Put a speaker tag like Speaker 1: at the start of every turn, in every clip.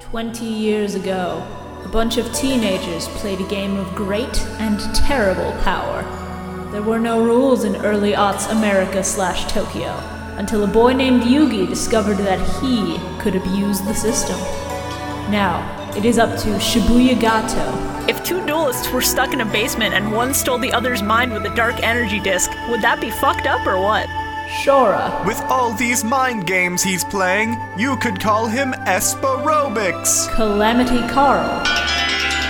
Speaker 1: Twenty years ago, a bunch of teenagers played a game of great and terrible power. There were no rules in early aughts America slash Tokyo until a boy named Yugi discovered that he could abuse the system. Now, it is up to Shibuya Gato.
Speaker 2: If two duelists were stuck in a basement and one stole the other's mind with a dark energy disc, would that be fucked up or what?
Speaker 1: Shora,
Speaker 3: With all these mind games he's playing, you could call him Esperobics.
Speaker 1: Calamity Carl,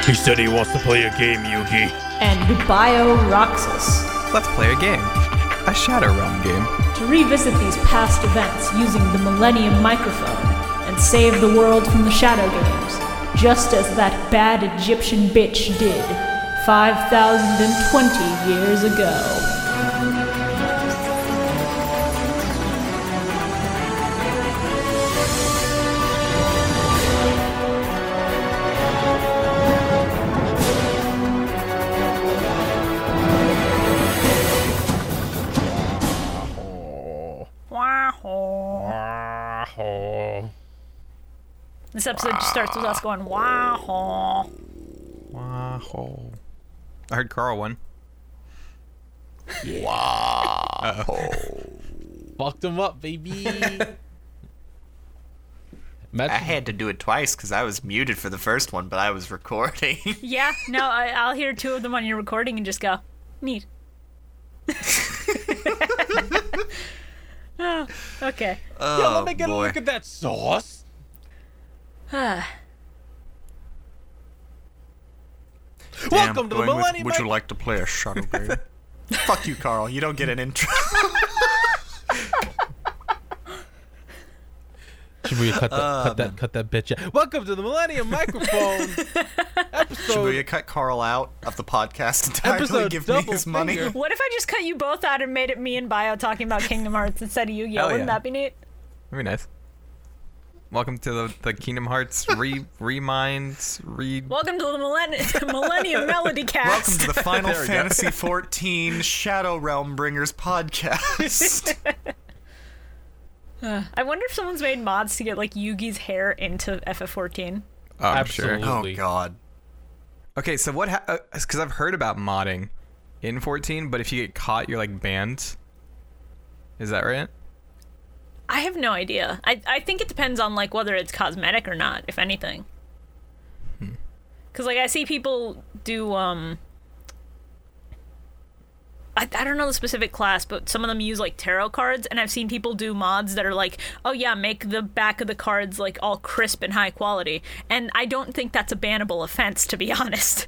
Speaker 4: He said he wants to play a game, Yugi.
Speaker 1: and Bio Roxas.
Speaker 5: Let's play a game. A Shadowrun game.
Speaker 1: to revisit these past events using the Millennium Microphone and save the world from the Shadow Games, just as that bad Egyptian bitch did 5,020 years ago.
Speaker 2: Wow. This episode just starts with us going wow.
Speaker 5: Wow. I heard Carl one.
Speaker 6: Fucked him up, baby.
Speaker 3: I
Speaker 6: Imagine,
Speaker 3: had to do it twice because I was muted for the first one, but I was recording.
Speaker 2: Yeah, no, I, I'll hear two of them on your recording and just go, neat. oh, okay.
Speaker 6: Yo, let me get a look at that sauce. Welcome to the Millennium. Mic-
Speaker 3: like to play a shuttle game? Fuck you, Carl. You don't get an intro.
Speaker 6: Shibuya, cut, that, cut
Speaker 3: Um,
Speaker 6: that, cut that bitch out. Welcome to the Millennium Microphone.
Speaker 3: Shibuya
Speaker 6: episode,
Speaker 3: cut Carl out of the podcast entirely.
Speaker 6: episode
Speaker 3: give me
Speaker 6: double
Speaker 3: his money.
Speaker 6: finger.
Speaker 2: What if I just cut you both out and made it me and Bio talking about Kingdom Hearts instead of Yu-Gi-Oh?
Speaker 5: Hell
Speaker 2: Wouldn't
Speaker 5: yeah.
Speaker 2: that be neat?
Speaker 5: That'd be nice. Welcome to the, the Kingdom Hearts re reminds re. oh,
Speaker 2: Welcome to the millenn- Millennium Melody
Speaker 3: Welcome
Speaker 2: Cast.
Speaker 3: to the Final
Speaker 5: There we go.
Speaker 3: Fantasy XIV Shadow Realm Bringers podcast.
Speaker 2: I wonder if someone's made mods to get like Yugi's hair into FF14.
Speaker 5: Oh, I'm sure.
Speaker 6: Absolutely.
Speaker 3: oh God.
Speaker 5: Okay, so what? Because uh 'cause I've heard about modding in 14, but if you get caught, you're like banned. Is that right?
Speaker 2: I have no idea. I, I think it depends on like whether it's cosmetic or not, if anything.
Speaker 5: Hmm.
Speaker 2: Because like I see people do um. I, I don't know the specific class, but some of them use like tarot cards, and I've seen people do mods that are like, oh yeah, make the back of the cards like all crisp and high quality. And I don't think that's a bannable offense, to be honest.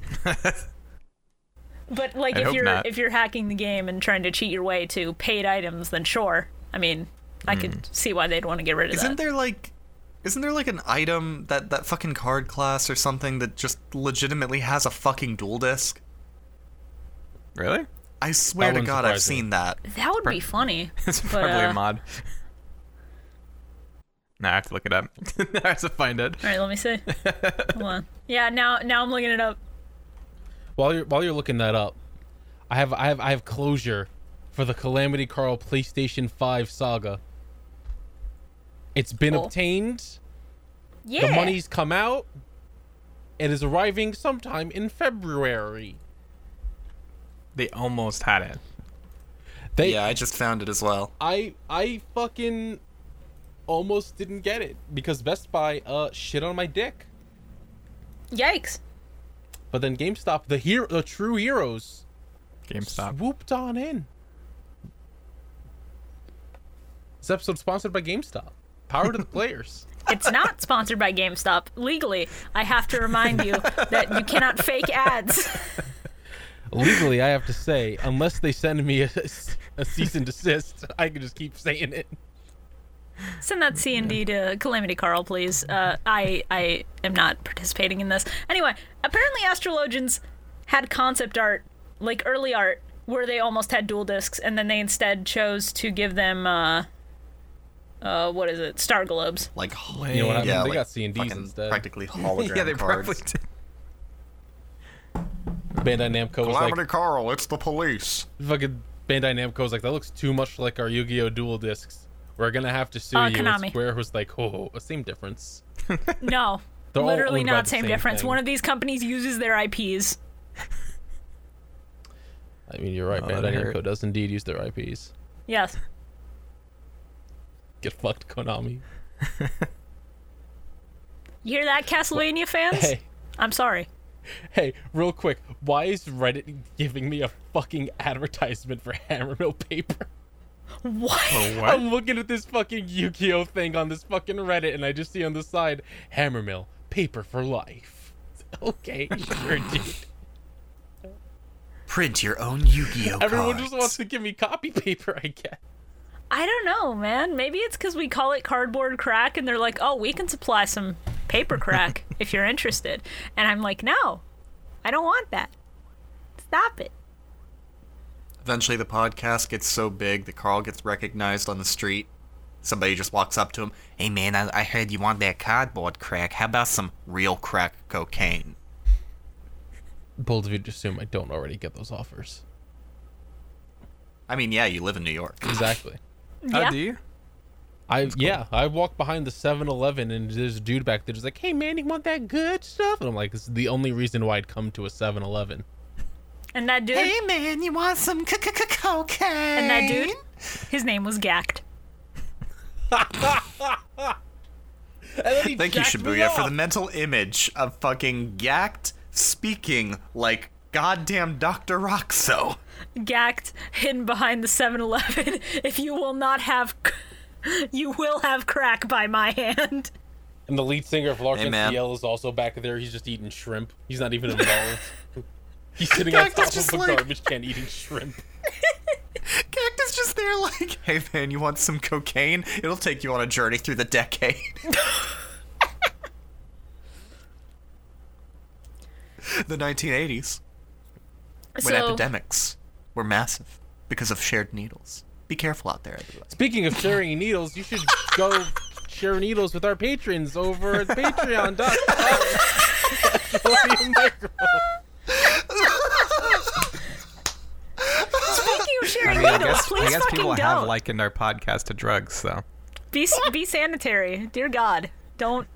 Speaker 2: but like
Speaker 5: I
Speaker 2: if
Speaker 5: hope
Speaker 2: you're
Speaker 5: not.
Speaker 2: if you're hacking the game and trying to cheat your way to paid items, then sure. I mean, I could see why they'd want to get rid of
Speaker 3: Isn't
Speaker 2: that.
Speaker 3: there like isn't there like an item that that fucking card class or something that just legitimately has a fucking dual disc?
Speaker 5: Really?
Speaker 3: I swear to
Speaker 6: wouldn't
Speaker 3: god I've
Speaker 6: surprise me.
Speaker 3: seen that.
Speaker 2: that would be funny.
Speaker 5: It's
Speaker 2: but,
Speaker 5: probably
Speaker 2: uh,
Speaker 5: a mod. nah, I have to look it up. I have to find it.
Speaker 2: All right, let me see. Hold on. Yeah, now now I'm looking it up.
Speaker 6: while you're while you're looking that up, I have I have I have closure for the Calamity Carl PlayStation 5 saga. It's been
Speaker 2: Cool.
Speaker 6: obtained.
Speaker 2: Yeah.
Speaker 6: The money's come out. It is arriving sometime in February.
Speaker 5: They almost had it.
Speaker 6: They
Speaker 3: Yeah, I just found it as well.
Speaker 6: I I fucking almost didn't get it because Best Buy uh shit on my dick.
Speaker 2: Yikes.
Speaker 6: But then GameStop, the hero, the true heroes,
Speaker 5: GameStop.
Speaker 6: swooped on in. This episode sponsored by GameStop. Power to the players.
Speaker 2: It's not sponsored by GameStop. Legally, I have to remind you that you cannot fake ads.
Speaker 6: Legally, I have to say, unless they send me a, a cease and desist, I can just keep saying it.
Speaker 2: Send that C and D to Calamity Carl, please. Uh, I I am not participating in this. Anyway, apparently astrologians had concept art, like early art, where they almost had dual discs, and then they instead chose to give them, uh, uh, what is it, star globes.
Speaker 3: Like
Speaker 6: You know what I mean?
Speaker 3: yeah,
Speaker 6: They
Speaker 3: like
Speaker 6: got C&Ds
Speaker 3: fucking
Speaker 6: instead.
Speaker 3: Practically hologram
Speaker 5: yeah, they
Speaker 3: cards.
Speaker 5: probably did.
Speaker 6: Bandai Namco was like,
Speaker 3: Carl, it's the police.
Speaker 6: fucking Bandai Namco was like, that looks too much like our Yu-Gi-Oh! dual discs. We're gonna have to sue
Speaker 2: Uh,
Speaker 6: you.
Speaker 2: Konami.
Speaker 6: And Square was like, oh, same difference.
Speaker 2: No,
Speaker 6: They're all
Speaker 2: Literally
Speaker 6: owned by
Speaker 2: not
Speaker 6: the
Speaker 2: same,
Speaker 6: same
Speaker 2: difference.
Speaker 6: thing.
Speaker 2: One of these companies uses their IPs.
Speaker 6: I mean, you're right,
Speaker 5: Oh,
Speaker 6: man.
Speaker 5: that
Speaker 6: Bandai
Speaker 5: hurt.
Speaker 6: Namco does indeed use their IPs.
Speaker 2: Yes.
Speaker 6: Get fucked, Konami.
Speaker 2: You hear that, Castlevania fans?
Speaker 6: Hey,
Speaker 2: I'm sorry.
Speaker 6: hey, real quick. Why is Reddit giving me a fucking advertisement for Hammermill paper?
Speaker 2: What?
Speaker 6: I'm looking at this fucking Yu-Gi-Oh thing on this fucking Reddit, and I just see on the side Hammermill paper for life. Okay, sure, dude.
Speaker 3: Print your own Yu-Gi-Oh
Speaker 6: Everyone
Speaker 3: cards.
Speaker 6: just wants to give me copy paper, I guess.
Speaker 2: I don't know, man. Maybe it's because we call it cardboard crack, and they're like, "Oh, we can supply some paper crack if you're interested." And I'm like, "No, I don't want that. Stop it."
Speaker 3: Eventually, the podcast gets so big that Carl gets recognized on the street. Somebody just walks up to him. Hey, man, I, I heard you want that cardboard crack. How about some real crack cocaine?
Speaker 6: Bold of you to assume I don't already get those offers.
Speaker 3: I mean, yeah, you live in New York.
Speaker 6: Exactly.
Speaker 2: Yeah.
Speaker 5: Oh, do you?
Speaker 6: I yeah, I walk behind the 7-Eleven and there's a dude back there just like, "Hey man, you want that good stuff?" And I'm like, "This is the only reason why I'd come to a 7-Eleven."
Speaker 2: And that dude,
Speaker 3: man, you want some c- c- c- cocaine?
Speaker 2: and that dude, his name was Gacked.
Speaker 3: Thank you, Shibuya, for the mental image of fucking Gacked speaking like goddamn Dr. Roxo.
Speaker 2: Gacked, hidden behind the 7-Eleven. If you will not have, c- you will have crack by my hand.
Speaker 6: And the lead singer of Lark
Speaker 3: Hey, man.
Speaker 6: NCL is also back there. He's just eating shrimp. He's not even involved. He's sitting on
Speaker 3: Cactus
Speaker 6: top of
Speaker 3: just
Speaker 6: a
Speaker 3: like-
Speaker 6: garbage can eating shrimp.
Speaker 3: Cactus just there like, hey man, you want some cocaine? It'll take you on a journey through the decade. the 1980s, when
Speaker 2: so,
Speaker 3: epidemics were massive because of shared needles. Be careful out there, everyone.
Speaker 6: Speaking of sharing needles, you should go share needles with our patrons over at patreon.com.
Speaker 2: speaking of sharing
Speaker 5: I
Speaker 2: needles,
Speaker 5: guess,
Speaker 2: please
Speaker 5: I guess
Speaker 2: fucking
Speaker 5: people
Speaker 2: don't.
Speaker 5: have likened our podcast to drugs, so.
Speaker 2: be s- be sanitary, dear God. Don't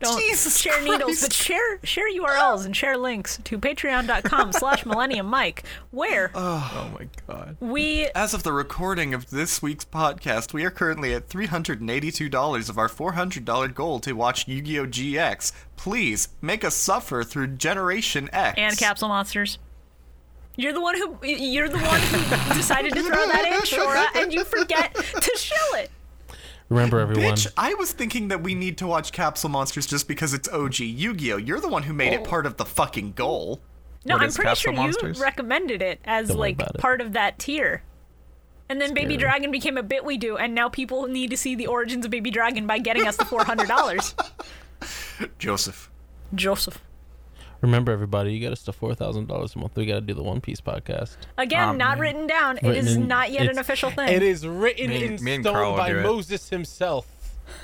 Speaker 2: don't
Speaker 3: Jesus
Speaker 2: share needles, but
Speaker 3: Christ.
Speaker 2: share share URLs and share links to Patreon.com/slash Millennium Mike, where
Speaker 5: Oh my god.
Speaker 2: we
Speaker 3: As of the recording of this week's podcast, we are currently at $382 of our $400 goal to watch Yu Gi Oh! GX. Please make us suffer through Generation X.
Speaker 2: and capsule monsters. You're the one who you're the one who decided to throw that in, Shora, and you forget to shell it.
Speaker 6: Remember everyone.
Speaker 3: Bitch, I was thinking that we need to watch Capsule Monsters just because it's OG Yu Gi Oh! You're the one who made it part of the fucking goal.
Speaker 2: No,
Speaker 5: What
Speaker 2: I'm
Speaker 5: is
Speaker 2: pretty
Speaker 5: Capsule
Speaker 2: sure
Speaker 5: Monsters?
Speaker 2: you recommended it as
Speaker 6: Don't worry
Speaker 2: like
Speaker 6: about it.
Speaker 2: part of that tier. And then Baby Dragon became a bit we do, and now people need to see the origins of Baby Dragon by getting us the four hundred dollars.
Speaker 3: Joseph.
Speaker 2: Joseph.
Speaker 6: Remember everybody, you got us to $4,000 a month. We got to do the One Piece podcast.
Speaker 2: Again, not written down. It is
Speaker 6: Written in-
Speaker 2: not yet an
Speaker 6: it's-
Speaker 2: official thing.
Speaker 6: It is written
Speaker 5: Me-
Speaker 6: in
Speaker 5: me and
Speaker 6: stone
Speaker 5: Carl will
Speaker 6: by
Speaker 5: do it.
Speaker 6: Moses himself.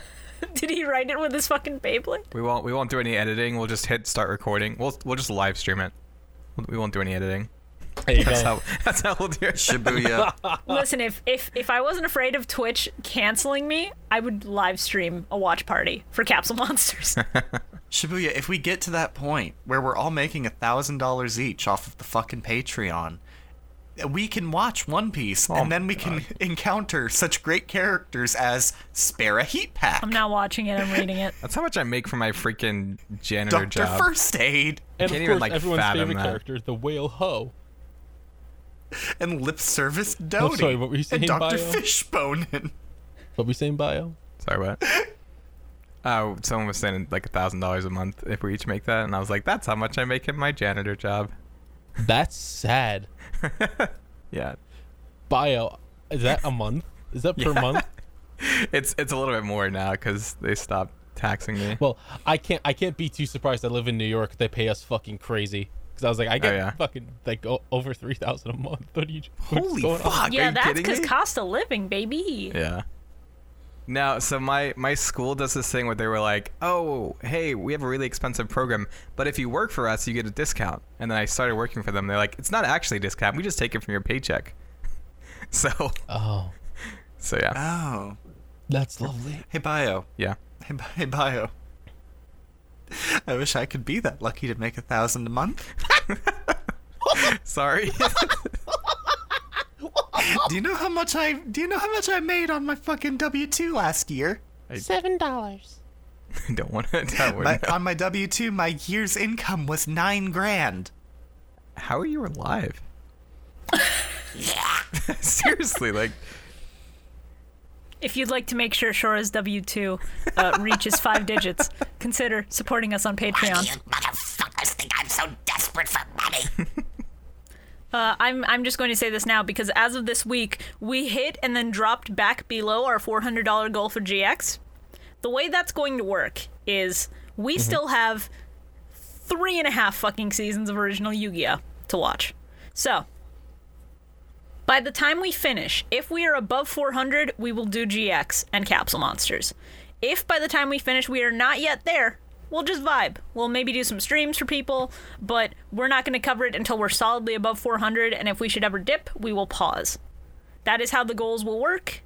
Speaker 2: Did he write it with his fucking Beyblade?
Speaker 5: We won't we won't do any editing. We'll just hit start recording. We'll we'll just live stream it. We won't do any editing.
Speaker 6: There you go.
Speaker 5: That's how that's how we'll do it.
Speaker 3: Shibuya.
Speaker 2: Listen, if if if I wasn't afraid of Twitch canceling me, I would live stream a watch party for Capsule Monsters.
Speaker 3: Shibuya, if we get to that point where we're all making $1,000 each off of the fucking Patreon, we can watch One Piece
Speaker 6: Oh
Speaker 3: and then we can encounter such great characters as Spare a Heat Pack,
Speaker 2: I'm not watching it. I'm reading it.
Speaker 5: That's how much I make for my freaking janitor
Speaker 3: Dr.
Speaker 5: job.
Speaker 3: First Aid,
Speaker 6: and
Speaker 5: can't
Speaker 6: of
Speaker 5: even,
Speaker 6: course,
Speaker 5: like,
Speaker 6: everyone's
Speaker 5: fathom
Speaker 6: favorite
Speaker 5: that.
Speaker 6: character, the whale Ho.
Speaker 3: and Lip Service Doty.
Speaker 6: Oh, sorry, what were you saying,
Speaker 3: And Dr.
Speaker 6: Bio?
Speaker 3: Fishbone.
Speaker 6: What we saying, Bio?
Speaker 5: Sorry what? Oh, someone was saying like a thousand dollars a month if we each make that, and I was like, "That's how much I make in my janitor job."
Speaker 6: That's sad.
Speaker 5: Yeah,
Speaker 6: Bio, is that a month? Is that per month?
Speaker 5: it's it's a little bit more now because they stopped taxing me.
Speaker 6: Well, I can't. I can't be too surprised. I live in New York. They pay us fucking crazy. Because I was like, I get
Speaker 5: Oh, yeah.
Speaker 6: fucking like o- over three thousand a month. What are you? what's
Speaker 3: Holy
Speaker 6: going on?
Speaker 3: fuck.
Speaker 2: Yeah,
Speaker 5: you
Speaker 2: that's
Speaker 5: kidding
Speaker 2: because
Speaker 5: me?
Speaker 2: cost of living, baby.
Speaker 5: Yeah. Now, so my my school does this thing where they were like, "Oh, hey, we have a really expensive program, but if you work for us, you get a discount." And then I started working for them. They're like, "It's not actually a discount. We just take it from your paycheck." So,
Speaker 6: Oh,
Speaker 5: so yeah,
Speaker 3: Oh.
Speaker 6: that's lovely.
Speaker 3: Hey, Bio.
Speaker 5: yeah.
Speaker 3: Hey, Bi- hey, Bio. I wish I could be that lucky to make a thousand a month.
Speaker 5: Sorry.
Speaker 3: Do you know how much I do you know how much I made on my fucking W two last year?
Speaker 7: Seven dollars.
Speaker 5: don't want to. I
Speaker 3: My,
Speaker 5: wouldn't know.
Speaker 3: on my W two, my year's income was nine grand.
Speaker 5: How are you alive? Seriously, like
Speaker 2: If you'd like to make sure Shora's W 2 uh, reaches five digits, consider supporting us on Patreon.
Speaker 8: motherfuckers think I'm so desperate for money.
Speaker 2: Uh, I'm, I'm just going to say this now because as of this week, we hit and then dropped back below our $400 goal for GX. The way that's going to work is we
Speaker 5: Mm-hmm.
Speaker 2: still have three and a half fucking seasons of original Yu Gi Oh! to watch. So. By the time we finish, if we are above 400, we will do GX and Capsule Monsters. If by the time we finish we are not yet there, we'll just vibe. We'll maybe do some streams for people, but we're not going to cover it until we're solidly above 400, and if we should ever dip, we will pause. That is how the goals will work,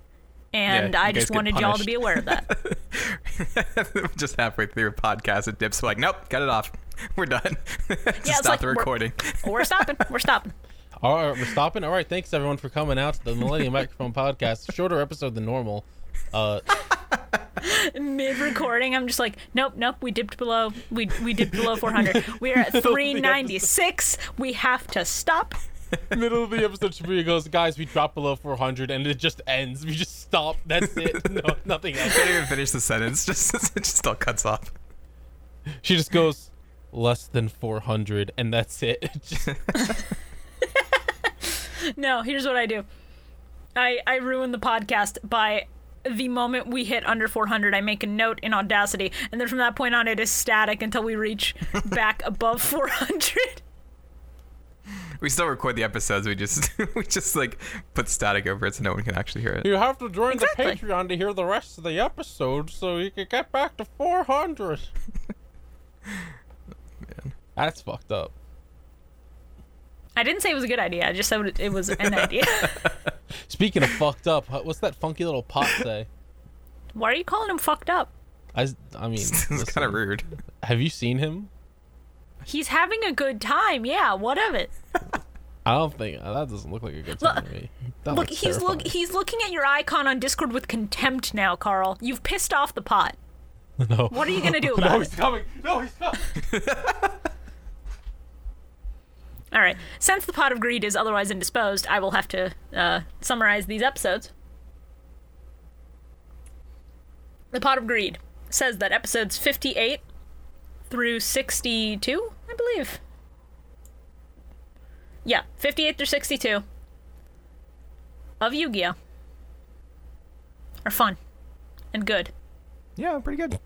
Speaker 2: and
Speaker 5: Yeah,
Speaker 2: I
Speaker 5: you guys
Speaker 2: just
Speaker 5: get
Speaker 2: wanted y'all to
Speaker 5: punished.
Speaker 2: be aware of that.
Speaker 5: just halfway through a podcast, it dips. Like, nope, got it off. We're done. Just
Speaker 2: it's
Speaker 5: stop
Speaker 2: like
Speaker 5: the
Speaker 2: we're-
Speaker 5: recording.
Speaker 2: we're stopping. We're stopping.
Speaker 6: All right, we're stopping. All right, thanks everyone for coming out to the Millennium Microphone Podcast. Shorter episode than normal. Uh,
Speaker 2: Mid recording, I'm just like, nope, nope. We dipped below. We we dipped below 400. We are at 396. We have to stop.
Speaker 6: middle of the episode, Shibuya goes, "Guys, we dropped below 400, and it just ends. We just stop. That's it. No, nothing else."
Speaker 5: Can't even finish the sentence. Just it just all cuts off.
Speaker 6: She just goes, "Less than 400," and that's it. Just-
Speaker 2: No, here's what I do. I I ruin the podcast by the moment we hit under 400, I make a note in Audacity, and then from that point on, it is static until we reach back above 400.
Speaker 5: We still record the episodes. We just we just like put static over it so no one can actually hear it.
Speaker 6: you have to join the
Speaker 2: Exactly.
Speaker 6: Patreon to hear the rest of the episode, so you can get back to 400. That's fucked up.
Speaker 2: I didn't say it was a good idea. I just said it- it was an idea.
Speaker 6: Speaking of fucked up, huh, what's that funky little pop say?
Speaker 2: Why are you calling him fucked up?
Speaker 6: I, s- I mean,
Speaker 5: It's kind of
Speaker 6: listen,
Speaker 5: rude.
Speaker 6: have you seen him?
Speaker 2: He's having a good time. Yeah, what of it?
Speaker 6: I don't think uh, that doesn't look like a good time
Speaker 2: Look-
Speaker 6: to me. That
Speaker 2: Look,
Speaker 6: looks
Speaker 2: he's look
Speaker 6: terrifying.
Speaker 2: he's looking at your icon on Discord with contempt now, Carl. You've pissed off the pot.
Speaker 6: no.
Speaker 2: What are you gonna do about it?
Speaker 6: coming. No, he's coming.
Speaker 2: All right. Since the pot of greed is otherwise indisposed, I will have to uh, summarize these episodes. The pot of greed says that episodes 58 through 62, I believe. Yeah, 58 through 62 of Yu-Gi-Oh are fun and good.
Speaker 5: Yeah, pretty good.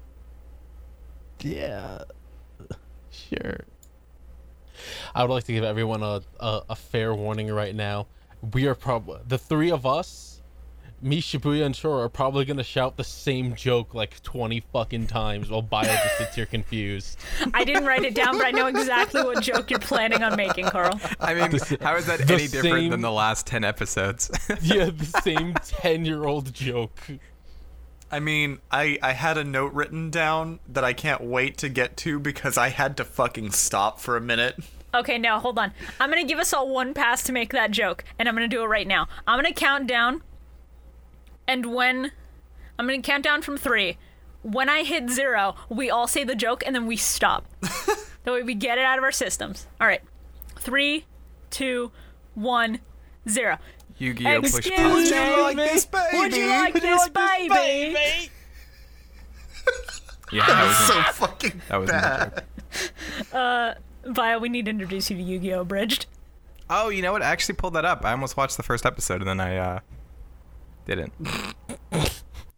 Speaker 6: Yeah. Sure. I would like to give everyone a, a, a fair warning right now. We are probably the three of us, me, Shibuya, and Shora are probably gonna shout the same joke like twenty fucking times while Bio just sits here confused.
Speaker 2: I didn't write it down, but I know exactly what joke you're planning on making, Carl.
Speaker 5: I mean, how is that
Speaker 6: the
Speaker 5: any different
Speaker 6: same-
Speaker 5: than the last ten episodes?
Speaker 6: Yeah, the same ten-year-old joke.
Speaker 3: I mean, I I had a note written down that I can't wait to get to because I had to fucking stop for a minute.
Speaker 2: Okay, now hold on. I'm gonna give us all one pass to make that joke, and I'm gonna do it right now. I'm gonna count down, and when I'm gonna count down from three. When I hit zero, we all say the joke and then we stop. that way we get it out of our systems. All right, three, two, one, zero.
Speaker 5: Yu-Gi-Oh! Push
Speaker 2: Excuse
Speaker 5: pop.
Speaker 2: me.
Speaker 3: like this,
Speaker 2: Would you
Speaker 3: baby?
Speaker 2: like this, baby?
Speaker 5: Yeah, that was,
Speaker 3: So fucking
Speaker 5: that was
Speaker 3: bad.
Speaker 5: bad.
Speaker 2: Via, we need to introduce you to Yu-Gi-Oh! Abridged.
Speaker 5: Oh, you know what? I actually pulled that up. I almost watched the first episode and then I uh didn't.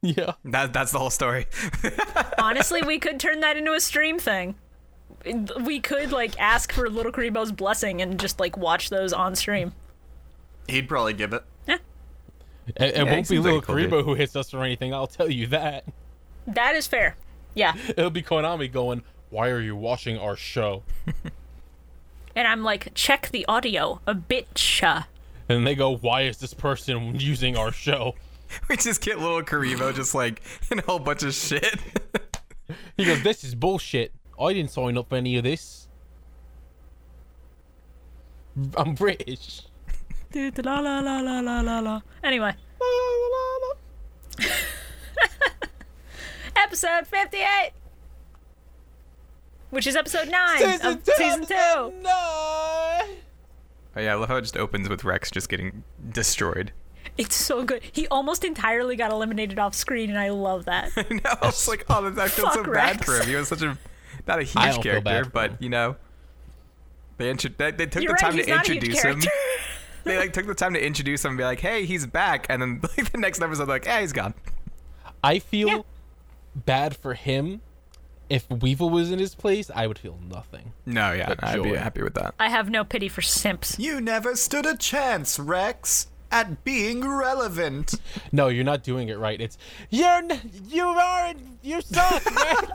Speaker 6: Yeah.
Speaker 5: That that's the whole story.
Speaker 2: Honestly, we could turn that into a stream thing. We could like ask for Little Karibo's blessing and just like watch those on stream.
Speaker 3: He'd probably give it.
Speaker 6: It, it
Speaker 5: he
Speaker 6: won't be
Speaker 5: seems like
Speaker 6: Little
Speaker 5: a cool dude.
Speaker 6: Karibo who hits us or anything, I'll tell you that.
Speaker 2: That is fair. Yeah.
Speaker 6: It'll be Konami going, Why are you watching our show?
Speaker 2: And I'm like, check the audio a bitch.
Speaker 6: And they go, Why is this person using our show?
Speaker 5: we just get little Karibo just like in a whole bunch of shit.
Speaker 6: He goes, This is bullshit. I didn't sign up for any of this. I'm British.
Speaker 2: La la la la la la la. Anyway. episode 58! Which is episode 9 of season 2.
Speaker 5: Oh yeah, I love how it just opens with Rex just getting destroyed.
Speaker 2: It's so good. He almost entirely got eliminated off screen, and I love that.
Speaker 5: I know. I was like, oh, that- I feel so
Speaker 2: Fuck
Speaker 5: bad
Speaker 2: Rex.
Speaker 5: for him. He was such a not a
Speaker 6: I
Speaker 5: huge
Speaker 6: don't feel
Speaker 5: character,
Speaker 6: bad for him.
Speaker 5: but you know, they intro- they, they took
Speaker 2: You're
Speaker 5: the
Speaker 2: right,
Speaker 5: time
Speaker 2: he's
Speaker 5: to
Speaker 2: not a huge
Speaker 5: introduce him.
Speaker 2: character.
Speaker 5: They like took the time to introduce him and be like, hey, he's back, and then like the next episode, like, yeah, he's gone.
Speaker 6: I feel
Speaker 2: Yeah.
Speaker 6: bad for him. If Weevil was in his place, I would feel nothing.
Speaker 5: No, yeah,
Speaker 6: But
Speaker 5: I'd be
Speaker 6: joy.
Speaker 5: happy with that.
Speaker 2: I have no pity for simps.
Speaker 3: You never stood a chance, Rex, at being relevant.
Speaker 6: No, you're not doing it right. It's you're n- you are you suck, Rex.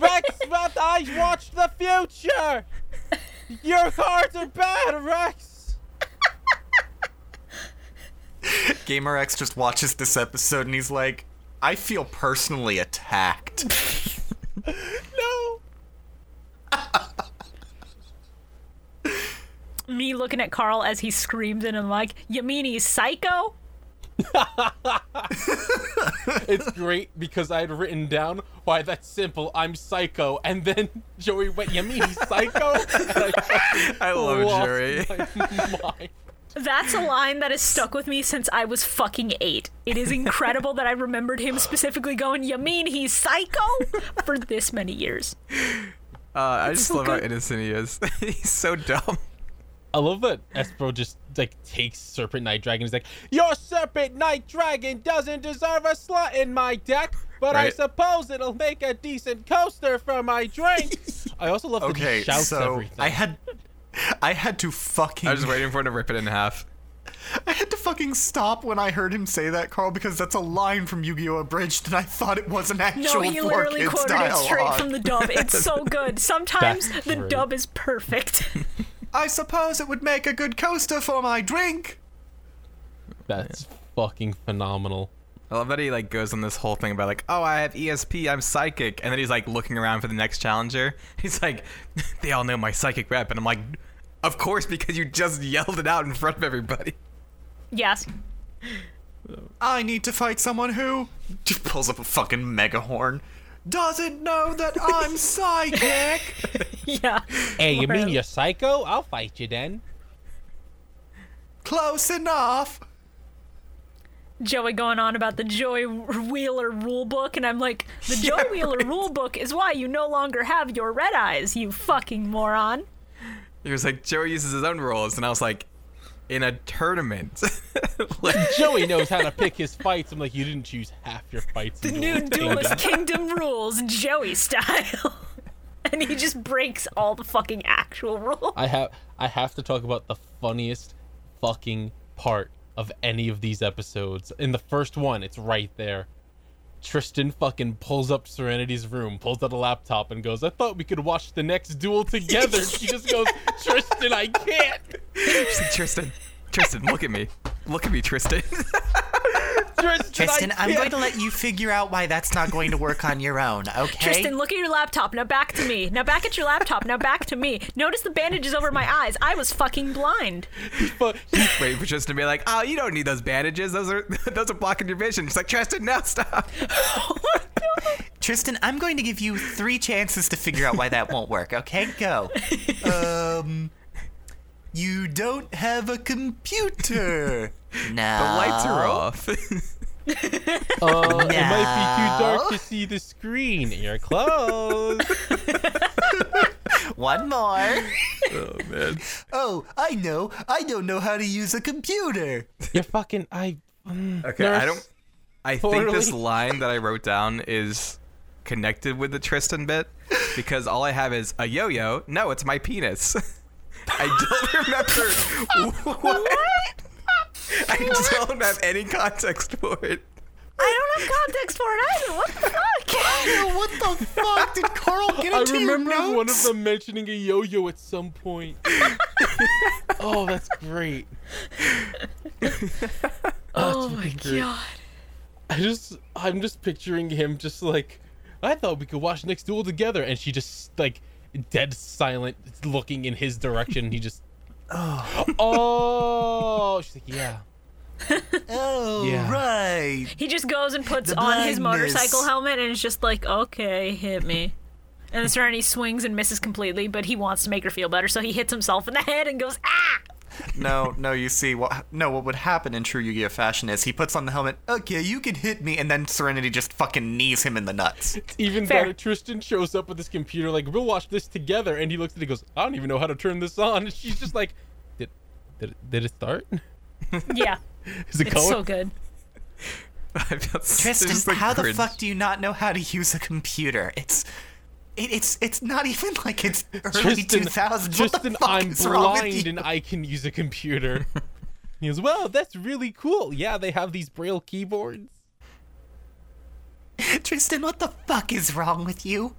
Speaker 6: Rex, but I watch the future. Your cards are bad, Rex.
Speaker 3: Gamer X just watches this episode and he's like, I feel personally attacked.
Speaker 6: No.
Speaker 2: Me looking at Carl as he screams in and like, you mean he's psycho?
Speaker 6: It's great because I had written down why that's simple. I'm psycho, and then Joey went, "You mean he's psycho?" And I
Speaker 5: I love
Speaker 6: lost
Speaker 5: Jerry.
Speaker 6: my mind.
Speaker 2: That's a line that has stuck with me since I was fucking eight. It is incredible that I remembered him specifically going, You mean he's psycho? for this many years.
Speaker 5: Uh, I just
Speaker 2: so
Speaker 5: love
Speaker 2: good.
Speaker 5: how innocent he is. he's so dumb.
Speaker 6: I love that Espro just like takes Serpent Night Dragon. He's like, "Your Serpent Night Dragon doesn't deserve a slot in my deck, but I
Speaker 5: Right.
Speaker 6: suppose it'll make a decent coaster for my drink." I also love that
Speaker 3: Okay,
Speaker 6: he shouts
Speaker 3: so
Speaker 6: everything.
Speaker 3: I had, I had to fucking,
Speaker 5: I was waiting for him to rip it in half.
Speaker 3: I had to fucking stop when I heard him say that, Carl, because that's a line from Yu-Gi-Oh! Abridged, and I thought it was an
Speaker 2: No,
Speaker 3: actual
Speaker 2: he
Speaker 3: four
Speaker 2: literally
Speaker 3: kids
Speaker 2: quoted
Speaker 3: dialogue.
Speaker 2: it straight from the dub. It's so good. Sometimes
Speaker 6: That's
Speaker 2: the
Speaker 6: great.
Speaker 2: dub is perfect.
Speaker 3: I suppose it would make a good coaster for my drink.
Speaker 6: That's fucking phenomenal.
Speaker 5: I love that he like goes on this whole thing about like, oh, I have ESP, I'm psychic, and then he's like looking around for the next challenger. He's like, they all know my psychic rep, and I'm like, of course, because you just yelled it out in front of everybody.
Speaker 2: yes.
Speaker 3: I need to fight someone who just pulls up a fucking mega horn. Doesn't know that I'm psychic.
Speaker 2: Yeah.
Speaker 6: Hey, you mean
Speaker 2: Well.
Speaker 6: you're psycho? I'll fight you then.
Speaker 3: Close enough.
Speaker 2: Joey going on about the Joey Wheeler rule book, and I'm like, the Joey Wheeler rule book is why you no longer have your red eyes, you fucking moron.
Speaker 5: He was like, Joey uses his own rules, and I was like, in a tournament. like,
Speaker 6: Joey knows how to pick his fights. I'm like, you didn't choose half your fights. The
Speaker 2: New Duelist Kingdom rules, Joey style. and he just breaks all the fucking actual rules.
Speaker 6: I have I have to talk about the funniest fucking part of any of these episodes. In the first one, it's right there. Tristan fucking pulls up Serenity's room, pulls out a laptop, and goes, "I thought we could watch the next duel together." she just goes, "Tristan, I can't."
Speaker 5: he's like, Tristan, Tristan, look at me, look at me, Tristan.
Speaker 6: Tristan, I can't.
Speaker 3: let you figure out why that's not going to work on your own, okay?
Speaker 2: Tristan, look at your laptop. Now back to me. Now back at your laptop. Now back to me. Notice the bandages over my eyes. I was fucking blind.
Speaker 6: But
Speaker 5: Wait for Tristan to be like, oh, you don't need those bandages. Those are those are blocking your vision. It's like, Tristan, no, stop.
Speaker 3: Tristan, I'm going to give you three chances to figure out why that won't work, okay? Go. Um. You don't have a computer. No.
Speaker 5: The lights are off.
Speaker 6: uh, it might be too dark to see the screen. You're close.
Speaker 3: One more.
Speaker 5: oh man.
Speaker 3: Oh, I know. I don't know how to use a computer.
Speaker 6: You're fucking. I. mm,
Speaker 5: Okay, I
Speaker 6: nurse.
Speaker 5: don't. I think this
Speaker 6: Poorly.
Speaker 5: line that I wrote down is connected with the Tristan bit because all I have is a yo-yo. No, it's my penis. I don't remember what. I don't have any context for it.
Speaker 2: I don't have context for it either. What the fuck?
Speaker 3: What the fuck did Carl get
Speaker 6: I
Speaker 3: into your
Speaker 6: remember one of
Speaker 3: notes?
Speaker 6: them mentioning a yo-yo at some point. oh, that's great.
Speaker 2: Oh my god.
Speaker 3: Oh
Speaker 6: I just I'm just picturing him just like I thought we could watch Nick's duel together, and she just like dead silent, looking in his direction. He just, oh, she's like, yeah,
Speaker 3: Oh,
Speaker 6: Yeah.
Speaker 3: right.
Speaker 2: He just goes and puts
Speaker 3: The
Speaker 2: on his
Speaker 3: blindness.
Speaker 2: motorcycle helmet and is just like, okay, hit me. And that's right, he swings and misses completely, but he wants to make her feel better, so he hits himself in the head and goes, ah!
Speaker 3: No, no, you see what no, what would happen in true Yu-Gi-Oh fashion is he puts on the helmet, okay, you can hit me, and then Serenity just fucking knees him in the nuts.
Speaker 6: even
Speaker 2: Fair.
Speaker 6: better. Tristan shows up with his computer, like, we'll watch this together, and he looks at it, and goes, I don't even know how to turn this on. And she's just like, did, did, it- did it start?
Speaker 2: Yeah,
Speaker 6: Is it
Speaker 2: it's
Speaker 6: going?
Speaker 2: so good.
Speaker 5: Tristan,
Speaker 3: Tristan, how the fuck do you not know how to use a computer? It's it, it's it's not even like it's early two
Speaker 6: Tristan,
Speaker 3: thousands. What the
Speaker 6: Tristan
Speaker 3: fuck
Speaker 6: I'm
Speaker 3: is wrong with
Speaker 6: blind
Speaker 3: you?
Speaker 6: and I can use a computer. he goes, well, that's really cool. Yeah, they have these braille keyboards.
Speaker 3: Tristan, what the fuck is wrong with you?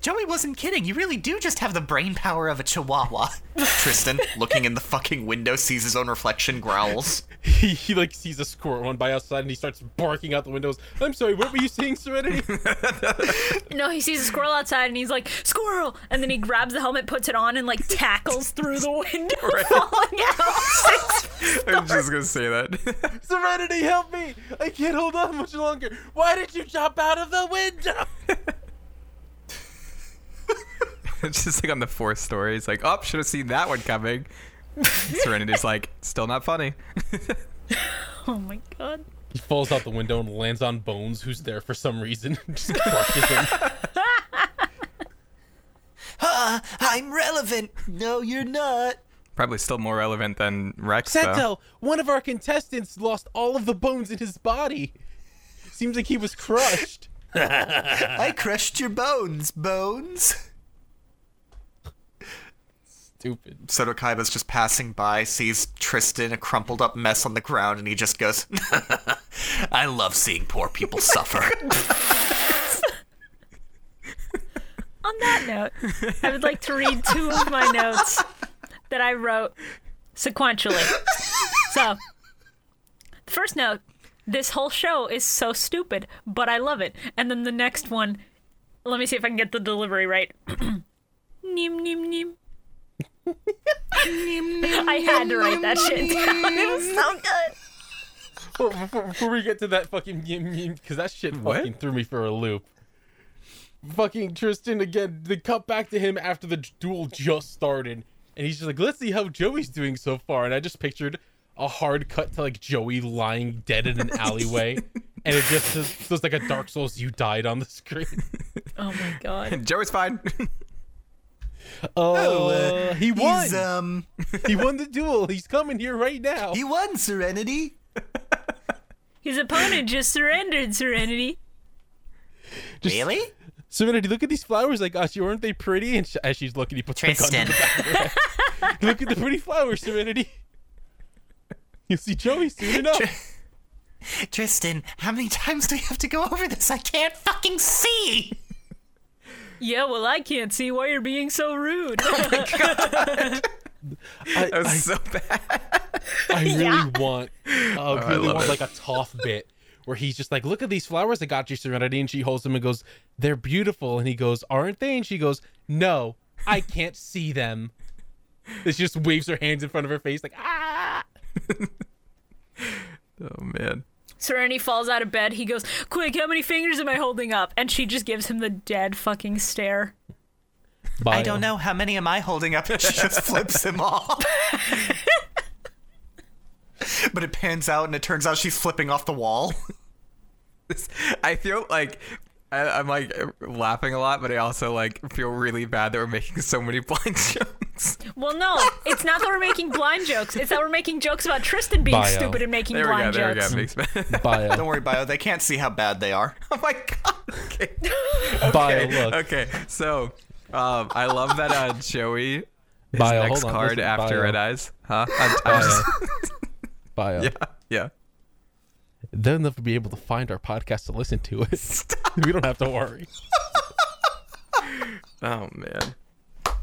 Speaker 3: Joey wasn't kidding. You really do just have the brain power of a chihuahua. Tristan, looking in the fucking window, sees his own reflection, growls.
Speaker 6: He, he like sees a squirt one by outside and he starts barking out the windows. I'm sorry, what were you saying, Serenity?
Speaker 2: No, he sees a squirrel outside and he's like, squirrel! And then he grabs the helmet, puts it on, and like tackles through the window, falling out.
Speaker 5: I'm just gonna say that.
Speaker 6: Serenity, help me! I can't hold on much longer. Why did you jump out of the window?
Speaker 5: it's just like on the fourth story. It's like, oh, should have seen that one coming. Serenity's like, still not funny.
Speaker 2: oh my god.
Speaker 6: He falls out the window and lands on Bones, who's there for some reason. Just crushes him.
Speaker 3: I'm relevant. No, you're not.
Speaker 5: Probably still more relevant than Rex. though.
Speaker 6: Sento, one of our contestants lost all of the bones in his body. Seems like he was crushed.
Speaker 3: I crushed your bones, bones.
Speaker 6: Stupid.
Speaker 3: Soto Kaiba's just passing by, sees Tristan a crumpled up mess on the ground, and he just goes, I love seeing poor people suffer.
Speaker 2: On that note, I would like to read two of my notes that I wrote sequentially. So, first note this whole show is so stupid, but I love it. And then the next one, let me see if I can get the delivery right. neem, neem, neem. I had to write that shit down. It was so good.
Speaker 6: Before, before- before we get to that fucking yim yim, because that shit
Speaker 5: What?
Speaker 6: fucking threw me for a loop. Fucking Tristan again. They cut back to him after the j- duel just started, and he's just like, "Let's see how Joey's doing so far." And I just pictured a hard cut to like Joey lying dead in an alleyway, and it just says, says like a Dark Souls "You died" on the screen.
Speaker 2: Oh my god.
Speaker 5: Joey's fine.
Speaker 6: Oh, he won!
Speaker 3: He's, um,
Speaker 6: he won the duel. He's coming here right now.
Speaker 3: he won, Serenity.
Speaker 2: His opponent just surrendered, Serenity.
Speaker 6: Just- Serenity, look at these flowers I got you. Aren't they pretty? And sh- as she's looking, he puts the gun
Speaker 8: Tristan.
Speaker 6: to the back. of her head. look at the pretty flowers, Serenity. You'll see Joey soon enough.
Speaker 3: Tristan, how many times do we have to go over this? I can't fucking see.
Speaker 2: Yeah, well, I can't see why you're being so rude.
Speaker 6: I,
Speaker 5: That was
Speaker 6: I-
Speaker 5: so bad.
Speaker 6: I really want, I really
Speaker 5: love
Speaker 6: want
Speaker 5: it.
Speaker 6: like a Toff bit where he's just like, "Look at these flowers I got you, Serenity," and she holds them and goes, "They're beautiful," and he goes, "Aren't they?" And she goes, "No, I can't see them." And she just waves her hands in front of her face like, "Ah!"
Speaker 5: Oh man.
Speaker 2: Serenity falls out of bed. He goes, Quick, how many fingers am I holding up? And she just gives him the dead fucking stare.
Speaker 3: I don't know how many am I holding up, and she just flips him off. but it pans out, and it turns out she's flipping off the wall.
Speaker 5: This- I feel like I, I'm like laughing a lot, but I also like feel really bad that we're making so many blind jokes.
Speaker 2: Well, no, it's not that we're making blind jokes. It's that we're making jokes about Tristan being
Speaker 6: Bio.
Speaker 2: stupid and making
Speaker 5: There we go.
Speaker 2: blind
Speaker 5: There we go.
Speaker 2: jokes.
Speaker 5: Makes sense.
Speaker 3: Don't
Speaker 6: Bio,
Speaker 3: worry, Bio. They can't see how bad they are.
Speaker 5: oh my god. Okay.
Speaker 6: bio,
Speaker 5: Okay.
Speaker 6: look,
Speaker 5: okay. So, um, I love that uh, Joey. His
Speaker 6: bio.
Speaker 5: next
Speaker 6: hold on,
Speaker 5: card
Speaker 6: listen,
Speaker 5: after
Speaker 6: bio.
Speaker 5: Red Eyes, huh? I'm, I'm just,
Speaker 6: bio.
Speaker 5: yeah.
Speaker 6: They'll never be able to find our podcast to listen to it. We don't have to worry.
Speaker 5: Oh man. Oh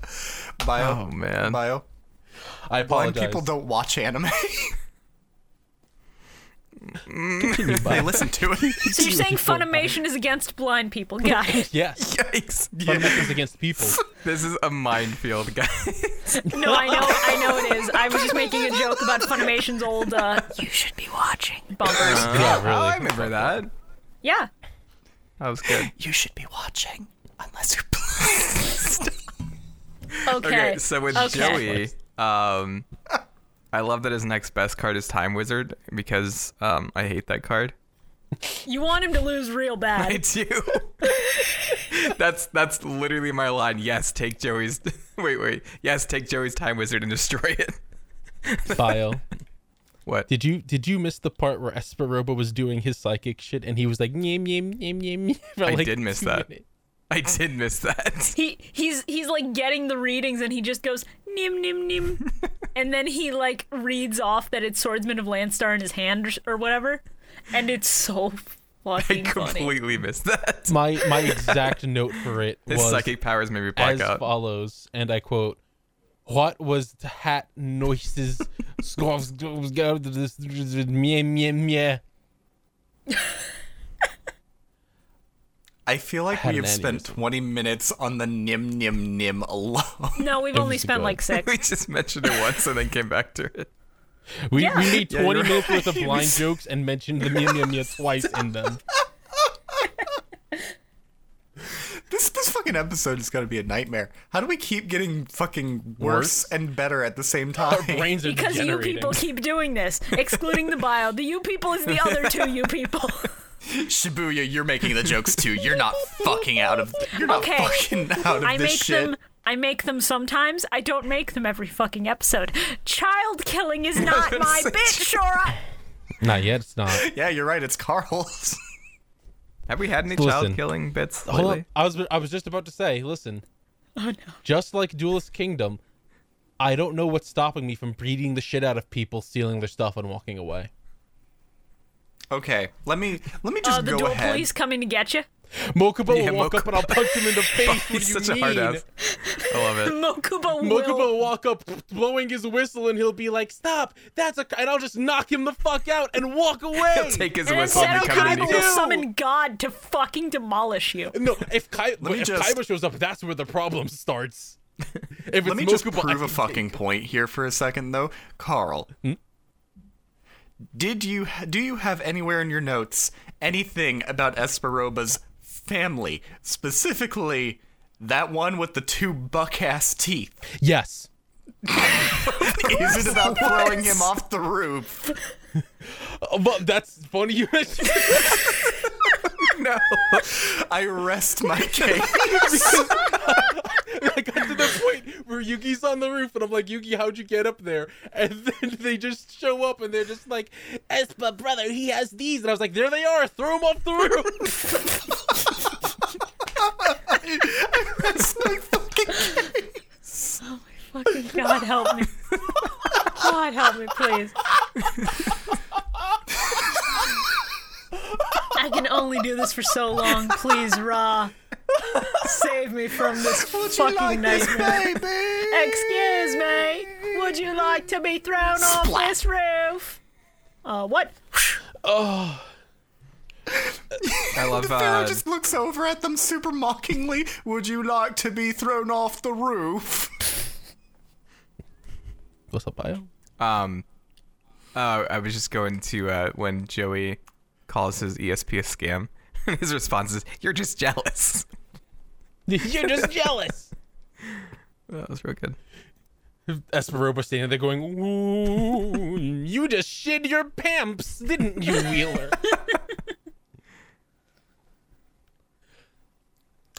Speaker 3: Bio,
Speaker 5: man.
Speaker 3: bio.
Speaker 6: I
Speaker 3: Blind
Speaker 6: apologize.
Speaker 3: people don't watch anime.
Speaker 6: Continue,
Speaker 3: They
Speaker 6: Bob.
Speaker 3: listen to it.
Speaker 2: So you're saying
Speaker 6: Your point, Bob.
Speaker 2: Funimation is against blind people? Got it.
Speaker 6: Yes.
Speaker 5: Yikes.
Speaker 6: Fundamentals against people.
Speaker 5: This is a minefield, guys.
Speaker 2: No, I know, I know it is. I was just making a joke about Funimation's old uh, "You should be watching" bumpers.
Speaker 6: Yeah,
Speaker 5: Oh, I
Speaker 6: really.
Speaker 5: remember that.
Speaker 2: Yeah,
Speaker 5: That was good.
Speaker 3: you should be watching, unless you're.
Speaker 2: Okay.
Speaker 5: Okay, so with
Speaker 2: Okay.
Speaker 5: Joey, um, I love that his next best card is Time Wizard because um, I hate that card.
Speaker 2: you want him to lose real
Speaker 5: I
Speaker 2: bad.
Speaker 5: do. that's that's literally my line. Yes, take Joey's. Wait, wait. Yes, take Joey's Time Wizard and destroy it.
Speaker 6: Bio.
Speaker 5: What?
Speaker 6: Did you did you miss the part where Esperoba was doing his psychic shit and he was like yam yam yam yam yam? for,
Speaker 5: I
Speaker 6: like,
Speaker 5: did miss
Speaker 6: two
Speaker 5: that.
Speaker 6: minutes?
Speaker 5: I did miss that.
Speaker 2: He he's he's like getting the readings and he just goes nim nim nim, and then he like reads off that it's Swordsman of Landstar in his hand or, s- or whatever, and it's so
Speaker 5: I
Speaker 2: fucking funny.
Speaker 5: completely missed that.
Speaker 6: My my exact note for it
Speaker 5: His
Speaker 6: was
Speaker 5: psychic powers made me black
Speaker 6: as
Speaker 5: out.
Speaker 6: follows, and I quote: "What was the hat noises? Scoffs this meh meh meh."
Speaker 3: I feel like
Speaker 6: Had
Speaker 3: we
Speaker 6: an
Speaker 3: have spent
Speaker 6: aneurysm.
Speaker 3: 20 minutes on the nim nim nim alone.
Speaker 2: No, we've only
Speaker 6: was
Speaker 2: spent
Speaker 6: good.
Speaker 2: like
Speaker 5: we
Speaker 2: six.
Speaker 5: just mentioned it once and then came back to it.
Speaker 6: We
Speaker 2: Yeah.
Speaker 6: we made
Speaker 5: Yeah,
Speaker 6: twenty
Speaker 5: you're
Speaker 6: minutes worth of
Speaker 5: right.
Speaker 6: blind jokes and mentioned the meh meh meh twice in them.
Speaker 3: This this fucking episode is gonna be a nightmare. How do we keep getting fucking worse,
Speaker 6: Worse?
Speaker 3: and better at the same
Speaker 6: Our
Speaker 3: time?
Speaker 6: brains are
Speaker 2: Because you
Speaker 6: degenerating.
Speaker 2: people keep doing this, excluding the bio. The you people is the other two you people.
Speaker 3: Shibuya, you're making the jokes too. You're not fucking out of. You're not
Speaker 2: Okay.
Speaker 3: fucking out of
Speaker 2: I
Speaker 3: this
Speaker 2: make
Speaker 3: shit.
Speaker 2: them. I make them sometimes. I don't make them every fucking episode. Child killing is not my
Speaker 5: Such-
Speaker 2: bitch, Shora.
Speaker 6: Not yet. It's not.
Speaker 3: Yeah, you're right. It's Carl's.
Speaker 5: Have we had any
Speaker 6: Listen.
Speaker 5: child killing bits
Speaker 6: Hold
Speaker 5: lately?
Speaker 6: on. I was I was just about to say, listen,
Speaker 2: Oh no.
Speaker 6: just like Duelist Kingdom, I don't know what's stopping me from breeding the shit out of people, stealing their stuff, and walking away.
Speaker 3: okay, let me let me just
Speaker 2: Uh, the
Speaker 3: go
Speaker 2: dual
Speaker 3: ahead.
Speaker 2: police coming to get you.
Speaker 6: Mokuba
Speaker 5: Yeah,
Speaker 6: will walk up and I'll punch him in the face. what do you
Speaker 5: He's such
Speaker 6: mean?
Speaker 5: a hard ass. I love it.
Speaker 2: Mokuba will.
Speaker 6: Mokuba will walk up, blowing his whistle, and he'll be like, "Stop! That's a!" c-" And I'll just knock him the fuck out and walk away.
Speaker 5: He'll take his
Speaker 2: and
Speaker 5: whistle and
Speaker 2: Senno
Speaker 5: become an
Speaker 2: Kaiba will
Speaker 5: idiot.
Speaker 2: summon God to fucking demolish you.
Speaker 6: no, if Kai,
Speaker 3: me
Speaker 6: if
Speaker 3: just-
Speaker 6: Kaiba shows up, that's where the problem starts. If it's
Speaker 3: Let me
Speaker 6: Mokuba,
Speaker 3: just
Speaker 6: I
Speaker 3: prove a
Speaker 6: can-
Speaker 3: fucking point here for a second, though, Carl. Did you do you have anywhere in your notes anything about Esperoba's family, specifically that one with the two buck ass teeth?
Speaker 6: Yes.
Speaker 3: Is it about throwing him off the roof?
Speaker 6: Uh, But that's funny you mentioned
Speaker 5: No.
Speaker 3: I rest my case.
Speaker 6: I got to the point where Yuki's on the roof, and I'm like, Yuki, how'd you get up there? And then they just show up, and they're just like, Espa, brother, he has these. And I was like, there they are. Throw them off the roof.
Speaker 3: I rest my fucking case.
Speaker 2: Fucking God help me. God help me, please. I can only do this for so long. Please, Ra, save me from this fucking nightmare.
Speaker 3: baby.
Speaker 2: Excuse me. Would you like to be thrown off this roof? Uh, what?
Speaker 5: I love
Speaker 3: Pharaoh
Speaker 5: uh,
Speaker 3: just looks over at them super mockingly. Would you like to be thrown off the roof?
Speaker 6: What's up, Bio?
Speaker 5: um uh, I was just going to uh, when Joey calls his ESP a scam. His response is, "You're just jealous."
Speaker 6: You're just jealous.
Speaker 5: That was real good.
Speaker 6: Esperoba standing there going, Ooh, you just shit your pamps, didn't you, Wheeler?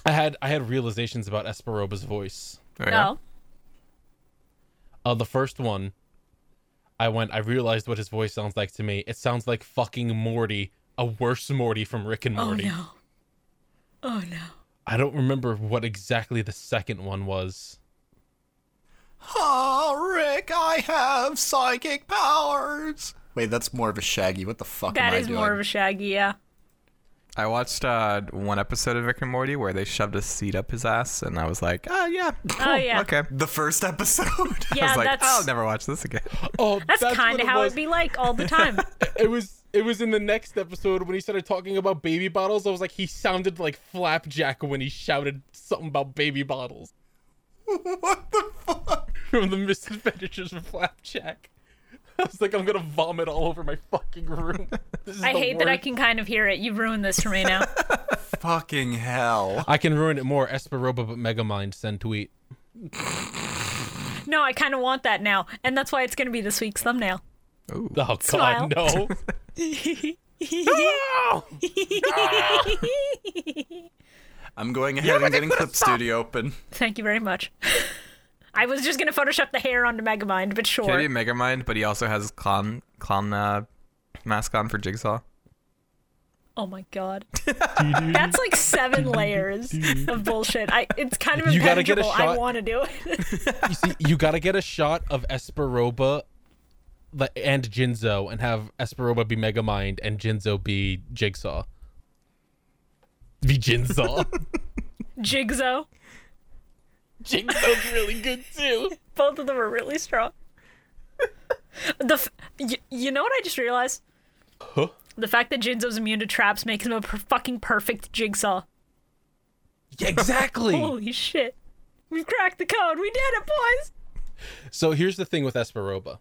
Speaker 6: I had I had realizations about Esperoba's voice.
Speaker 5: Oh, yeah?
Speaker 2: No.
Speaker 6: Uh, the first one, I went. I realized what his voice sounds like to me. It sounds like fucking Morty, a worse Morty from Rick and
Speaker 2: Oh
Speaker 6: Morty.
Speaker 2: no. Oh no.
Speaker 6: I don't remember what exactly the second one was.
Speaker 3: Oh, Rick, I have psychic powers. Wait, that's more of a Shaggy. What the fuck
Speaker 2: That
Speaker 3: am
Speaker 2: is
Speaker 3: I doing?
Speaker 2: more of a shaggy, yeah.
Speaker 5: I watched uh, one episode of Rick and Morty where they shoved a seat up his ass, and I was like, "Oh yeah, cool,
Speaker 2: Ah, yeah.
Speaker 5: okay."
Speaker 3: the first episode.
Speaker 5: I
Speaker 2: Yeah,
Speaker 5: was like,
Speaker 2: that's
Speaker 3: "Oh,
Speaker 5: "I'll never watch this again."
Speaker 6: Oh,
Speaker 2: that's,
Speaker 6: what
Speaker 2: kind of
Speaker 6: it
Speaker 2: how
Speaker 6: was.
Speaker 2: it'd be like all the time.
Speaker 6: It was It was in the next episode when he started talking about baby bottles. I was like, he sounded like Flapjack when he shouted something about baby bottles.
Speaker 3: What the fuck?
Speaker 6: From the misadventures of Flapjack. I was like, I'm gonna vomit all over my fucking room. This is
Speaker 2: I
Speaker 6: the
Speaker 2: hate that I
Speaker 6: worst.
Speaker 2: can kind of hear it. You've ruined this for me now.
Speaker 3: Fucking hell.
Speaker 6: I can ruin it more. Esperoba but Megamind send tweet.
Speaker 2: no, I kind of want that now, and that's why it's going to be this week's thumbnail.
Speaker 6: Oh
Speaker 2: Smile.
Speaker 6: god, no.
Speaker 5: Ah!
Speaker 3: I'm going ahead and getting Clip Studio open.
Speaker 2: Thank you very much. I was just going to Photoshop the hair onto Megamind, but sure.
Speaker 5: Katie Megamind, but he also has clown clown uh, mask on for Jigsaw.
Speaker 2: Oh my god. That's like seven layers of bullshit. I it's kind of
Speaker 6: You gotta get a
Speaker 2: impenetrable. I
Speaker 6: shot.
Speaker 2: want to do it.
Speaker 6: you see, you gotta get a shot of Esperoba the- and Jinzo and have Esperoba be Megamind and Jinzo be Jigsaw. Be Jinzo.
Speaker 2: Jigsaw.
Speaker 6: Jigsaw's really good too.
Speaker 2: Both of them are really strong. The f- y- you know what I just realized? The fact that Jinzo's immune to traps makes him a per- fucking perfect jigsaw.
Speaker 6: Yeah, exactly.
Speaker 2: Holy shit. We've cracked the code. We did it, boys.
Speaker 6: so here's the thing with Esperoba.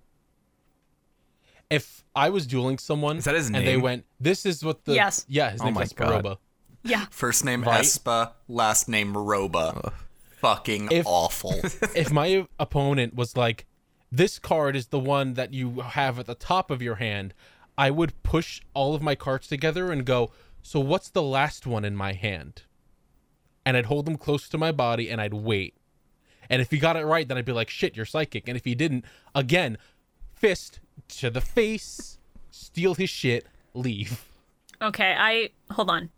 Speaker 6: If I was dueling someone
Speaker 5: Is that his
Speaker 6: and they
Speaker 5: name?
Speaker 6: went, this is what the
Speaker 2: Yes.
Speaker 6: yeah his
Speaker 5: Oh
Speaker 6: name's
Speaker 5: my
Speaker 6: Esperoba.
Speaker 5: God.
Speaker 2: Yeah.
Speaker 3: First name
Speaker 6: Right.
Speaker 3: Espa, last name Roba. Fucking
Speaker 6: If-
Speaker 3: awful.
Speaker 6: if my opponent was like, this card is the one that you have at the top of your hand, I would push all of my cards together and go, so what's the last one in my hand? And I'd hold them close to my body and I'd wait. And if he got it right, then I'd be like, shit, you're psychic. And if he didn't, again, fist to the face, steal his shit, leave.
Speaker 2: Okay, I hold on.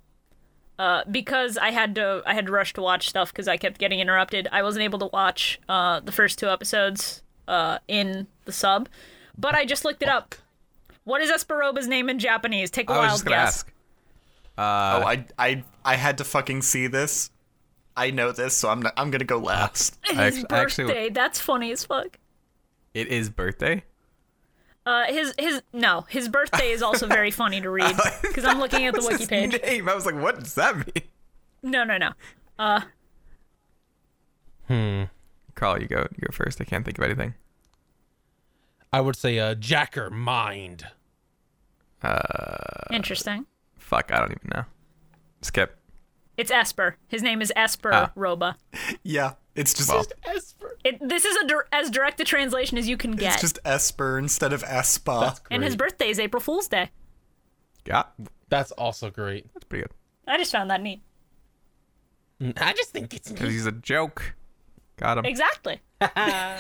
Speaker 2: Uh, because I had to, I had to rush to watch stuff because I kept getting interrupted. I wasn't able to watch uh, the first two episodes uh, in the sub, but I just looked it up. What is Esperoba's name in Japanese? Take a
Speaker 5: I was
Speaker 2: wild
Speaker 5: just gonna
Speaker 2: guess.
Speaker 5: ask.
Speaker 3: oh, I, I, I had to fucking see this. I know this, so I'm, not, I'm gonna go last.
Speaker 5: I
Speaker 2: His
Speaker 5: act- I
Speaker 2: birthday.
Speaker 5: actually-
Speaker 2: That's funny as fuck.
Speaker 5: It is birthday.
Speaker 2: Uh, his his no, his birthday is also very funny
Speaker 5: Oh,
Speaker 2: to read because I'm looking at the wiki
Speaker 5: His
Speaker 2: page.
Speaker 5: name. I was like, what does that mean?
Speaker 2: No, no, no.
Speaker 5: Carl, you go. You go first. I can't think of anything.
Speaker 6: I would say, uh, Jacker, mind.
Speaker 2: Interesting.
Speaker 5: Fuck, I don't even know. Skip.
Speaker 2: It's Esper. His name is Esper
Speaker 5: Ah.
Speaker 2: Roba.
Speaker 3: Yeah, it's just,
Speaker 5: Well,
Speaker 2: It, this is a dir- as direct a translation as you can get.
Speaker 3: it's just Esper instead of Espa.
Speaker 2: And his
Speaker 6: Great.
Speaker 2: birthday is April Fool's Day.
Speaker 5: yeah,
Speaker 6: That's also great.
Speaker 5: that's pretty good.
Speaker 2: I just found that neat.
Speaker 6: I just think it's
Speaker 5: Because he's a joke. Got him.
Speaker 2: Exactly. Got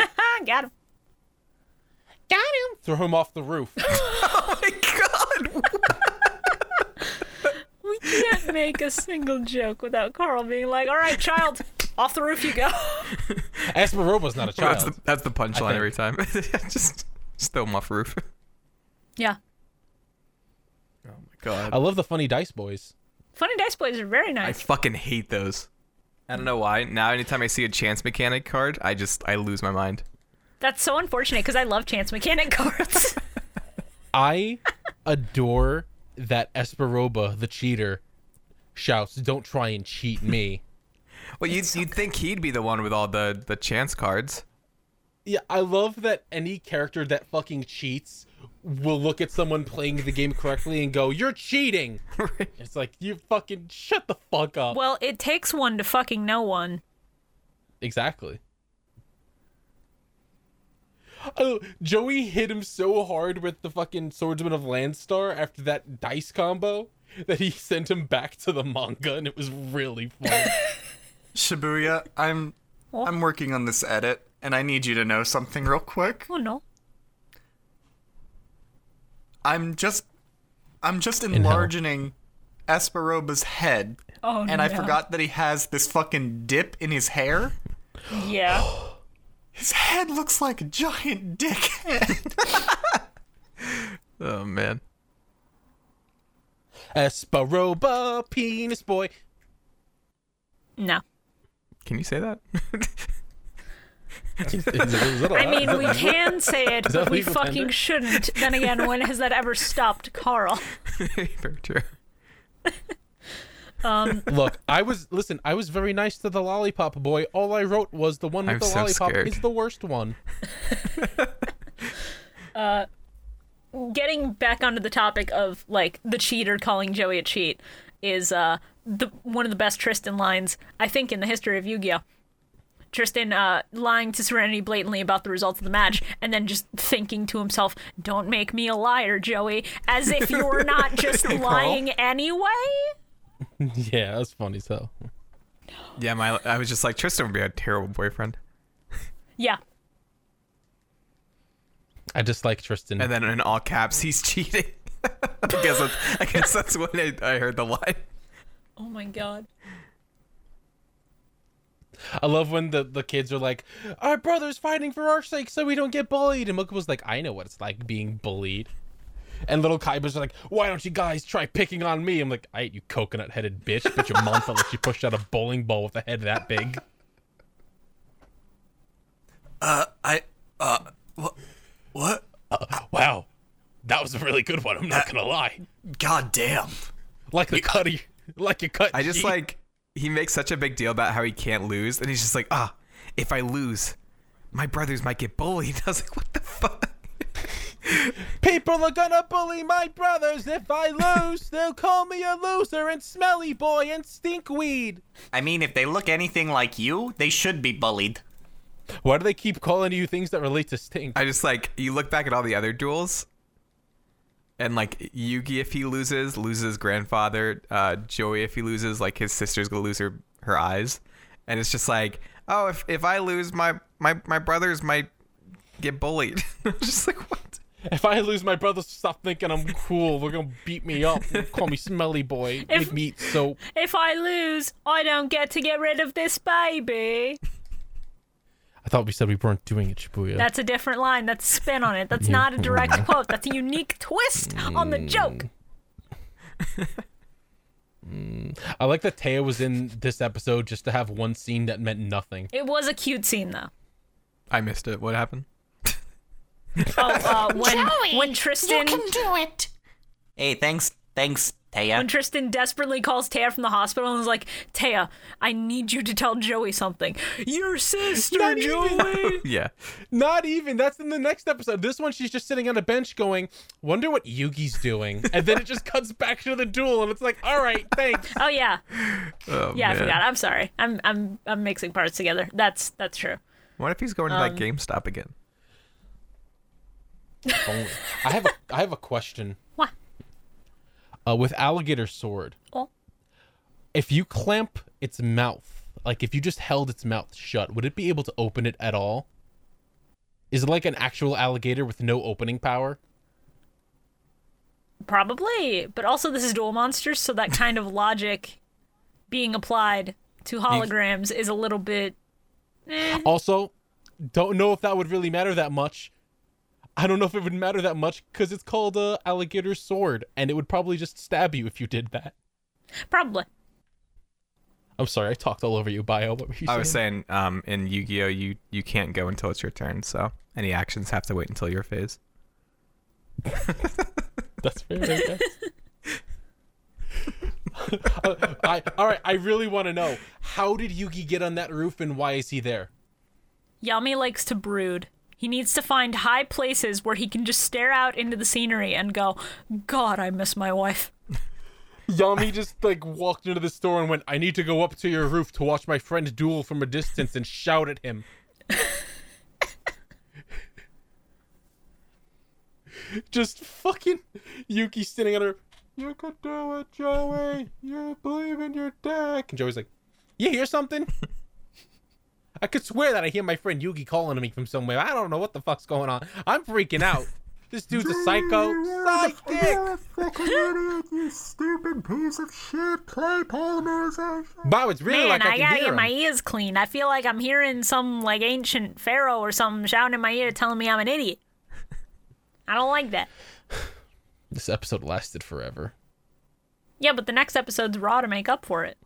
Speaker 2: him.
Speaker 6: Throw him off the roof.
Speaker 2: We can't make a single joke without Carl being like, all right, child, off the roof you go.
Speaker 6: Esperoba's not a child.
Speaker 5: That's the, that's the punchline
Speaker 6: think.
Speaker 5: every time. just, just throw him off roof.
Speaker 2: Yeah.
Speaker 5: God.
Speaker 6: I love the funny dice boys.
Speaker 2: Funny Dice Boys are very
Speaker 5: I
Speaker 2: nice.
Speaker 5: fucking hate those. I don't know why. Now, anytime I see a chance mechanic card, I just I lose my mind.
Speaker 2: That's so unfortunate because I love Chance Mechanic cards.
Speaker 6: I adore that Esperoba, the cheater, shouts, "Don't try and cheat me."
Speaker 5: Well, you'd, you'd think he'd be the one with all the the chance cards.
Speaker 6: yeah, I love that any character that fucking cheats will look at someone playing the game correctly and go, "You're cheating." It's like you fucking shut the fuck up.
Speaker 2: well, it takes one to fucking know one.
Speaker 6: Exactly. Oh, Joey hit him so hard with the fucking Swordsman of Landstar after that dice combo that he sent him back to the manga, and it was really funny.
Speaker 3: Shibuya, I'm I'm working on this edit, and I need you to know something real quick.
Speaker 2: Oh, no.
Speaker 3: I'm just I'm just
Speaker 6: hell.
Speaker 3: enlarging Esperoba's head,
Speaker 2: Oh,
Speaker 3: and I forgot that he has this fucking dip in his hair.
Speaker 2: Yeah.
Speaker 3: His head looks like a giant dick head.
Speaker 5: Oh man.
Speaker 6: Esparoba, penis boy.
Speaker 2: No.
Speaker 5: Can you say that?
Speaker 2: I mean, we can say it,
Speaker 6: that
Speaker 2: but we
Speaker 6: legal
Speaker 2: fucking
Speaker 6: tender?
Speaker 2: shouldn't. Then again, when has that ever stopped Carl?
Speaker 5: Very true.
Speaker 6: Look, I was listen. I was very nice to the lollipop boy. All I wrote was the one with
Speaker 5: I'm
Speaker 6: the
Speaker 5: so
Speaker 6: lollipop
Speaker 5: scared.
Speaker 6: is the worst one.
Speaker 2: Getting back onto the topic of like the cheater calling Joey a cheat is uh the one of the best Tristan lines I think in the history of Yu-Gi-Oh. Tristan uh, lying to Serenity blatantly about the results of the match, and then just thinking to himself, "Don't make me a liar, Joey," as if you're not just lying anyway.
Speaker 6: Yeah, that's funny. So
Speaker 5: Yeah, my I was just like Tristan would be a terrible boyfriend.
Speaker 2: Yeah,
Speaker 6: I dislike Tristan.
Speaker 5: And then in all caps, he's cheating. I guess that's, I guess that's when I, I heard the line.
Speaker 2: Oh my god.
Speaker 6: I love when the, the kids are like, "Our brother's fighting for our sake, so we don't get bullied." And Mook was like, "I know what it's like being bullied." And little Kaiba's like, "Why don't you guys try picking on me?" I'm like, "I you coconut-headed bitch, but your mom felt like she pushed out a bowling ball with a head that big."
Speaker 3: I uh what what
Speaker 6: Uh, Wow, that was a really good one. I'm not gonna lie.
Speaker 3: god damn.
Speaker 6: Like the cut, of your- like your cut.
Speaker 5: I just
Speaker 6: cheek.
Speaker 5: like he makes such a big deal about how he can't lose, and he's just like, ah, if I lose, my brothers might get bullied. I was like, what the fuck?
Speaker 6: people are gonna bully my brothers. If I lose, they'll call me a loser and smelly boy and stinkweed.
Speaker 3: I mean, if they look anything like you, they should be bullied.
Speaker 6: Why do they keep calling you things that relate to stink?
Speaker 5: I just like you look back at all the other duels, and like Yugi, if he loses, loses his grandfather. Uh, Joey, if he loses, like his sister's gonna lose her her eyes, and it's just like, oh, if if I lose, my my my brothers might get bullied. I'm just like what?
Speaker 6: If I lose, my brothers will stop thinking I'm cool. They're gonna beat me up, They'll call me smelly boy,
Speaker 2: If-
Speaker 6: make me eat soap.
Speaker 2: If I lose, I don't get to get rid of this baby.
Speaker 6: I thought we said we weren't doing it, Shibuya.
Speaker 2: That's a different line. That's a spin on it. That's not a direct quote. That's a unique twist on the joke.
Speaker 6: I like that Taya was in this episode just to have one scene that meant nothing.
Speaker 2: It was a cute scene though.
Speaker 5: I missed it. What happened?
Speaker 2: Oh, uh, when
Speaker 8: Joey,
Speaker 2: when
Speaker 8: You
Speaker 2: Tristan
Speaker 8: can do it.
Speaker 3: Hey, thanks, thanks,
Speaker 2: when
Speaker 3: Taya.
Speaker 2: Tristan desperately calls Taya from the hospital and is like, "Taya, I need you to tell Joey something. Your sister,
Speaker 6: Not even-
Speaker 2: Joey."
Speaker 5: Yeah.
Speaker 6: Not even. That's in the next episode. This one, she's just sitting on a bench going, Wonder what Yugi's doing. And then it just cuts back to the duel, and it's like, All right, thanks.
Speaker 2: Oh yeah,
Speaker 5: Oh,
Speaker 2: yeah. I
Speaker 5: man.
Speaker 2: forgot. I'm sorry. I'm I'm I'm mixing parts together. That's that's true.
Speaker 5: What if he's going to
Speaker 2: Um,
Speaker 5: that GameStop again?
Speaker 6: Only. I have a I have a question.
Speaker 2: What?
Speaker 6: Uh, with alligator sword,
Speaker 2: Oh.
Speaker 6: if you clamp its mouth, like if you just held its mouth shut, would it be able to open it at all? Is it like an actual alligator with no opening power?
Speaker 2: Probably, but also this is dual monsters, so that kind of logic being applied to holograms is a little bit. Mm-hmm.
Speaker 6: Also, don't know if that would really matter that much. I don't know if it would matter that much because it's called a alligator sword, and it would probably just stab you if you did that.
Speaker 2: Probably.
Speaker 6: I'm sorry, I talked all over you, Bio. What were you
Speaker 5: I was saying, um, in Yu-Gi-Oh, you you can't go until it's your turn, so any actions have to wait until your phase.
Speaker 6: That's fair. I guess. Uh, I, all right, I really want to know how did Yugi get on that roof and why is he there?
Speaker 2: Yami likes to brood. He needs to find high places where he can just stare out into the scenery and go, God, I miss my wife.
Speaker 6: Yami just like walked into the store and went, "I need to go up to your roof to watch my friend duel from a distance and shout at him." just fucking Yuki sitting at her. You could do it, Joey. You believe in your deck. And Joey's like, "You hear something?" I could swear that I hear my friend Yugi calling to me from somewhere. I don't know what the fuck's going on. I'm freaking out. This dude's a psycho. Psychic. Wow, it's really
Speaker 2: Man,
Speaker 6: like I,
Speaker 2: I,
Speaker 6: can
Speaker 2: gotta
Speaker 6: hear
Speaker 2: get
Speaker 6: him.
Speaker 2: my ears cleaned. I feel like I'm hearing some like ancient pharaoh or something shouting in my ear telling me I'm an idiot. I don't like that.
Speaker 6: This episode lasted forever.
Speaker 2: Yeah, but the next episode's raw to make up for it.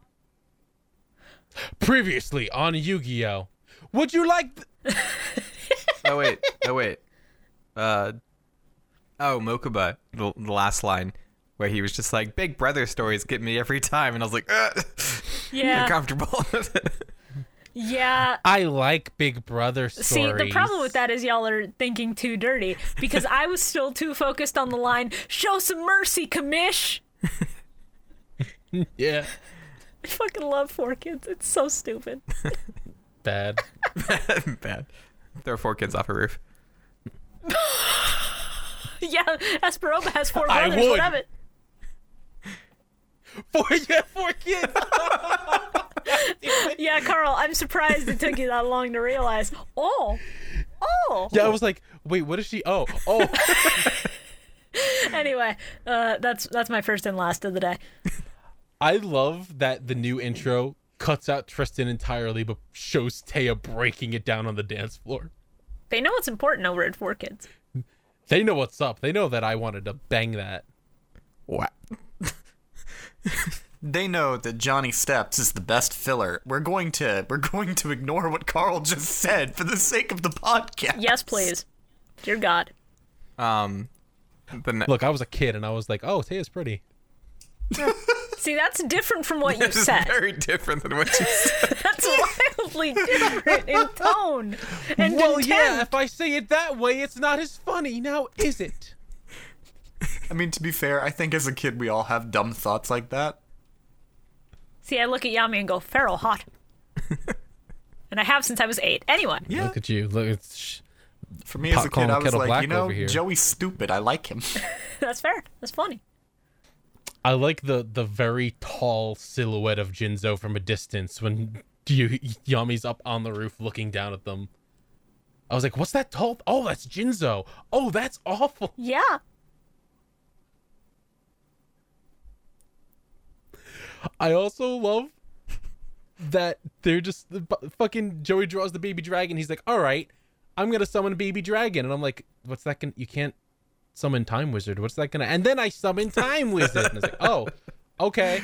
Speaker 6: Previously on Yu Gi Oh! Would you like? Th-
Speaker 5: Oh wait. Oh wait. Uh. Oh, Mokuba. The, the last line where he was just like, "Big Brother stories get me every time," and I was like, Ugh,
Speaker 2: Yeah.
Speaker 5: uncomfortable.
Speaker 2: Yeah.
Speaker 6: I like Big Brother stories.
Speaker 2: See, the problem with that is y'all are thinking too dirty because I was still too focused on the line, show some mercy, commish.
Speaker 6: yeah,
Speaker 2: I fucking love four kids. It's so stupid.
Speaker 6: bad.
Speaker 5: Bad. Throw four kids off a roof.
Speaker 2: yeah, Esperoba has four
Speaker 6: I
Speaker 2: brothers.
Speaker 6: would.
Speaker 2: What of it?
Speaker 6: Four, yeah, four kids.
Speaker 2: Yeah, Carl, I'm surprised it took you that long to realize. Oh, oh.
Speaker 6: Yeah, I was like, wait, what is she? Oh, oh.
Speaker 2: Anyway, uh, that's that's my first and last of the day.
Speaker 6: I love that the new intro cuts out Tristan entirely, but shows Taya breaking it down on the dance floor.
Speaker 2: They know what's important over at Four Kids.
Speaker 6: They know what's up. They know that I wanted to bang that.
Speaker 5: What?
Speaker 3: They know that Johnny Steps is the best filler. We're going to we're going to ignore what Carl just said for the sake of the podcast.
Speaker 2: Yes, please. Dear God.
Speaker 5: Um. The ne-
Speaker 6: Look, I was a kid and I was like, oh, Taya's pretty.
Speaker 2: See, that's different from what you
Speaker 5: this is
Speaker 2: said.
Speaker 5: very different than what you said.
Speaker 2: That's wildly different in tone and
Speaker 6: well,
Speaker 2: intent.
Speaker 6: yeah, if I say it that way, it's not as funny now, is it?
Speaker 3: I mean, to be fair, I think as a kid we all have dumb thoughts like that.
Speaker 2: See, I look at Yami and go, Feral hot. and I have since I was eight. Anyway,
Speaker 3: Yeah.
Speaker 6: Look at you. Look, it's sh-
Speaker 3: For me as a
Speaker 6: Popcorn
Speaker 3: kid, I was
Speaker 6: Kettle
Speaker 3: like,
Speaker 6: Black
Speaker 3: you know,
Speaker 6: over here.
Speaker 3: Joey's stupid. I like him.
Speaker 2: that's fair. That's funny.
Speaker 6: I like the the very tall silhouette of Jinzo from a distance when you, Yami's up on the roof looking down at them. I was like, what's that tall? Oh, that's Jinzo. Oh, that's awful.
Speaker 2: Yeah.
Speaker 6: I also love that they're just the bu- fucking Joey draws the baby dragon. He's like, all right, I'm gonna summon a baby dragon, and I'm like, what's that gonna? You can't summon Time Wizard. What's that gonna? And then I summon Time Wizard, and it's like, oh, okay,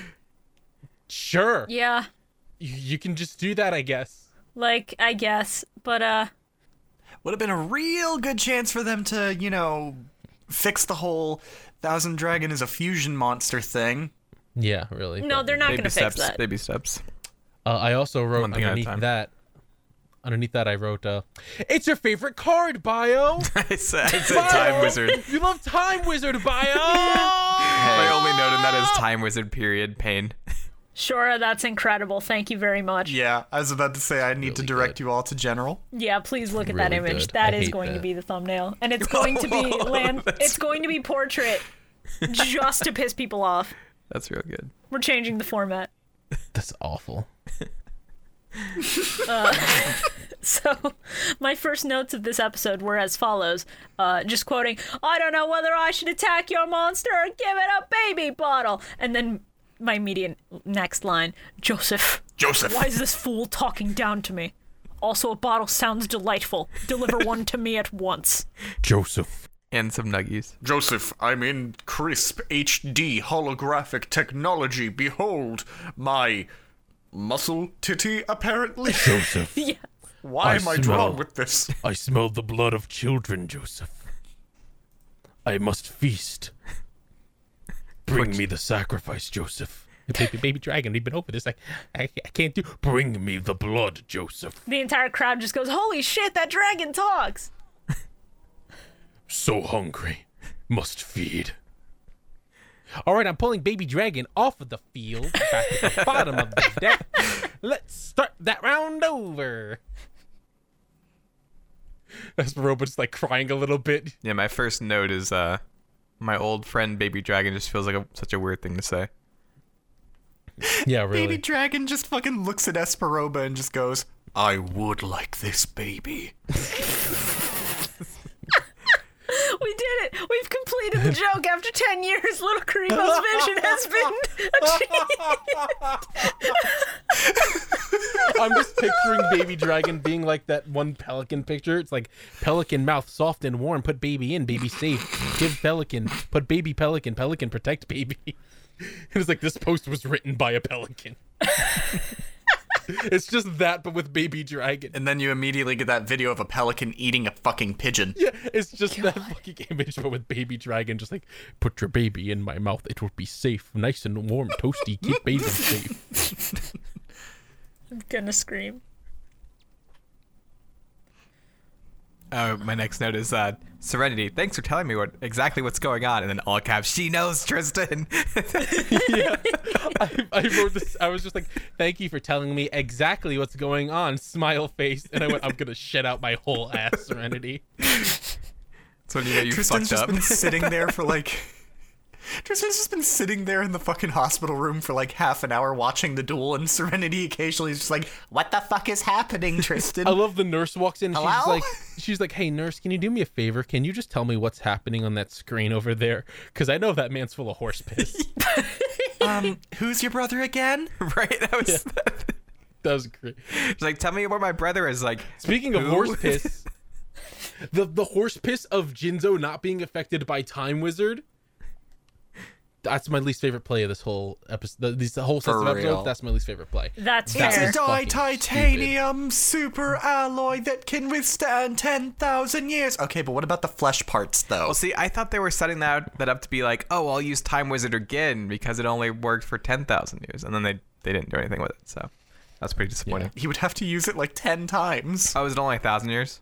Speaker 6: sure,
Speaker 2: Yeah.
Speaker 6: you, you can just do that, I guess.
Speaker 2: Like, I guess. But, uh,
Speaker 3: Would have been a real good chance for them to, you know, fix the whole Thousand Dragon is a fusion monster thing.
Speaker 6: Yeah, really.
Speaker 2: no, they're not going
Speaker 5: Baby
Speaker 2: to fix
Speaker 5: steps.
Speaker 2: that.
Speaker 5: Baby steps.
Speaker 6: Uh, I also wrote
Speaker 5: One thing at a
Speaker 6: underneath
Speaker 5: time.
Speaker 6: that. Underneath that, I wrote, uh, "It's your favorite card, Bio.
Speaker 5: I said, I said time wizard.
Speaker 6: you love Time Wizard, Bio.
Speaker 5: My only note in that is time wizard. Period. Pain.
Speaker 2: Shora, that's incredible. Thank you very much. Yeah,
Speaker 3: Yeah, I was about to say I need to
Speaker 6: Really
Speaker 3: direct
Speaker 6: good.
Speaker 3: you all to General.
Speaker 2: please look at that
Speaker 6: Really
Speaker 2: image.
Speaker 6: good.
Speaker 2: That
Speaker 6: I
Speaker 2: is
Speaker 6: hate
Speaker 2: going to
Speaker 6: that.
Speaker 2: be the thumbnail. And it's going to be land it's going to be portrait just to piss people off.
Speaker 5: That's real good.
Speaker 2: We're changing the format.
Speaker 6: That's awful.
Speaker 2: So, my first notes of this episode were as follows. Uh, just quoting, I don't know whether I should attack your monster or give it a baby bottle. And then my immediate next line Joseph,
Speaker 3: Joseph.
Speaker 2: why is this fool talking down to me? Also, a bottle sounds delightful. Deliver one to me at once.
Speaker 6: Joseph.
Speaker 5: And some nuggies.
Speaker 3: Joseph, I'm in crisp HD holographic technology. Behold my muscle titty, apparently.
Speaker 4: Joseph,
Speaker 2: yeah.
Speaker 3: Why
Speaker 4: I
Speaker 3: am
Speaker 4: smell.
Speaker 3: I drawn with this?
Speaker 4: I smell the blood of children, Joseph. I must feast. Bring me the sacrifice, Joseph.
Speaker 6: Baby, baby dragon. We've been over this. Like, I, I can't do.
Speaker 4: Bring me the blood, Joseph.
Speaker 2: The entire crowd just goes, Holy shit, that dragon talks!
Speaker 4: So hungry. Must feed.
Speaker 6: All right, I'm pulling baby dragon off of the field back to the bottom of the deck. Let's start that round over. That's robot's like crying a little bit.
Speaker 5: Yeah, my first note is uh, my old friend Baby Dragon just feels like a, such a weird thing to say.
Speaker 6: Yeah, really.
Speaker 3: Baby Dragon just fucking looks at Esperoba and just goes, I would like this baby.
Speaker 2: We did it! We've completed the joke after 10 years. Little Karibo's vision has been achieved!
Speaker 6: I'm just picturing baby dragon being like that one pelican picture. It's like pelican mouth soft and warm. Put baby in, baby safe. Give pelican. Put baby pelican. Pelican protect baby. It was like this post was written by a pelican. It's just that, but with baby dragon.
Speaker 3: And then you immediately get that video of a pelican eating a fucking pigeon.
Speaker 6: Yeah, it's just that fucking image, but with baby dragon. Just like put your baby in my mouth, it will be safe, nice and warm, toasty. Keep baby safe.
Speaker 2: I'm gonna scream.
Speaker 5: Oh, my next note is uh, Serenity. Thanks for telling me what exactly what's going on. And then all caps. She knows Tristan.
Speaker 6: I, I wrote this. I was just like, "Thank you for telling me exactly what's going on." Smile face, and I went, "I'm gonna shit out my whole ass, Serenity."
Speaker 5: That's when you know you
Speaker 3: Tristan's
Speaker 5: fucked
Speaker 3: just
Speaker 5: up.
Speaker 3: been sitting there for like. Tristan's just been sitting there in the fucking hospital room for like half an hour watching the duel, and Serenity occasionally is just like, "What the fuck is happening, Tristan?"
Speaker 6: I love the nurse walks in. And she's
Speaker 3: Hello?
Speaker 6: like, she's like, "Hey, nurse, can you do me a favor? Can you just tell me what's happening on that screen over there? Because I know that man's full of horse piss."
Speaker 3: um, who's your brother again?
Speaker 5: right? That was
Speaker 6: that was great.
Speaker 5: She's like, tell me where my brother is. Like,
Speaker 6: Speaking of
Speaker 5: Who?
Speaker 6: horse piss, the the horse piss of Jinzo not being affected by Time Wizard. That's my least favorite play of this whole episode. These the whole set of
Speaker 3: For
Speaker 6: episodes.
Speaker 3: real.
Speaker 6: That's my least favorite play.
Speaker 2: That's
Speaker 6: That's
Speaker 2: fair.
Speaker 6: just fucking
Speaker 3: super alloy that can withstand 10,000 years. Okay, but what about the flesh parts, though?
Speaker 5: well, see, I thought they were setting that that up to be like, oh, I'll use Time Wizard again because it only worked for ten thousand years, and then they they didn't do anything with it. So that's pretty disappointing.
Speaker 3: He would have to use it like 10 times.
Speaker 5: Oh, is it only a thousand years?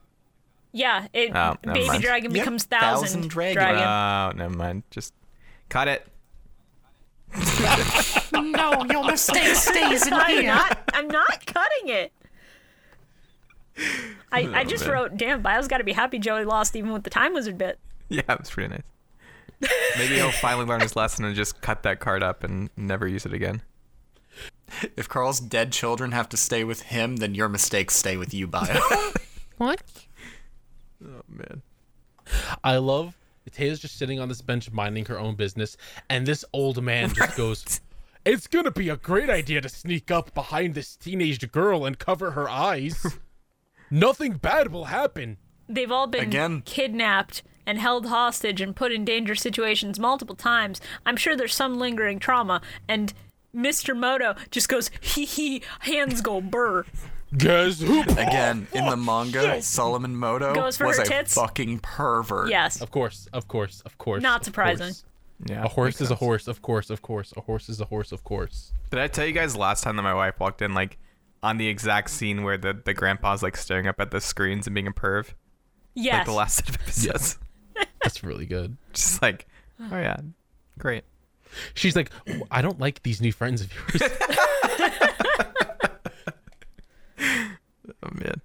Speaker 2: Yeah, it
Speaker 5: Oh, never
Speaker 2: baby
Speaker 5: mind.
Speaker 2: dragon
Speaker 3: Yep,
Speaker 2: becomes
Speaker 3: thousand
Speaker 2: thousand,
Speaker 3: dragon.
Speaker 5: Oh,
Speaker 2: dragon.
Speaker 5: never mind. Just cut it.
Speaker 3: no, your mistake stays in
Speaker 2: I'm not. I'm not cutting it. I, I just
Speaker 5: man.
Speaker 2: wrote, damn, Bio's got to be happy Joey lost even with the time wizard bit.
Speaker 5: Yeah, it was pretty nice. Maybe he'll finally learn his lesson and just cut that card up and never use it again.
Speaker 3: If Carl's dead children have to stay with him, then your mistakes stay with you, Bio.
Speaker 7: What?
Speaker 5: Oh man.
Speaker 6: I love Taya's just sitting on this bench minding her own business, and this old man just goes, It's gonna be a great idea to sneak up behind this teenaged girl and cover her eyes. Nothing bad will happen.
Speaker 2: They've all been
Speaker 3: Again.
Speaker 2: kidnapped and held hostage and put in dangerous situations multiple times. I'm sure there's some lingering trauma. And Mr. Moto just goes, hee hee, hands go burr.
Speaker 6: Guess who?
Speaker 3: Again, in the manga, Solomon Moto
Speaker 2: Goes for
Speaker 3: was
Speaker 2: her
Speaker 3: a
Speaker 2: tits.
Speaker 3: fucking pervert.
Speaker 2: Yes.
Speaker 6: Of course, of course, of course.
Speaker 2: Not
Speaker 6: of
Speaker 2: surprising.
Speaker 6: course.
Speaker 5: Yeah.
Speaker 6: A horse is a horse, of course, of course. A horse is a horse, of course.
Speaker 5: Did I tell you guys last time that my wife walked in like on the exact scene where the, the grandpa's like staring up at the screens and being a perv?
Speaker 2: Yes.
Speaker 5: Like the last set of episodes.
Speaker 6: That's really good.
Speaker 5: Just like, oh yeah, great.
Speaker 6: She's like, "Oh, I don't like these new friends of yours.
Speaker 5: Oh man.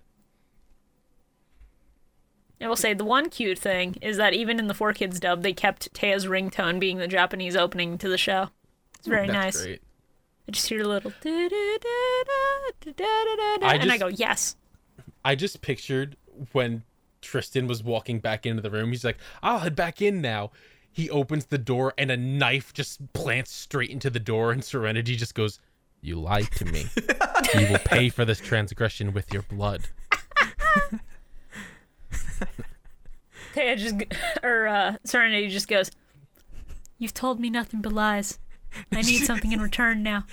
Speaker 2: I will say the one cute thing is that even in the four kids dub, they kept Taya's ringtone being the Japanese opening to the show. It's very nice.
Speaker 6: That's great.
Speaker 2: I just hear a little da da da da da da,
Speaker 6: I
Speaker 2: and I
Speaker 6: just-
Speaker 2: go yes.
Speaker 6: I just pictured when Tristan was walking back into the room. He's like, "I'll head back in now." He opens the door and a knife just plants straight into the door, and Serenity just goes, "You lied to me. you will pay for this transgression with your blood."
Speaker 2: Taya just g- or uh, Serenity just goes. You've told me nothing but lies. I need something in return now.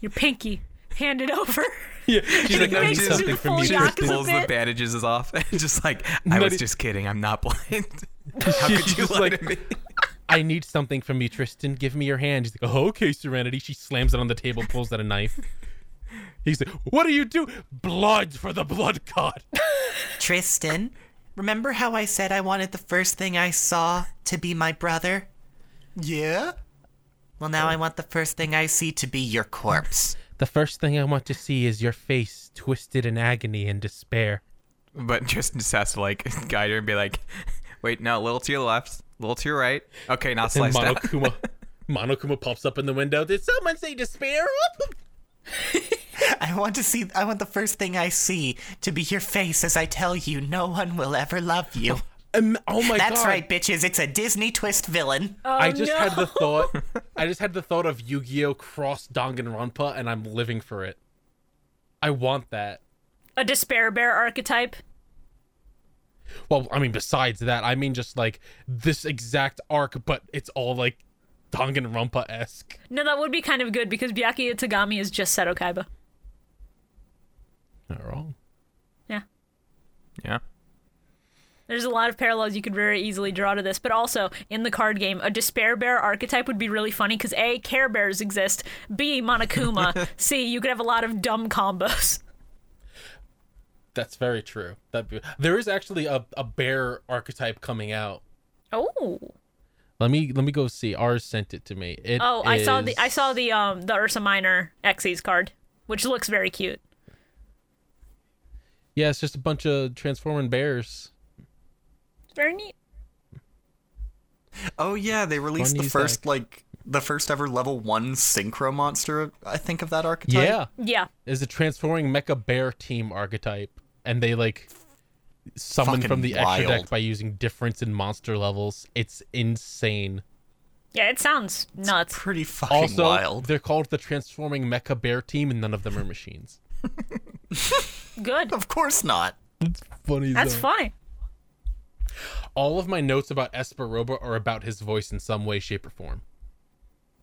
Speaker 2: Your pinky, hand it over.
Speaker 6: Yeah, she's like,
Speaker 2: It
Speaker 6: "I need
Speaker 2: makes me
Speaker 6: something from
Speaker 2: full
Speaker 6: you."
Speaker 5: She
Speaker 2: Yakuza
Speaker 5: just pulls the
Speaker 2: bit.
Speaker 5: bandages off and just like, I
Speaker 6: Not
Speaker 5: was
Speaker 6: e-
Speaker 5: just kidding. I'm not blind. How
Speaker 6: She's
Speaker 5: could you
Speaker 6: just
Speaker 5: lie
Speaker 6: like-
Speaker 5: to me?
Speaker 6: "I need something from you, Tristan. Give me your hand." He's like, oh, "Okay, Serenity." She slams it on the table, pulls out a knife. He's like, "What do you do? Blood for the blood god."
Speaker 8: Tristan, remember how I said I wanted the first thing I saw to be my brother?
Speaker 3: Yeah?
Speaker 8: Well, now I want the first thing I see to be your corpse.
Speaker 6: The first thing I want to see is your face twisted in agony and despair.
Speaker 5: But Tristan just has to like guide her and be like, wait, no, a little to your left, a little to your right. Okay, now
Speaker 6: And
Speaker 5: slice down.
Speaker 6: Monokuma, Monokuma pops up in the window. Did someone say despair?
Speaker 8: I want to see, I want the first thing I see to be your face as I tell you no one will ever love you.
Speaker 6: Um, oh my god!
Speaker 8: That's right, Oh, bitches, it's a Disney twist villain.
Speaker 6: I just had the thought. I just had the thought of Yu-Gi-Oh cross Danganronpa, and I'm living for it. I want that.
Speaker 2: A despair bear archetype.
Speaker 6: Well, I mean, besides that, I mean, just like this exact arc, but it's all like Danganronpa esque.
Speaker 2: No, that would be kind of good because Byaki Itagami is just Seto Kaiba.
Speaker 6: Not wrong.
Speaker 2: Yeah.
Speaker 5: Yeah.
Speaker 2: There's a lot of parallels you could very easily draw to this, but also in the card game, a despair bear archetype would be really funny because A, care bears exist, B, Monokuma, C, you could have a lot of dumb combos.
Speaker 6: That's very true. That be- there is actually a, a bear archetype coming out.
Speaker 2: Oh,
Speaker 6: Let me let me go see. Ours sent it to me. It
Speaker 2: oh, I saw the I
Speaker 6: is-
Speaker 2: saw the um the Ursa Minor Xyz card, which looks very cute.
Speaker 6: Yeah, it's just a bunch of transforming bears.
Speaker 2: It's very neat.
Speaker 3: Oh yeah, they released
Speaker 6: Funny
Speaker 3: the
Speaker 6: as
Speaker 3: first
Speaker 6: heck.
Speaker 3: like the first ever level one synchro monster. I think of that archetype.
Speaker 6: Yeah,
Speaker 2: Yeah,
Speaker 6: is a transforming mecha bear team archetype, and they like summon
Speaker 3: Fucking
Speaker 6: from the extra
Speaker 3: wild.
Speaker 6: deck by using difference in monster levels. It's insane.
Speaker 2: yeah, it sounds nuts.
Speaker 3: pretty fucking
Speaker 6: Also,
Speaker 3: wild.
Speaker 6: they're called the transforming mecha bear team, and none of them are machines.
Speaker 2: Good.
Speaker 3: Of course not.
Speaker 6: Funny.
Speaker 2: That's funny.
Speaker 6: All of my notes about Esperoba are about his voice in some way, shape, or form.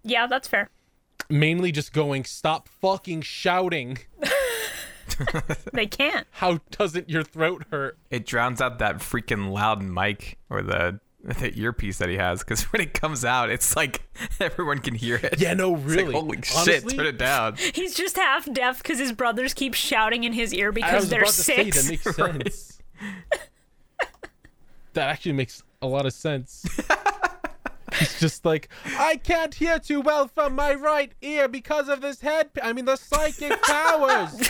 Speaker 2: Yeah, that's fair.
Speaker 6: Mainly just going, stop fucking shouting.
Speaker 2: They can't.
Speaker 6: How doesn't your throat hurt?
Speaker 5: It drowns out that freaking loud mic or the the earpiece that he has because when it comes out, it's like everyone can hear it.
Speaker 6: Yeah, no,
Speaker 5: It's like,
Speaker 6: really.
Speaker 5: holy shit,
Speaker 6: Honestly,
Speaker 5: turn it down.
Speaker 2: He's just half deaf because his brothers keep shouting in his ear
Speaker 6: I
Speaker 2: because
Speaker 6: was
Speaker 2: they're
Speaker 6: about to
Speaker 2: six.
Speaker 6: say that makes sense. that actually makes a lot of sense. He's just like, I can't hear too well from my right ear because of this head. I mean, the psychic powers.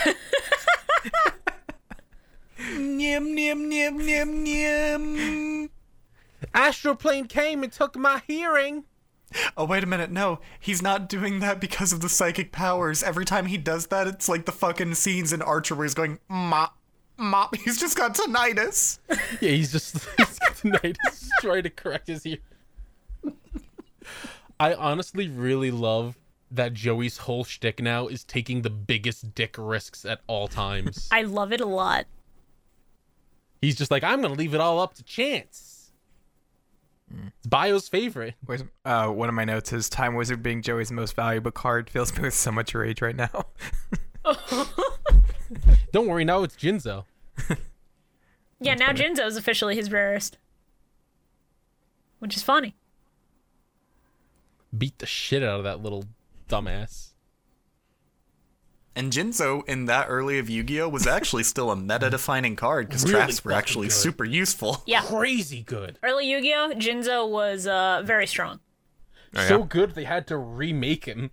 Speaker 3: Nim nim nim nim nim.
Speaker 6: Astral plane came and took my hearing.
Speaker 3: Oh wait a minute, no, he's not doing that because of the psychic powers. Every time he does that, it's like the fucking scenes in Archer where he's going mop mop. He's just got tinnitus.
Speaker 6: Yeah, he's just he's tonight is trying to correct his ear. I honestly really love that Joey's whole shtick now is taking the biggest dick risks at all times.
Speaker 2: I love it a lot.
Speaker 6: He's just like, I'm gonna leave it all up to chance. It's Bio's favorite.
Speaker 5: Where's, uh, one of my notes is Time Wizard being Joey's most valuable card fills me with so much rage right now.
Speaker 6: Don't worry, now it's Jinzo.
Speaker 2: Yeah, now Jinzo is officially his rarest, which is funny.
Speaker 6: Beat the shit out of that little dumbass.
Speaker 3: And Jinzo in that early of Yu-Gi-Oh was actually still a meta-defining card because
Speaker 6: Really
Speaker 3: traps were
Speaker 6: fucking
Speaker 3: actually
Speaker 6: good.
Speaker 3: super useful.
Speaker 2: Yeah,
Speaker 6: Crazy good.
Speaker 2: early Yu-Gi-Oh, Jinzo was uh, very strong.
Speaker 5: Oh,
Speaker 6: So good they had to remake him.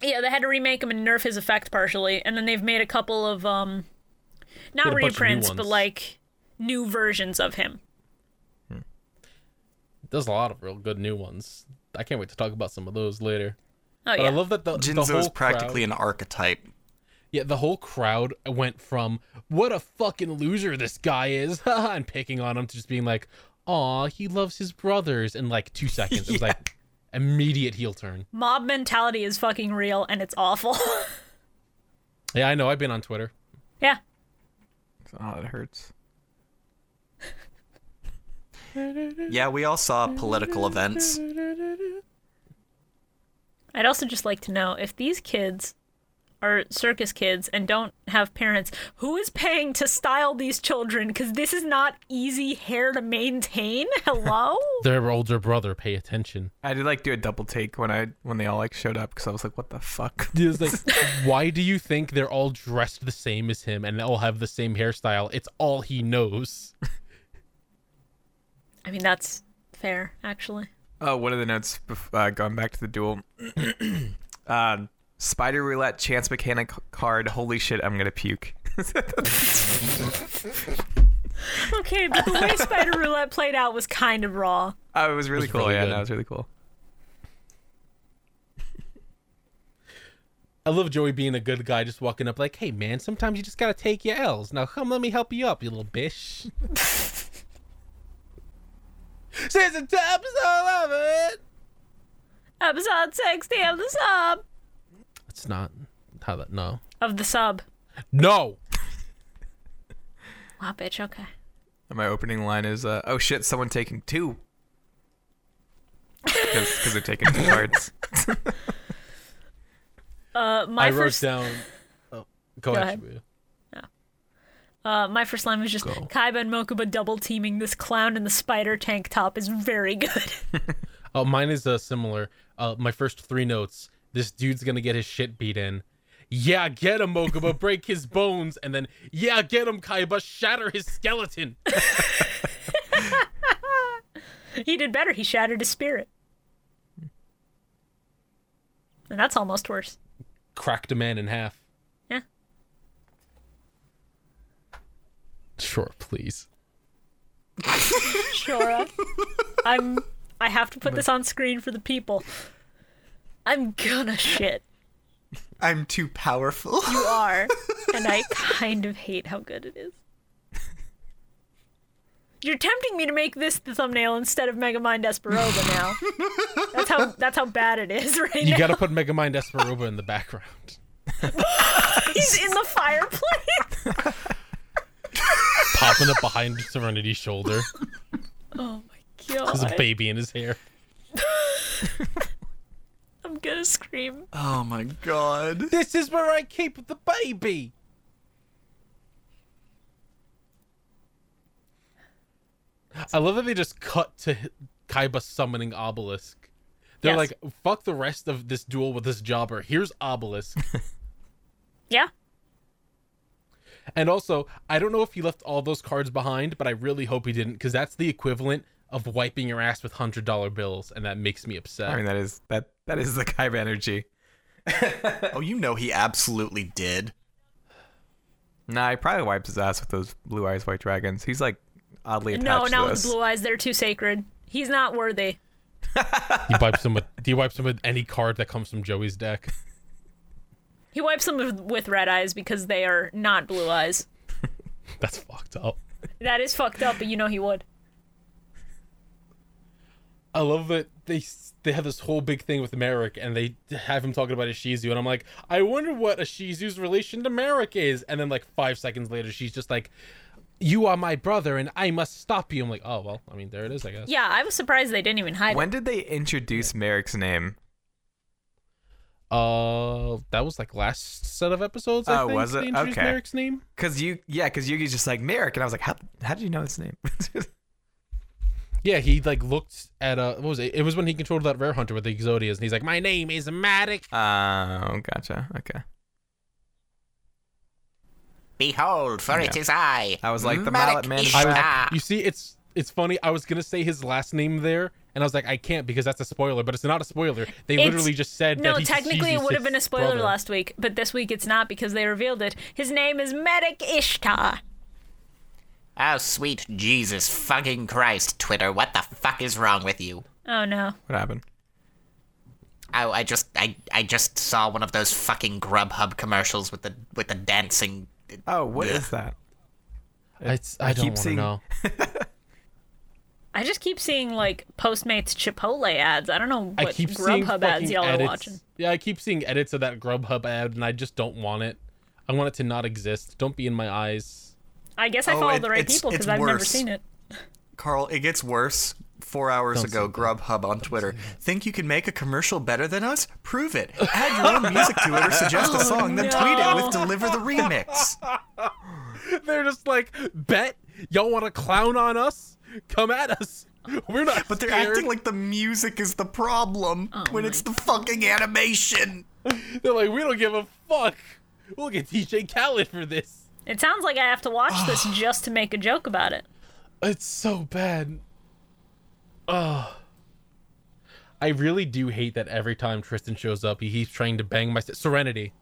Speaker 2: Yeah, they had to remake him and nerf his effect partially, and then they've made a couple of um,
Speaker 6: Did
Speaker 2: not
Speaker 6: a bunch of new
Speaker 2: reprints, but
Speaker 6: ones.
Speaker 2: like new versions of him. Oh,
Speaker 6: There's a lot of real good new ones. I can't wait to talk about some of those later.
Speaker 2: Oh
Speaker 6: But
Speaker 2: yeah,
Speaker 6: I love that the, the
Speaker 3: Jinzo is
Speaker 6: whole
Speaker 3: practically
Speaker 6: crowd,
Speaker 3: an archetype.
Speaker 6: yeah the whole crowd went from what a fucking loser this guy is and picking on him to just being like, aw, he loves his brothers in like two seconds. It was like immediate heel turn.
Speaker 2: mob mentality is fucking real, and it's awful.
Speaker 6: Yeah, I know. I've been on Twitter.
Speaker 2: yeah,
Speaker 5: oh, it hurts.
Speaker 3: Yeah, we all saw political events.
Speaker 2: I'd also just like to know if these kids are circus kids and don't have parents, who is paying to style these children? Because this is not easy hair to maintain. Hello?
Speaker 6: Their older brother, pay attention.
Speaker 5: I did like do a double take when I when they all like showed up because I was like, what the fuck?
Speaker 6: He was like, why do you think they're all dressed the same as him and they all have the same hairstyle? It's all he knows.
Speaker 2: I mean, that's fair, actually.
Speaker 5: Oh, one of the notes bef- uh, going back to the duel. uh, Spider roulette chance mechanic card. Holy shit, I'm gonna puke.
Speaker 2: Okay, but the way Spider Roulette played out was kind of raw.
Speaker 5: Oh, it was really
Speaker 6: was
Speaker 5: cool.
Speaker 6: really
Speaker 5: yeah,
Speaker 6: good.
Speaker 5: no, it was really cool.
Speaker 6: I love Joey being a good guy, just walking up like, hey man, sometimes you just gotta take your L's. Now come let me help you up, you little bitch. Since the times I love it.
Speaker 2: Episode 60 of the sub.
Speaker 6: That's not how that no.
Speaker 2: Of the sub.
Speaker 6: No!
Speaker 2: Wow, bitch, okay.
Speaker 5: And my opening line is, uh, "Oh shit, someone taking two. Because they're taking two cards.
Speaker 2: Uh, my
Speaker 6: I
Speaker 2: Uh, first.
Speaker 6: wrote down. Oh, Go,
Speaker 2: Go
Speaker 6: ahead.
Speaker 2: ahead. Uh, my first line was just Kaiba and Mokuba double teaming this clown in the spider tank top is very good.
Speaker 6: Oh, mine is uh, similar. Uh, my first three notes. This dude's gonna get his shit beat in. Yeah, get him, Mokuba. break his bones, and then yeah, get him, Kaiba. Shatter his skeleton.
Speaker 2: he did better. He shattered his spirit. And that's almost worse.
Speaker 6: Cracked a man in half.
Speaker 2: Yeah.
Speaker 6: Sure, please.
Speaker 2: Shora. I'm I have to put this on screen for the people. I'm gonna shit.
Speaker 3: I'm too powerful.
Speaker 2: You are. And I kind of hate how good it is. You're tempting me to make this the thumbnail instead of Megamind Esperoba now. That's how that's how bad it is right
Speaker 6: You
Speaker 2: now.
Speaker 6: gotta put Megamind Esperoba in the background.
Speaker 2: He's in the fireplace.
Speaker 6: Popping up behind Serenity's shoulder.
Speaker 2: Oh my
Speaker 6: There's a
Speaker 2: god.
Speaker 6: baby in his hair.
Speaker 2: I'm gonna scream.
Speaker 3: Oh my god.
Speaker 6: This is where I keep the baby. I love that they just cut to hi- Kaiba summoning Obelisk. They're
Speaker 2: Yes.
Speaker 6: like, fuck the rest of this duel with this jobber. Here's Obelisk.
Speaker 2: Yeah.
Speaker 6: and also, I don't know if he left all those cards behind, but I really hope he didn't because that's the equivalent of wiping your ass with $100 bills, and that makes me upset.
Speaker 5: I mean, that is that that is the Kaiba energy.
Speaker 3: Oh, you know he absolutely did.
Speaker 5: Nah, he probably wipes his ass with those blue eyes white dragons. He's like oddly attached
Speaker 2: No,
Speaker 5: to
Speaker 2: not with
Speaker 5: this.
Speaker 2: the blue eyes. They're too sacred. He's not worthy.
Speaker 6: he, wipes him with, he wipes him with any card that comes from Joey's deck.
Speaker 2: He wipes them with- with red eyes because they are not blue eyes.
Speaker 6: That's fucked up.
Speaker 2: That is fucked up, but you know he would.
Speaker 6: I love that they s- they have this whole big thing with Merrick, and they have him talking about Ishizu, and I'm like, I wonder what Ishizu's relation to Merrick is. And then like five seconds later, she's just like, "You are my brother, and I must stop you." I'm like, oh well, I mean, there it is, I guess.
Speaker 2: Yeah, I was surprised they didn't even hide
Speaker 5: When did they introduce Merrick's name?
Speaker 6: Uh, that was like last set of episodes. I
Speaker 5: Oh,
Speaker 6: think,
Speaker 5: was it?
Speaker 6: They introduced
Speaker 5: Okay.
Speaker 6: Merrick's name.
Speaker 5: Cause you, yeah, cause Yugi's just like Merrick, and I was like, how how did you know his name?
Speaker 6: Yeah, he like looked at uh, what was it? It was when he controlled that rare hunter with the Exodias, and he's like, "My name is Matic."
Speaker 5: Oh, gotcha. Okay.
Speaker 8: Behold, for it
Speaker 5: Yeah.
Speaker 8: is I.
Speaker 5: I was like, the
Speaker 8: Matic
Speaker 5: mallet man is
Speaker 8: Ishtar.
Speaker 6: I was-
Speaker 8: Ah.
Speaker 6: you see, it's it's funny. I was gonna say his last name there, and I was like, I can't because that's a spoiler. But it's not a spoiler. They
Speaker 2: It's-
Speaker 6: literally just said
Speaker 2: No,
Speaker 6: that he's
Speaker 2: technically it
Speaker 6: Jesus'
Speaker 2: would have been a spoiler
Speaker 6: brother.
Speaker 2: last week, but this week it's not because they revealed it. His name is Medic Ishtar.
Speaker 8: Oh, sweet Jesus fucking Christ, Twitter. What the fuck is wrong with you?
Speaker 2: Oh no.
Speaker 5: What happened?
Speaker 8: Oh, I just, I, I just saw one of those fucking Grubhub commercials with the, with the dancing.
Speaker 5: Oh, what is that?
Speaker 6: It's, I, don't
Speaker 5: keep
Speaker 6: want to
Speaker 5: seeing-
Speaker 6: know.
Speaker 2: I just keep seeing like Postmates Chipotle ads. I don't know
Speaker 6: I
Speaker 2: what
Speaker 6: keep seeing
Speaker 2: Grubhub ads
Speaker 6: fucking
Speaker 2: y'all
Speaker 6: edits.
Speaker 2: are watching.
Speaker 6: Yeah, I keep seeing edits of that Grubhub ad, and I just don't want it. I want it to not exist. Don't be in my eyes.
Speaker 2: I guess I
Speaker 3: Oh,
Speaker 2: follow
Speaker 3: it-
Speaker 2: the right
Speaker 3: it's-
Speaker 2: people
Speaker 3: it's
Speaker 2: because I've never
Speaker 3: worse.
Speaker 2: seen it.
Speaker 3: Carl, it gets worse. Four hours ago, Grubhub on Twitter. Think you can make a commercial better than us? Prove it. Add your own music to it or suggest
Speaker 8: Oh,
Speaker 3: a song, then tweet it
Speaker 2: no.
Speaker 3: with Deliver the Remix.
Speaker 6: They're just like, bet y'all want to clown on us? Come at us. We're not.
Speaker 3: But they're
Speaker 6: scared."
Speaker 3: acting like the music is the problem
Speaker 8: Oh
Speaker 3: when it's the fucking animation.
Speaker 6: they're like we don't give a fuck. We'll get DJ Khaled for this.
Speaker 2: It sounds like I have to watch this just to make a joke about it.
Speaker 6: It's so bad. Oh. I really do hate that every time Tristan shows up, he keeps trying to bang my Serenity.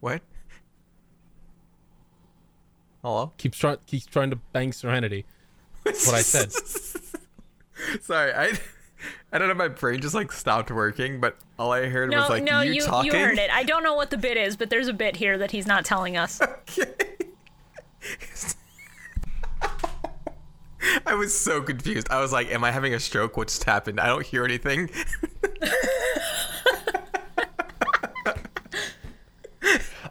Speaker 5: What? Hello.
Speaker 6: Keeps trying, keeps trying to bang Serenity. That's what I said.
Speaker 5: Sorry, I I don't know. My brain just like stopped working, but all I heard
Speaker 2: No,
Speaker 5: was like
Speaker 2: no,
Speaker 5: you,
Speaker 2: you,
Speaker 5: talking.
Speaker 2: you heard it. I don't know what the bit is, but there's a bit here that he's not telling us.
Speaker 5: I was so confused. I was like, am I having a stroke? What's happened? I don't hear anything.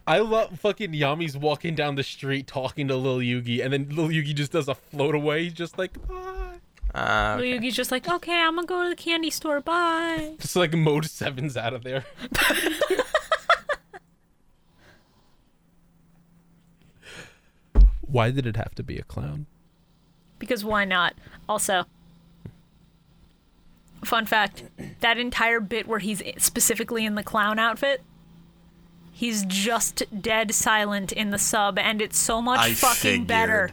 Speaker 6: I love fucking Yami's walking down the street talking to Lil Yugi, and then Lil Yugi just does a float away. He's just like, "Ah." "Bye."
Speaker 5: Uh,
Speaker 2: Yugi's just like, okay, I'm gonna go to the candy store. Bye.
Speaker 6: just like mode sevens out of there. Why did it have to be a clown?
Speaker 2: because why not? Also, fun fact that entire bit where he's specifically in the clown outfit, he's just dead silent in the sub, and it's so much
Speaker 3: I
Speaker 2: fucking
Speaker 3: figured.
Speaker 2: better.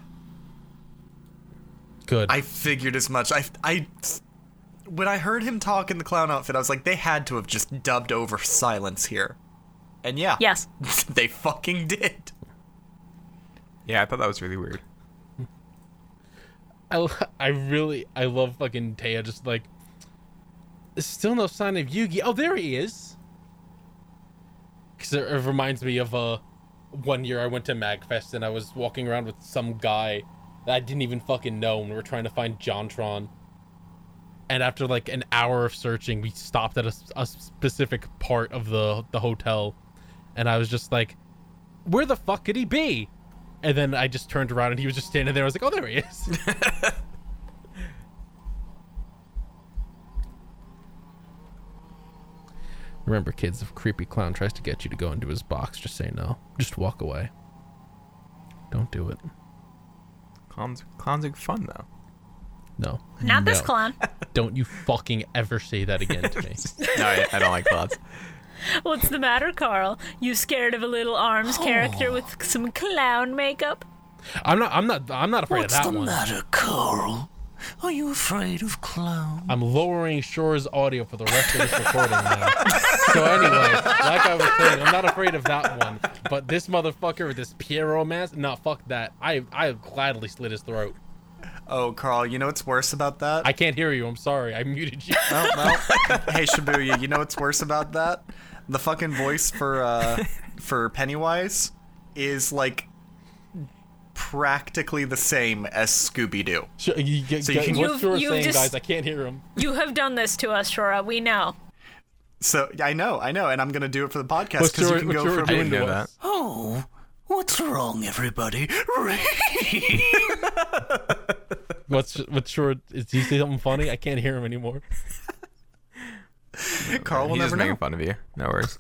Speaker 6: Good.
Speaker 3: I figured as much. I, I, when I heard him talk in the clown outfit, I was like, they had to have just dubbed over silence here. And yeah,
Speaker 2: Yes.
Speaker 3: they fucking did.
Speaker 5: Yeah, I thought that was really weird.
Speaker 6: I, I really I love fucking Taya just like there's still no sign of Yugi. Oh, there he is. Cuz it, it reminds me of uh one year I went to Magfest and I was walking around with some guy that I didn't even fucking know and we were trying to find Jontron. And after like an hour of searching, we stopped at a, s- a specific part of the the hotel and I was just like where the fuck could he be? And then I just turned around and he was just standing there. I was like, "Oh, there he is." Remember, kids, if a creepy clown tries to get you to go into his box, just say no. Just walk away. Don't do it.
Speaker 5: Clowns, clowns are fun though.
Speaker 6: No.
Speaker 2: Not this
Speaker 6: No.
Speaker 2: clown.
Speaker 6: Don't you fucking ever say that again to me.
Speaker 5: No, I, I don't like clowns.
Speaker 2: What's the matter, Carl? You scared of a little arms
Speaker 3: Oh.
Speaker 2: character with some clown makeup?
Speaker 6: I'm not. I'm not. I'm not afraid of that one.
Speaker 8: matter, Carl? Are you afraid of clowns?
Speaker 6: I'm lowering Shore's audio for the rest of this recording now. so anyway, like I was saying, I'm not afraid of that one. But this motherfucker with this Piero mask, nah, fuck that. I I gladly slit his throat.
Speaker 3: Oh, Carl, you know what's worse about that?
Speaker 6: I can't hear you. I'm sorry. I muted you.
Speaker 3: No, no. hey, Shibuya, you know what's worse about that? The fucking voice for uh, for Pennywise is like practically the same as Scooby Doo.
Speaker 6: Sure, you, get-
Speaker 3: So you
Speaker 6: get-
Speaker 3: can-
Speaker 6: what's
Speaker 2: You've-
Speaker 6: Shore
Speaker 2: you've
Speaker 6: saying,
Speaker 2: just-
Speaker 6: guys? I can't hear him.
Speaker 2: You have done this to us, Shora. We know.
Speaker 3: So I know, I know, and I'm gonna do it for the podcast
Speaker 6: What's
Speaker 3: because you
Speaker 6: Shore,
Speaker 3: can
Speaker 6: what's
Speaker 3: go
Speaker 6: Shore
Speaker 3: from
Speaker 6: doing
Speaker 5: know
Speaker 6: to us?
Speaker 8: Oh, what's wrong, everybody?
Speaker 6: What's what's Shore? Is he saying something funny? I can't hear him anymore.
Speaker 3: Carl will
Speaker 5: He's
Speaker 3: never
Speaker 5: just making
Speaker 3: know.
Speaker 5: fun of you. No worries.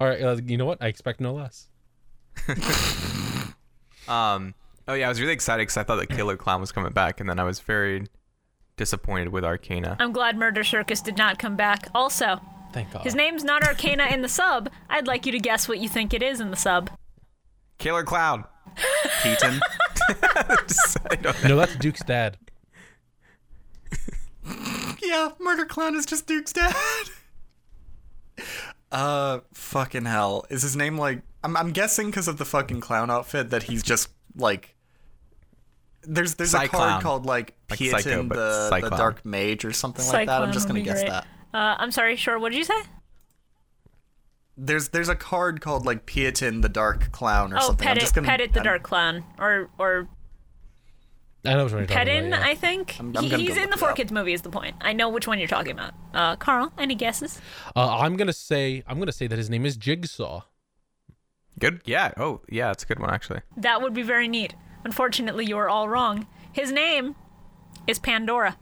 Speaker 6: All right, uh, you know what? I expect no less.
Speaker 5: Um. Oh yeah, I was really excited because I thought that Killer Clown was coming back, and then I was very disappointed with Arcana.
Speaker 2: I'm glad Murder Circus did not come back. Also,
Speaker 6: Thank God.
Speaker 2: his name's not Arcana in the sub. I'd like you to guess what you think it is in the sub.
Speaker 5: Killer Clown.
Speaker 3: Keaton.
Speaker 5: Just- I don't-
Speaker 6: No, that's Duke's dad.
Speaker 3: yeah, Murder Clown is just Duke's dad. Uh, fucking hell. Is his name like? I'm I'm guessing because of the fucking clown outfit that he's just like. There's there's a
Speaker 5: Cyclown.
Speaker 3: card called like
Speaker 5: Like
Speaker 3: Pietin
Speaker 5: Psycho, but
Speaker 3: the, the
Speaker 5: Cyclown.
Speaker 3: Dark Mage or something like that. I'm
Speaker 2: Cyclone
Speaker 3: just
Speaker 2: would
Speaker 3: gonna
Speaker 2: be
Speaker 3: guess
Speaker 2: great.
Speaker 3: that.
Speaker 2: Uh, I'm sorry, Shore. What did you say?
Speaker 3: There's there's a card called like Pietin the Dark Clown or
Speaker 2: Oh,
Speaker 3: something. I'm
Speaker 2: Pettit,
Speaker 3: just gonna
Speaker 2: Pettit the
Speaker 3: I'm-
Speaker 2: Dark Clown, or or
Speaker 6: I know what you're talking
Speaker 2: Pettin,
Speaker 6: about. yeah.
Speaker 2: I think.
Speaker 3: I'm
Speaker 2: He-
Speaker 3: gonna
Speaker 2: he's
Speaker 3: go
Speaker 2: in the
Speaker 3: look it
Speaker 2: Four
Speaker 3: up.
Speaker 2: Kids movie. Is the point? I know which one you're talking about. Uh, Carl, any guesses?
Speaker 6: Uh, I'm gonna say I'm gonna say that his name is Jigsaw.
Speaker 5: Good. Yeah. Oh yeah, that's a good one actually.
Speaker 2: That would be very neat. Unfortunately, you are all wrong. His name is Pandora.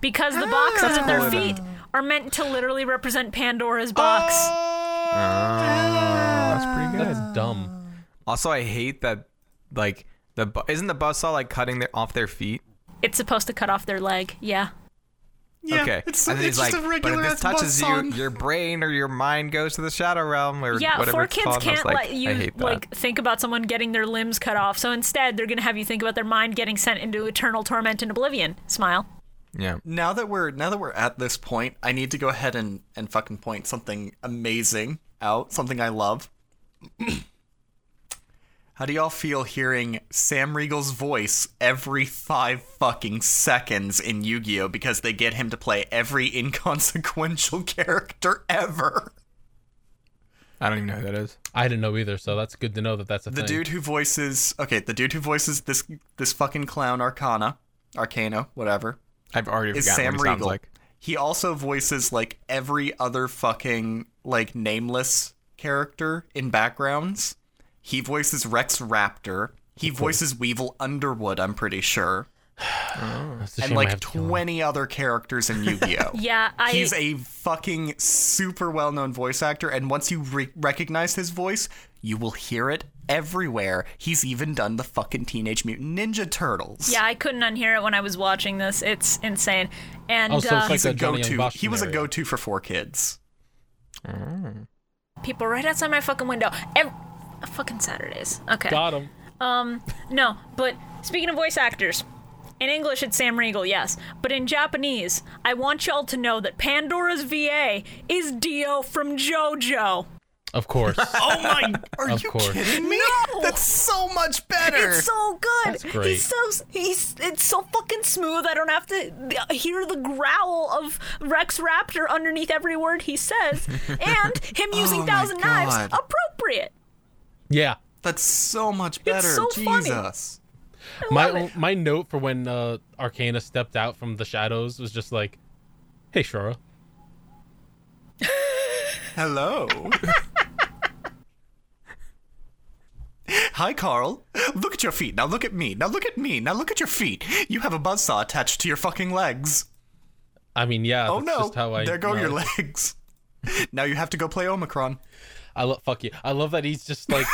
Speaker 2: Because the boxes
Speaker 3: Ah.
Speaker 2: at their feet are meant to literally represent Pandora's box.
Speaker 3: Ah.
Speaker 5: Oh, that's pretty good.
Speaker 6: That's dumb.
Speaker 5: Also, I hate that. Like the bu- isn't the buzzsaw like cutting their off their feet?
Speaker 2: It's supposed to cut off their leg. Yeah.
Speaker 3: Yeah,
Speaker 5: okay.
Speaker 3: it's,
Speaker 5: and then
Speaker 3: it's
Speaker 5: he's
Speaker 3: just
Speaker 5: like,
Speaker 3: a regular
Speaker 5: but if
Speaker 3: ass
Speaker 5: this touches you,
Speaker 3: buzzsaw.
Speaker 5: your brain or your mind goes to the shadow realm or
Speaker 2: Yeah,
Speaker 5: whatever
Speaker 2: four
Speaker 5: it's
Speaker 2: kids
Speaker 5: called. and I was
Speaker 2: can't
Speaker 5: like,
Speaker 2: let
Speaker 5: I
Speaker 2: you
Speaker 5: hate that.
Speaker 2: like think about someone getting their limbs cut off. So instead, they're going to have you think about their mind getting sent into eternal torment and oblivion. Smile.
Speaker 5: yeah.
Speaker 3: now that we're now that we're at this point, I need to go ahead and and fucking point something amazing out, something I love. How do y'all feel hearing Sam Riegel's voice every five fucking seconds in Yu Gi Oh! because they get him to play every inconsequential character ever?
Speaker 5: I don't even know who that is.
Speaker 6: I didn't know either, so that's good to know that that's a
Speaker 3: The
Speaker 6: thing.
Speaker 3: dude who voices okay, the dude who voices this this fucking clown Arcana, Arcano, whatever.
Speaker 5: I've already
Speaker 3: is
Speaker 5: forgotten
Speaker 3: Sam
Speaker 5: what he sounds
Speaker 3: Riegel.
Speaker 5: like.
Speaker 3: He also voices like every other fucking like nameless character in backgrounds. He voices Rex Raptor. He voices Weevil Underwood, I'm pretty sure.
Speaker 6: That's a
Speaker 3: and
Speaker 6: shame I
Speaker 3: like
Speaker 6: have to kill him.
Speaker 3: 20 other characters in Yu-Gi-Oh.
Speaker 2: Yeah, I.
Speaker 3: He's a fucking super well-known voice actor and once you re- recognize his voice, you will hear it everywhere. He's even done the fucking Teenage Mutant Ninja Turtles.
Speaker 2: yeah, I couldn't unhear it when I was watching this. It's insane. And
Speaker 6: Oh, so
Speaker 2: uh,
Speaker 6: it's like
Speaker 3: He's a
Speaker 6: that Johnny Young
Speaker 3: go-to.
Speaker 6: Bosch
Speaker 3: He was a
Speaker 6: scenario.
Speaker 3: go-to for four kids.
Speaker 2: people right outside my fucking window. Every, fucking Saturdays. Okay. Um,
Speaker 6: Got him.
Speaker 2: No, but speaking of voice actors, in English it's Sam Riegel, yes, but in Japanese, I want y'all to know that Pandora's VA is Dio from JoJo.
Speaker 6: Of course.
Speaker 3: Oh my! Are
Speaker 6: Of
Speaker 3: you
Speaker 6: course.
Speaker 3: kidding me?
Speaker 2: No!
Speaker 3: That's so much better.
Speaker 2: It's so good.
Speaker 6: That's great.
Speaker 2: He's so he's it's so fucking smooth. I don't have to uh, hear the growl of Rex Raptor underneath every word he says, and him
Speaker 5: Oh
Speaker 2: using
Speaker 3: my
Speaker 2: thousand knives
Speaker 3: God.
Speaker 2: appropriate.
Speaker 6: yeah.
Speaker 3: That's so much better.
Speaker 2: so funny.
Speaker 3: Jesus.
Speaker 6: my
Speaker 2: love it.
Speaker 6: my note for when uh, Arcana stepped out from the shadows was just like, "Hey, Shara."
Speaker 3: Hello. Hi, Carl. Look at your feet. Now look at me. Now look at me. Now look at your feet. You have a buzzsaw attached to your fucking legs.
Speaker 6: I mean, yeah.
Speaker 3: Oh
Speaker 6: that's
Speaker 3: no!
Speaker 6: Just how I
Speaker 3: there go
Speaker 6: know.
Speaker 3: your legs. Now you have to go play Omicron.
Speaker 6: I love fuck you. I love that he's just like,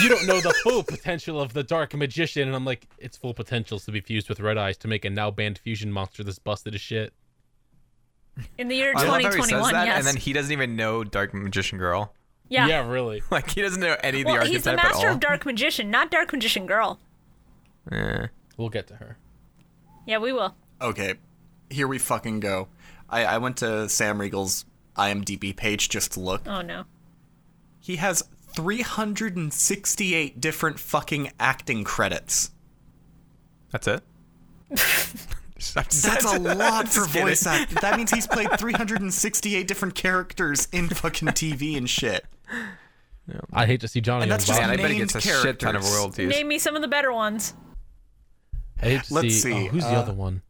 Speaker 6: you don't know the full potential of the dark magician, and I'm like, its full potential is to be fused with red eyes to make a now banned fusion monster that's busted as shit.
Speaker 2: In the year
Speaker 5: I love how he
Speaker 2: 2021,
Speaker 5: says that,
Speaker 2: yes.
Speaker 5: and then he doesn't even know Dark Magician Girl.
Speaker 2: yeah.
Speaker 6: yeah really.
Speaker 5: Like he doesn't know any
Speaker 2: Well,
Speaker 5: of the
Speaker 2: he's the
Speaker 5: archetype at
Speaker 2: master
Speaker 5: all.
Speaker 2: of Dark Magician, not Dark Magician Girl.
Speaker 5: Eh.
Speaker 6: We'll get to her.
Speaker 2: Yeah, we will.
Speaker 3: Okay, here we fucking go. I, I went to Sam Riegel's IMDb page just to look.
Speaker 2: Oh no.
Speaker 3: He has 368 different fucking acting credits.
Speaker 5: That's it.
Speaker 3: That's a lot for
Speaker 5: Just kidding.
Speaker 3: voice acting. That means he's played 368 different characters in fucking TV and shit.
Speaker 6: I hate to see Johnny.
Speaker 3: And
Speaker 6: on
Speaker 3: that's
Speaker 6: Bob.
Speaker 3: just
Speaker 5: Man, I bet he
Speaker 3: named
Speaker 5: gets a shit ton of
Speaker 3: characters.
Speaker 5: royalties.
Speaker 2: Name me some of the better ones.
Speaker 6: I hate to
Speaker 3: Let's
Speaker 6: see.
Speaker 3: see,
Speaker 6: oh, who's the
Speaker 3: uh,
Speaker 6: other one?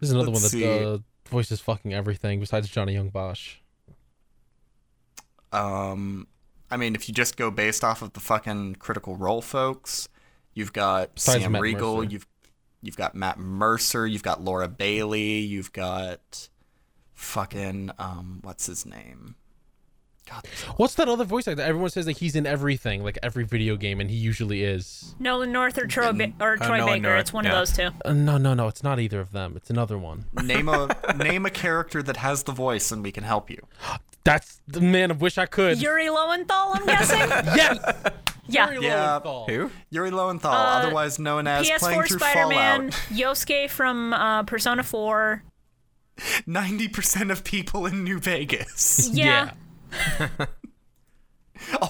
Speaker 6: There's another one
Speaker 3: let's
Speaker 6: that
Speaker 3: see.
Speaker 6: uh, voices fucking everything besides Johnny Young Bosch.
Speaker 3: Um, I mean, if you just go based off of the fucking Critical Role folks, you've got
Speaker 6: Besides
Speaker 3: Sam
Speaker 6: Matt
Speaker 3: Riegel,
Speaker 6: Mercer.
Speaker 3: you've you've got Matt Mercer, you've got Laura Bailey, you've got fucking um, what's his name? God, there's a-
Speaker 6: What's that other voice actor? Everyone says that he's in everything, like every video game, and he usually is.
Speaker 2: Nolan North or Troy, ba- or
Speaker 5: uh,
Speaker 2: Troy
Speaker 5: Nolan
Speaker 2: Baker.
Speaker 5: North,
Speaker 2: It's one
Speaker 5: yeah.
Speaker 2: of those two.
Speaker 6: Uh, no, no, no. It's not either of them. It's another one.
Speaker 3: name a name a character that has the voice, and we can help you.
Speaker 6: That's the man. I wish I could.
Speaker 2: Yuri Lowenthal, I'm guessing.
Speaker 6: yes.
Speaker 2: yeah.
Speaker 3: Yeah.
Speaker 5: Who?
Speaker 3: Yuri Lowenthal,
Speaker 2: Uh,
Speaker 3: otherwise known as playing
Speaker 2: PS4
Speaker 3: through
Speaker 2: Spider-Man,
Speaker 3: Fallout.
Speaker 2: Yosuke from uh, Persona 4.
Speaker 3: 90% of people in New Vegas.
Speaker 6: Yeah.
Speaker 2: Yeah.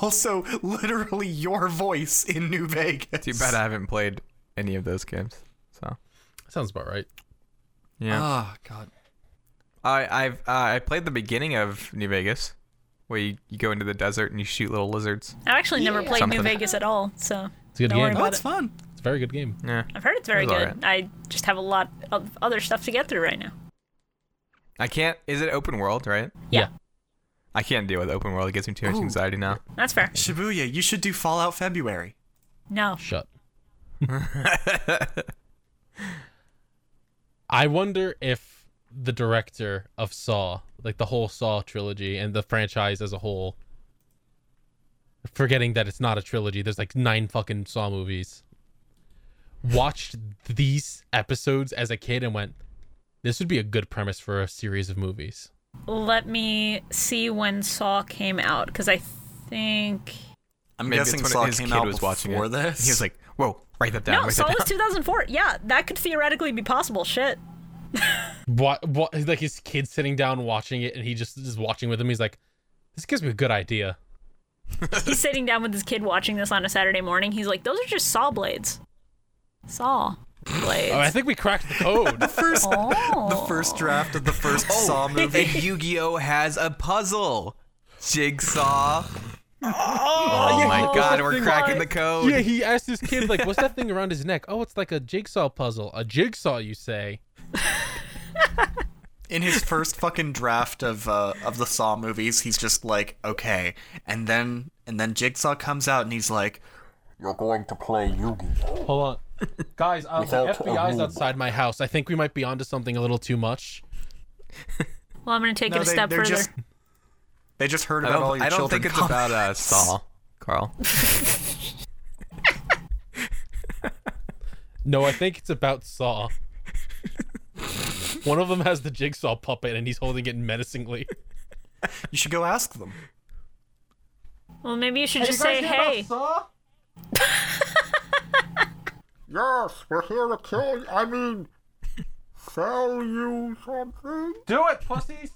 Speaker 3: also, literally your voice in New Vegas.
Speaker 5: Too bad I haven't played any of those games. So
Speaker 6: Sounds about right.
Speaker 5: yeah,
Speaker 3: Oh, God.
Speaker 5: I I've uh, I played the beginning of New Vegas, where you, you go into the desert and you shoot little lizards.
Speaker 2: I've actually never played
Speaker 5: Something.
Speaker 2: New Vegas at all, so
Speaker 6: It's a good
Speaker 2: Don't worry
Speaker 6: game.
Speaker 3: Oh,
Speaker 2: about
Speaker 3: it's
Speaker 2: it.
Speaker 3: fun.
Speaker 6: It's a very good game.
Speaker 5: Yeah,
Speaker 2: I've heard it's very
Speaker 5: It was
Speaker 2: good. I just have a lot of other stuff to get through right now.
Speaker 5: I can't. Is it open world? Right?
Speaker 2: Yeah.
Speaker 5: I can't deal with open world. It gives me too much anxiety now.
Speaker 2: That's fair.
Speaker 3: Shibuya, you should do Fallout February.
Speaker 2: No.
Speaker 6: Shut. I wonder if the director of Saw, like the whole Saw trilogy and the franchise as a whole, forgetting that it's not a trilogy, there's like nine fucking Saw movies, watched these episodes as a kid and went, this would be a good premise for a series of movies.
Speaker 2: Let me see when Saw came out because I think
Speaker 3: I'm
Speaker 5: Maybe
Speaker 3: guessing
Speaker 5: it's when
Speaker 3: Saw
Speaker 5: his
Speaker 3: came
Speaker 5: kid
Speaker 3: out
Speaker 5: was
Speaker 3: before
Speaker 5: watching it.
Speaker 3: this.
Speaker 5: He was like, "Whoa, write that down."
Speaker 2: no,
Speaker 5: write
Speaker 2: Saw
Speaker 5: that
Speaker 2: was
Speaker 5: down.
Speaker 2: 2004. Yeah, that could theoretically be possible. Shit.
Speaker 6: What, what, like his kid sitting down watching it and he just is watching with him. He's like, this gives me a good idea.
Speaker 2: He's sitting down with his kid watching this on a Saturday morning. He's like, "Those are just saw blades." Saw blades.
Speaker 6: Oh, I think we cracked the code.
Speaker 3: first,
Speaker 2: Oh.
Speaker 3: the first draft of the first Saw movie.
Speaker 5: And Yu-Gi-Oh has a puzzle. Jigsaw. Oh, my god, we're cracking the code.
Speaker 6: Yeah, he asked his kid, like, what's that thing around his neck? Oh, it's like a jigsaw puzzle. A jigsaw, you say?
Speaker 3: In his first fucking draft of uh, of the Saw movies, he's just like, okay, and then and then Jigsaw comes out and he's like,
Speaker 9: You're going to play Yugi.
Speaker 6: Hold on. Guys, uh, the
Speaker 8: Without a
Speaker 6: FBI's
Speaker 8: hoop.
Speaker 6: outside my house. I think we might be onto something a little too much.
Speaker 2: Well, I'm going to take it
Speaker 3: they,
Speaker 2: a step
Speaker 3: they're
Speaker 2: further.
Speaker 3: just they just heard
Speaker 5: I
Speaker 3: about all
Speaker 5: don't,
Speaker 3: your
Speaker 5: I don't
Speaker 3: children.
Speaker 5: think it's
Speaker 3: calling-
Speaker 5: about uh, Saul, Carl.
Speaker 6: No, I think it's about Saw. One of them has the jigsaw puppet and he's holding it menacingly.
Speaker 3: You should go ask them.
Speaker 2: well, maybe you should just say, hey.
Speaker 8: Yes, we're here to kill you. I mean, sell you something.
Speaker 6: Do it, pussies!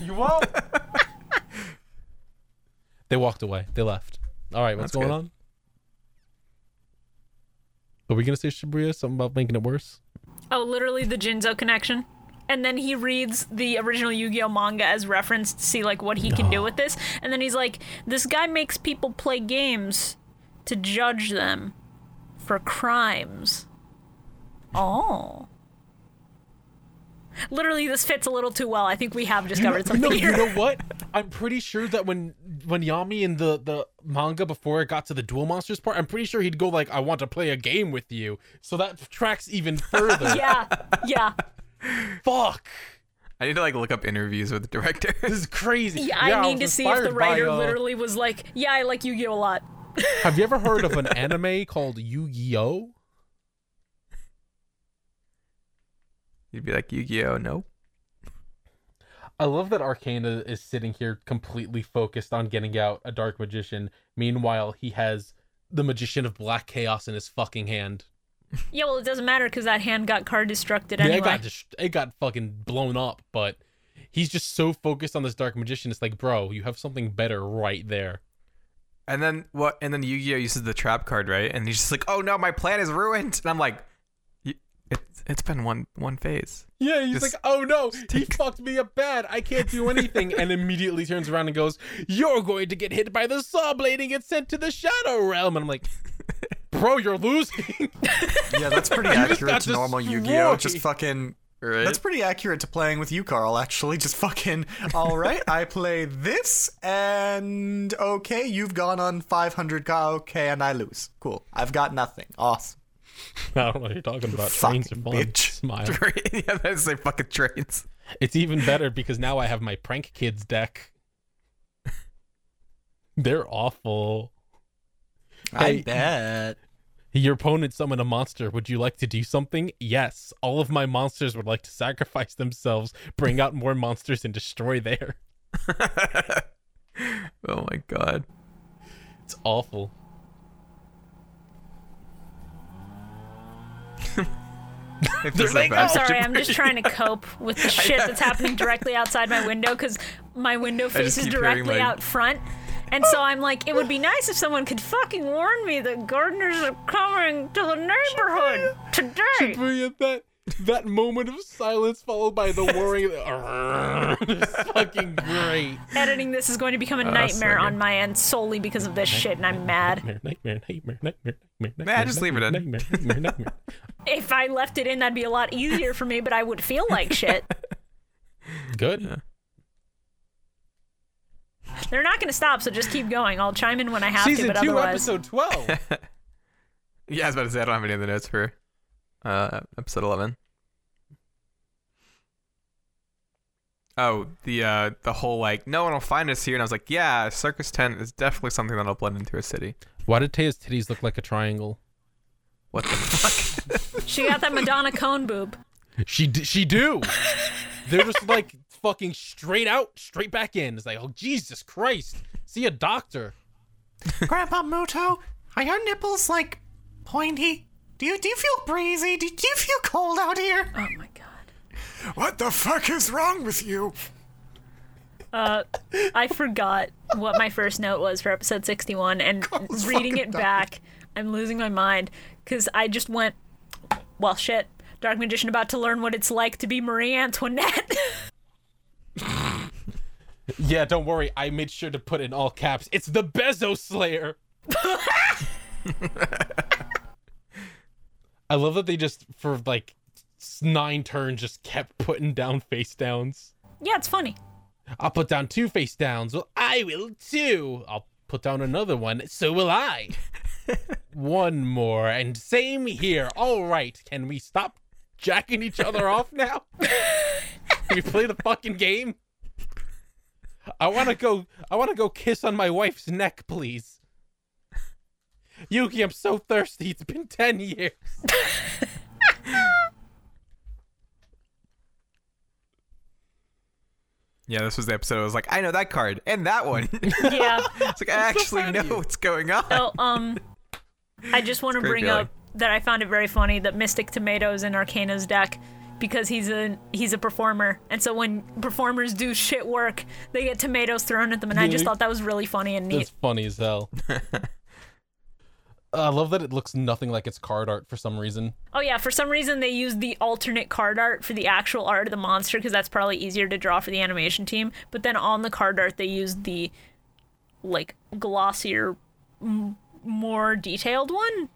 Speaker 6: you won't! They walked away. They left. All right,
Speaker 5: That's
Speaker 6: what's going
Speaker 5: good.
Speaker 6: on? Are we going to say Shibuya? Something about making it worse?
Speaker 2: Oh, literally the Jinzo connection. And then he reads the original Yu-Gi-Oh manga as reference to see like what he can do with this. And then he's like, this guy makes people play games to judge them for crimes. Oh. Literally this fits a little too well. I think we have discovered something
Speaker 6: No,
Speaker 2: here.
Speaker 6: you know what? I'm pretty sure that when when Yami in the the manga before it got to the duel monsters part, I'm pretty sure he'd go like, "I want to play a game with you." So that tracks even further.
Speaker 2: yeah. Yeah.
Speaker 6: Fuck,
Speaker 5: I need to like look up interviews with the director.
Speaker 6: this is crazy.
Speaker 2: Yeah, I need to
Speaker 6: was
Speaker 2: see if the
Speaker 6: inspired by,
Speaker 2: writer
Speaker 6: uh,
Speaker 2: literally was like, "Yeah, I like Yu-Gi-Oh a lot."
Speaker 6: Have you ever heard of an anime called Yu-Gi-Oh?
Speaker 5: You'd be like Yu-Gi-Oh. Nope.
Speaker 6: I love that Arcana is sitting here completely focused on getting out a dark magician. Meanwhile, he has the magician of black chaos in his fucking hand.
Speaker 2: Yeah, well, it doesn't matter because that hand got car destructed
Speaker 6: Yeah,
Speaker 2: anyway.
Speaker 6: it got dist- it got fucking blown up, but he's just so focused on this dark magician. It's like, bro, you have something better right there.
Speaker 5: And then what? And then Yu-Gi-Oh uses the trap card, right? And he's just like, "Oh no, my plan is ruined." And I'm like, "Y- "It's it's been one one phase."
Speaker 6: Yeah, he's
Speaker 5: Just-
Speaker 6: like, oh no, he
Speaker 5: take-
Speaker 6: fucked me up bad. I can't do anything, and immediately turns around and goes, "You're going to get hit by the saw blade and get sent to the shadow realm." And I'm like, bro, you're losing.
Speaker 3: Yeah, that's pretty
Speaker 6: just
Speaker 3: accurate
Speaker 6: got
Speaker 3: to normal Yu-Gi-Oh. Just
Speaker 6: destroyed.
Speaker 3: fucking.
Speaker 5: Right.
Speaker 3: That's pretty accurate to playing with you, Carl. Actually, just fucking. All right, I play this, and okay, you've gone on 500. Ka- Okay, and I lose. Cool. I've got nothing. Awesome.
Speaker 6: I don't know what you're talking about.
Speaker 3: Fucking
Speaker 6: Trains are fun.
Speaker 3: bitch.
Speaker 6: Smile.
Speaker 5: yeah, that's like fucking trains.
Speaker 6: It's even better because now I have my prank kids deck. They're awful. Hey.
Speaker 3: I bet.
Speaker 6: Your opponent summoned a monster. Would you like to do something? Yes. All of my monsters would like to sacrifice themselves, bring out more monsters, and destroy there.
Speaker 5: Oh my god.
Speaker 6: It's awful.
Speaker 5: If this is a
Speaker 6: like,
Speaker 5: bad
Speaker 6: "Oh,
Speaker 2: Sorry, I'm just trying to cope with the shit that's happening directly outside my window because my window faces
Speaker 5: keep hearing,
Speaker 2: directly
Speaker 5: like-
Speaker 2: out front. And so I'm like, it would be nice if someone could fucking warn me that gardeners are coming to the neighborhood today.
Speaker 6: Shibuya, that that moment of silence followed by the whirring is fucking great.
Speaker 2: Editing this is going to become a
Speaker 5: that's
Speaker 2: nightmare
Speaker 5: so good.
Speaker 2: on my end solely because of this shit, and I'm mad.
Speaker 6: Nightmare, nightmare, nightmare, nightmare, nightmare.
Speaker 5: Nah, just leave it in.
Speaker 6: Nightmare, nightmare, nightmare.
Speaker 2: If I left it in, that'd be a lot easier for me, but I would feel like shit.
Speaker 6: Good.
Speaker 2: They're not going to stop, so just keep going. I'll chime in when I have to,
Speaker 6: Season
Speaker 2: but
Speaker 6: two,
Speaker 2: otherwise.
Speaker 6: episode twelve.
Speaker 5: Yeah, I was about to say I don't have any of the notes for uh, episode eleven. Oh, the uh, the whole like no one will find us here, and I was like, yeah, a circus tent is definitely something that'll blend into a city.
Speaker 6: Why did Taya's titties look like a triangle?
Speaker 5: What the fuck?
Speaker 2: She got that Madonna cone boob.
Speaker 6: She d- she do. They're just like fucking straight out, straight back in. It's like, oh Jesus Christ, see a doctor.
Speaker 10: Grandpa Muto, are your nipples like pointy? Do you do you feel breezy? Do, do you feel cold out here?
Speaker 2: Oh my god.
Speaker 3: What the fuck is wrong with you?
Speaker 2: I forgot what my first note was for episode 61, and reading it back, I'm losing my mind because I just went, well, shit. Dark Magician about to learn what it's like to be Marie Antoinette.
Speaker 6: Yeah, don't worry. I made sure to put in all caps. It's the Bezos Slayer. I love that they just for like s- nine turns just kept putting down face downs.
Speaker 2: yeah, it's funny.
Speaker 6: I'll put down two face downs. Well, I will too. I'll put down another one. So will I.
Speaker 4: one more, and same here. All right, can we stop jacking each other off now? Can we play the fucking game? I want to go. I want to go kiss on my wife's neck, please. Yuki, I'm so thirsty. It's been ten years.
Speaker 5: Yeah, this was the episode. I was like, I know that card and that one. it's
Speaker 2: Yeah.
Speaker 5: like I actually know what's going on.
Speaker 2: Oh, um, I just want to
Speaker 5: great
Speaker 2: bring
Speaker 5: feeling.
Speaker 2: up that I found it very funny that Mystic Tomatoes in Arcana's deck because he's a he's a performer, and so when performers do shit work, they get tomatoes thrown at them, and I just
Speaker 4: Yeah.
Speaker 2: thought that was really funny and neat.
Speaker 6: That's funny as hell.
Speaker 4: Uh,
Speaker 6: I love that it looks nothing like its card art for some reason.
Speaker 2: Oh yeah, for some reason they used the alternate card art for the actual art of the monster because that's probably easier to draw for the animation team. But then on the card art they used the like glossier, m- more detailed one.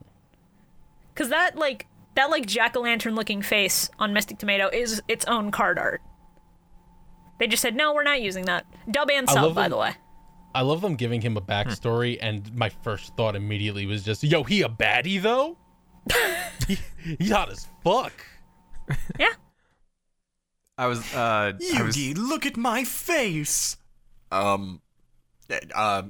Speaker 2: Cause that like that like jack o' lantern looking face on Mystic Tomato is its own card art. They just said no, we're not using that. Dub and
Speaker 6: love
Speaker 2: sub, by
Speaker 6: them-
Speaker 2: the way.
Speaker 6: I love them giving him a backstory,
Speaker 2: Hmm.
Speaker 6: and my first thought immediately was just, "Yo, he a baddie though? He- he's hot as fuck."
Speaker 2: Yeah.
Speaker 5: I was uh I was
Speaker 3: Yugi, look at my face. Um, uh, uh,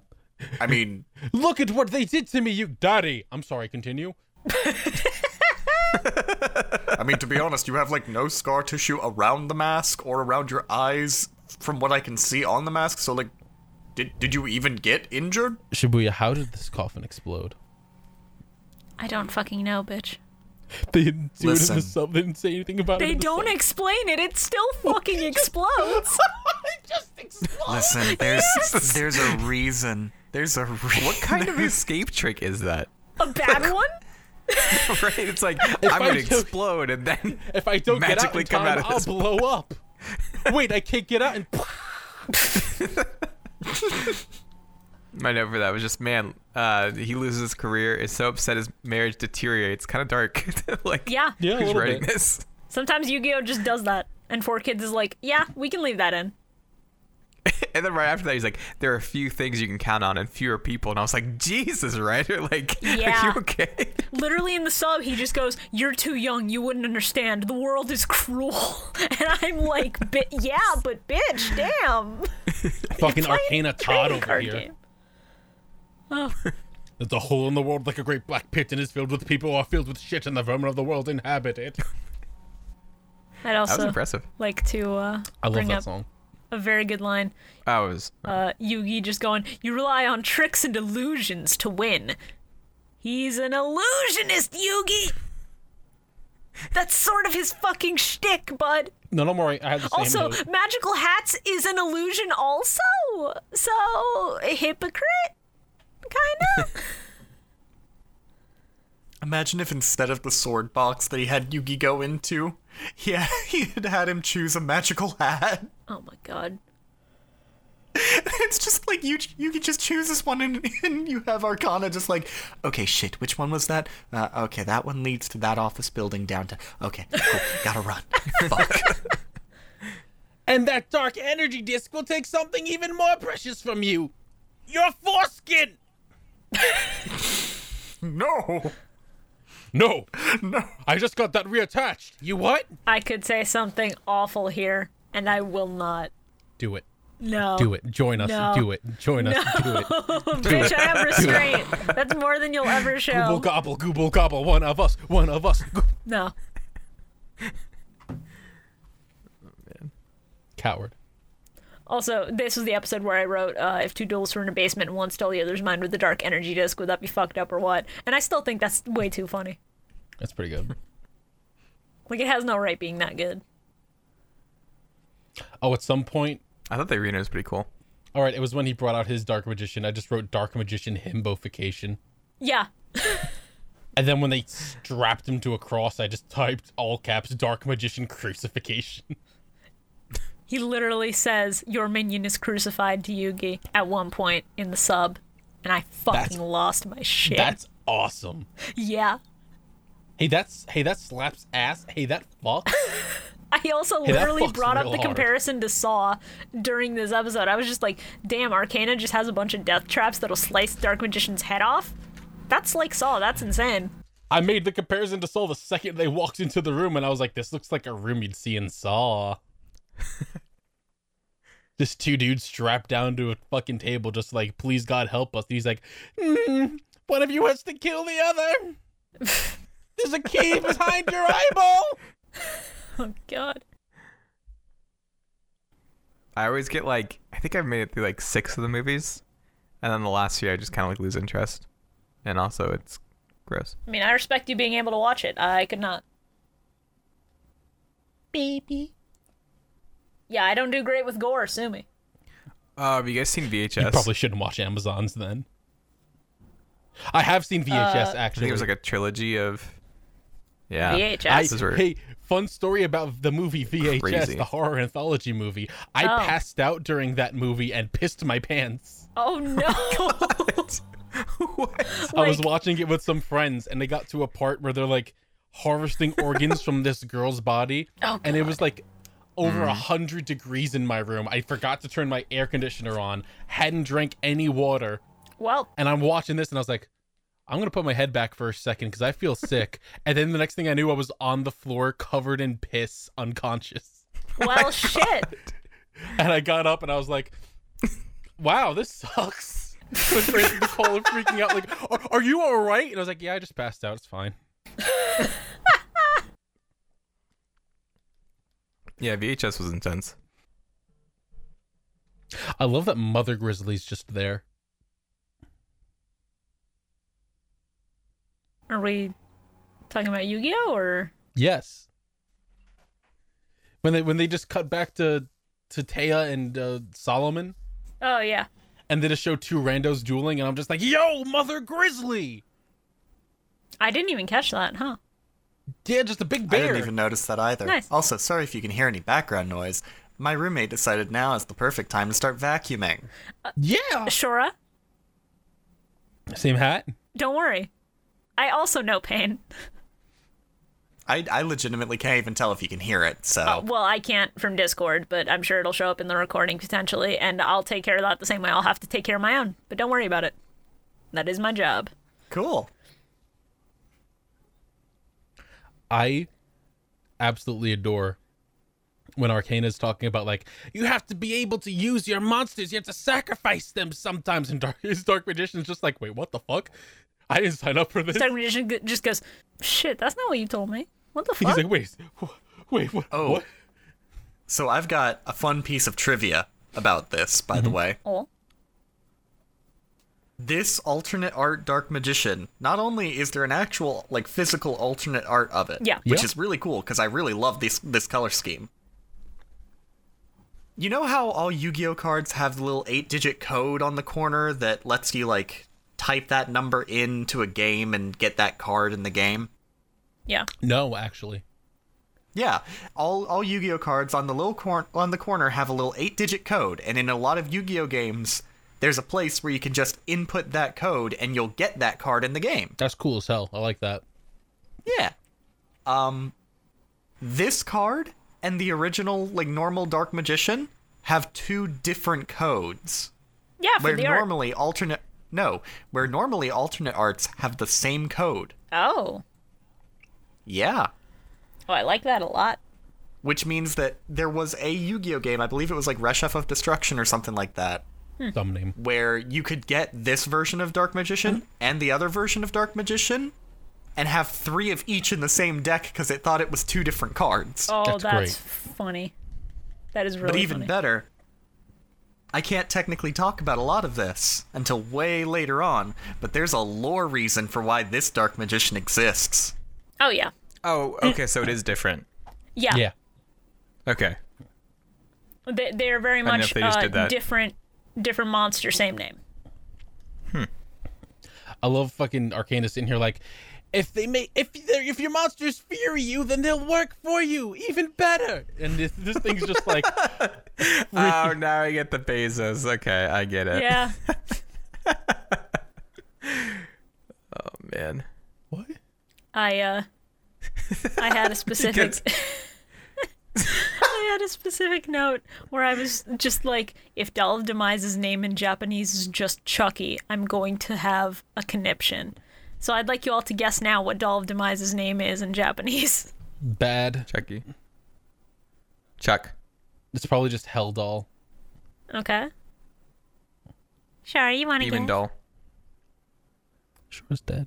Speaker 3: I mean,
Speaker 6: Look at what they did to me, you daddy. I'm sorry. Continue.
Speaker 3: I mean to be honest, you have like no scar tissue around the mask or around your eyes, from what I can see on the mask. So like, did did you even get injured?
Speaker 6: Shibuya, how did this coffin explode?
Speaker 2: I don't fucking know, bitch.
Speaker 6: They didn't do it in
Speaker 3: Listen.
Speaker 6: the sub. They didn't say anything about it.
Speaker 2: They
Speaker 6: in the
Speaker 2: don't
Speaker 6: sub.
Speaker 2: explain it. It still fucking explodes.
Speaker 3: Listen, there's there's a reason. There's a reason.
Speaker 5: what kind of escape trick is that?
Speaker 2: A bad one?
Speaker 5: right? It's like I'm
Speaker 6: I
Speaker 5: gonna
Speaker 6: took-
Speaker 5: explode and then
Speaker 6: If I don't get out
Speaker 5: magically
Speaker 6: in
Speaker 5: come out
Speaker 6: time,
Speaker 5: of
Speaker 6: I'll
Speaker 5: this
Speaker 6: blow up. Wait, I can't get out. And
Speaker 5: my note for that was just man, uh he loses his career, is so upset his marriage deteriorates. Kinda dark. like
Speaker 2: Yeah.
Speaker 6: yeah, a
Speaker 5: who's
Speaker 6: little
Speaker 5: writing
Speaker 6: bit.
Speaker 5: this?
Speaker 2: Sometimes Yu-Gi-Oh just does that, and Four Kids is like, yeah, we can leave that in.
Speaker 5: And then right after that he's like, There are few things you can count on and fewer people and I was like, Jesus, right? Like
Speaker 2: Yeah.
Speaker 5: are you okay?
Speaker 2: Literally in the sub, he just goes, "You're too young. You wouldn't understand. The world is cruel." And I'm like, "Bi- "Yeah, but bitch, damn."
Speaker 4: Fucking Arcana Todd
Speaker 2: Trading
Speaker 4: over
Speaker 2: card
Speaker 4: here.
Speaker 2: game.
Speaker 4: There's a hole in the world like a great black pit, and is filled with people who are filled with shit, and the vermin of the world inhabit it.
Speaker 2: I'd
Speaker 5: That was
Speaker 2: also
Speaker 5: impressive.
Speaker 2: like to uh,
Speaker 6: I love
Speaker 2: bring
Speaker 6: that
Speaker 2: up
Speaker 6: song.
Speaker 2: a very good line.
Speaker 5: I was
Speaker 2: Uh, Yugi just going, "You rely on tricks and illusions to win." He's an illusionist, Yugi. That's sort of his fucking shtick, bud.
Speaker 6: No, don't worry. I had the same
Speaker 2: Also,
Speaker 6: note.
Speaker 2: magical hats is an illusion, also. So, a hypocrite? Kind of?
Speaker 3: Imagine if instead of the sword box that he had Yugi go into, yeah, he had had him choose a magical hat.
Speaker 2: oh my god.
Speaker 3: It's just like you you could just choose this one and, and you have Arcana just like, okay, shit, which one was that? Uh, okay, that one leads to that office building downtown. Okay, cool, gotta run. Fuck.
Speaker 4: And that dark energy disc will take something even more precious from you your foreskin!
Speaker 3: No.
Speaker 4: No! No! I just got that reattached. You what?
Speaker 2: I could say something awful here, and I will not.
Speaker 6: Do it.
Speaker 2: No.
Speaker 6: Do it. Join us.
Speaker 2: No.
Speaker 6: Do it. Join us. Do it.
Speaker 2: Bitch, I have restraint. That's more than you'll ever show.
Speaker 6: Gobble gobble gobble gobble. One of us. One of us. Go-
Speaker 2: no.
Speaker 6: Coward.
Speaker 2: Also, this was the episode where I wrote uh, if two duels were in a basement and one stole the other's mind with the dark energy disc, would that be fucked up or what? And I still think that's way too funny.
Speaker 6: That's pretty good.
Speaker 2: Like, it has no right being that good.
Speaker 6: Oh, at some point.
Speaker 5: I thought the arena was pretty cool.
Speaker 6: All right, it was when he brought out his dark magician. I just wrote dark magician himbofication.
Speaker 2: Yeah.
Speaker 6: And then when they strapped him to a cross, I just typed all caps dark magician crucifixion.
Speaker 2: He literally says, Your minion is crucified to Yugi at one point in the sub. And I fucking lost my shit.
Speaker 6: That's awesome.
Speaker 2: yeah.
Speaker 6: Hey, that's hey, that slaps ass. Hey, that fuck.
Speaker 2: I also
Speaker 6: that
Speaker 2: literally
Speaker 6: fucks
Speaker 2: brought up
Speaker 6: real
Speaker 2: the
Speaker 6: hard.
Speaker 2: comparison to Saw during this episode. I was just like, damn, Arcana just has a bunch of death traps that'll slice Dark Magician's head off. That's like Saw. That's insane.
Speaker 6: I made the comparison to Saul the second they walked into the room, and I was like, "This looks like a room you'd see in Saw." Just two dudes strapped down to a fucking table, just like, "Please God help us." And he's like, mm, "One of you has to kill the other." There's a key behind your eyeball.
Speaker 2: Oh God.
Speaker 5: I always get like I think I've made it through like six of the movies, and then the last few I just kind of like lose interest, and also it's gross.
Speaker 2: I mean, I respect you being able to watch it. I could not. Baby. Yeah, I don't do great with gore. Sue me.
Speaker 5: Uh, have you guys seen VHS?
Speaker 6: You probably shouldn't watch Amazon's then. I have seen
Speaker 2: Uh,
Speaker 6: VHS
Speaker 5: I
Speaker 6: actually.
Speaker 5: think it was like a trilogy of. Yeah.
Speaker 2: VHS.
Speaker 5: This is where-
Speaker 6: Hey, fun story about the movie VHS,
Speaker 5: Crazy.
Speaker 6: the horror anthology movie. I
Speaker 2: Oh.
Speaker 6: passed out during that movie and pissed my pants.
Speaker 2: Oh no.
Speaker 5: What?
Speaker 6: I was
Speaker 2: Like-
Speaker 6: watching it with some friends, and they got to a part where they're like harvesting organs from this girl's body,
Speaker 2: Oh,
Speaker 6: and it was like
Speaker 5: Mm-hmm.
Speaker 6: over a hundred degrees in my room. I forgot to turn my air conditioner on, hadn't drank any water,
Speaker 2: well,
Speaker 6: and I'm watching this, and I was like. I'm gonna put my head back for a second because I feel sick. and then the next thing I knew, I was on the floor covered in piss, unconscious.
Speaker 2: well, shit.
Speaker 6: and I got up and I was like, "Wow, this sucks." My friend Nicole freaking out, like, are, "Are you all right?" And I was like, "Yeah, I just passed out. It's fine."
Speaker 5: Yeah, VHS was intense.
Speaker 6: I love that Mother Grizzly's just there.
Speaker 2: Are we talking about Yu-Gi-Oh or?
Speaker 6: Yes. When they when they just cut back to to Taya and uh, Solomon,
Speaker 2: Oh yeah.
Speaker 6: and they just show two randos dueling, and I'm just like, "Yo, Mother Grizzly!"
Speaker 2: I didn't even catch that, huh?
Speaker 6: Yeah, just a big
Speaker 3: I
Speaker 6: bear.
Speaker 3: didn't even notice that either.
Speaker 2: Nice.
Speaker 3: Also, sorry if you can hear any background noise. My roommate decided now is the perfect time to start vacuuming.
Speaker 6: Yeah.
Speaker 2: Shora,
Speaker 6: Same hat.
Speaker 2: don't worry. I also know pain.
Speaker 3: I, I legitimately can't even tell if you can hear it, so.
Speaker 2: Uh, well, I can't from Discord, but I'm sure it'll show up in the recording potentially, and I'll take care of that the same way I'll have to take care of my own. But don't worry about it. That is my job.
Speaker 3: Cool.
Speaker 6: I absolutely adore when Arcana is talking about like you have to be able to use your monsters, you have to sacrifice them sometimes. And Dark his Dark Magician is just like, wait, what the fuck? I didn't sign up for this.
Speaker 2: Dark Magician g- just goes, "Shit, that's not what you told me. What the
Speaker 6: He's
Speaker 2: fuck?"
Speaker 6: like, wait, wh- wait, what?
Speaker 3: Oh.
Speaker 6: what?
Speaker 3: So I've got a fun piece of trivia about this, by the way.
Speaker 2: oh,
Speaker 3: This alternate art Dark Magician, not only is there an actual, like, physical alternate art of it,
Speaker 2: Yeah.
Speaker 3: which
Speaker 6: Yeah.
Speaker 3: is really cool because I really love this, this color scheme. You know how all Yu Gi Oh cards have the little eight digit code on the corner that lets you, like, type that number into a game and get that card in the game?
Speaker 2: yeah.
Speaker 6: No, actually.
Speaker 3: Yeah, all all Yu-Gi-Oh cards on the little cor- on the corner have a little eight-digit code, and in a lot of Yu-Gi-Oh games, there's a place where you can just input that code and you'll get that card in the game.
Speaker 6: That's cool as hell. I like that.
Speaker 3: Yeah. Um, this card and the original like normal Dark Magician have two different codes.
Speaker 2: Yeah, for
Speaker 3: Where
Speaker 2: the
Speaker 3: normally alternate no, where normally alternate arts have the same code.
Speaker 2: art. Oh,
Speaker 3: Yeah.
Speaker 2: oh, I like that a lot.
Speaker 3: Which means that there was a Yu-Gi-Oh game, I believe it was like Reshef of Destruction or something like that,
Speaker 6: Dumb name.
Speaker 3: where you could get this version of Dark
Speaker 2: Hmm.
Speaker 3: Magician and the other version of Dark Magician and have three of each in the same deck because it thought it was two different cards.
Speaker 2: Oh,
Speaker 6: That's
Speaker 2: that's,
Speaker 6: great.
Speaker 2: funny. That is really
Speaker 3: but even
Speaker 2: funny.
Speaker 3: better, I can't technically talk about a lot of this until way later on, but there's a lore reason for why this Dark Magician exists.
Speaker 2: oh yeah.
Speaker 5: Oh, okay, so it is different.
Speaker 2: yeah,
Speaker 6: Yeah.
Speaker 5: Okay.
Speaker 2: They, they are very
Speaker 5: know
Speaker 2: much
Speaker 5: if they just
Speaker 2: uh,
Speaker 5: did that.
Speaker 2: different, different monster, same name.
Speaker 6: I love fucking Arcana sitting here like if they may if they're- if your monsters fear you, then they'll work for you even better. And this, this thing's just like
Speaker 5: Oh, now I get the Bezos. Okay, I get it.
Speaker 2: Yeah,
Speaker 5: Man.
Speaker 6: what?
Speaker 2: I uh, I had a specific. I had a specific note where I was just like, if Doll of Demise's name in Japanese is just Chucky, I'm going to have a conniption. So I'd like you all to guess now what Doll of Demise's name is in Japanese.
Speaker 6: Bad.
Speaker 5: Chucky. Chuck.
Speaker 6: It's probably just Hell Doll.
Speaker 2: Okay. Shari, you want to
Speaker 5: Demon
Speaker 2: guess?
Speaker 5: doll.
Speaker 6: Sure is dead.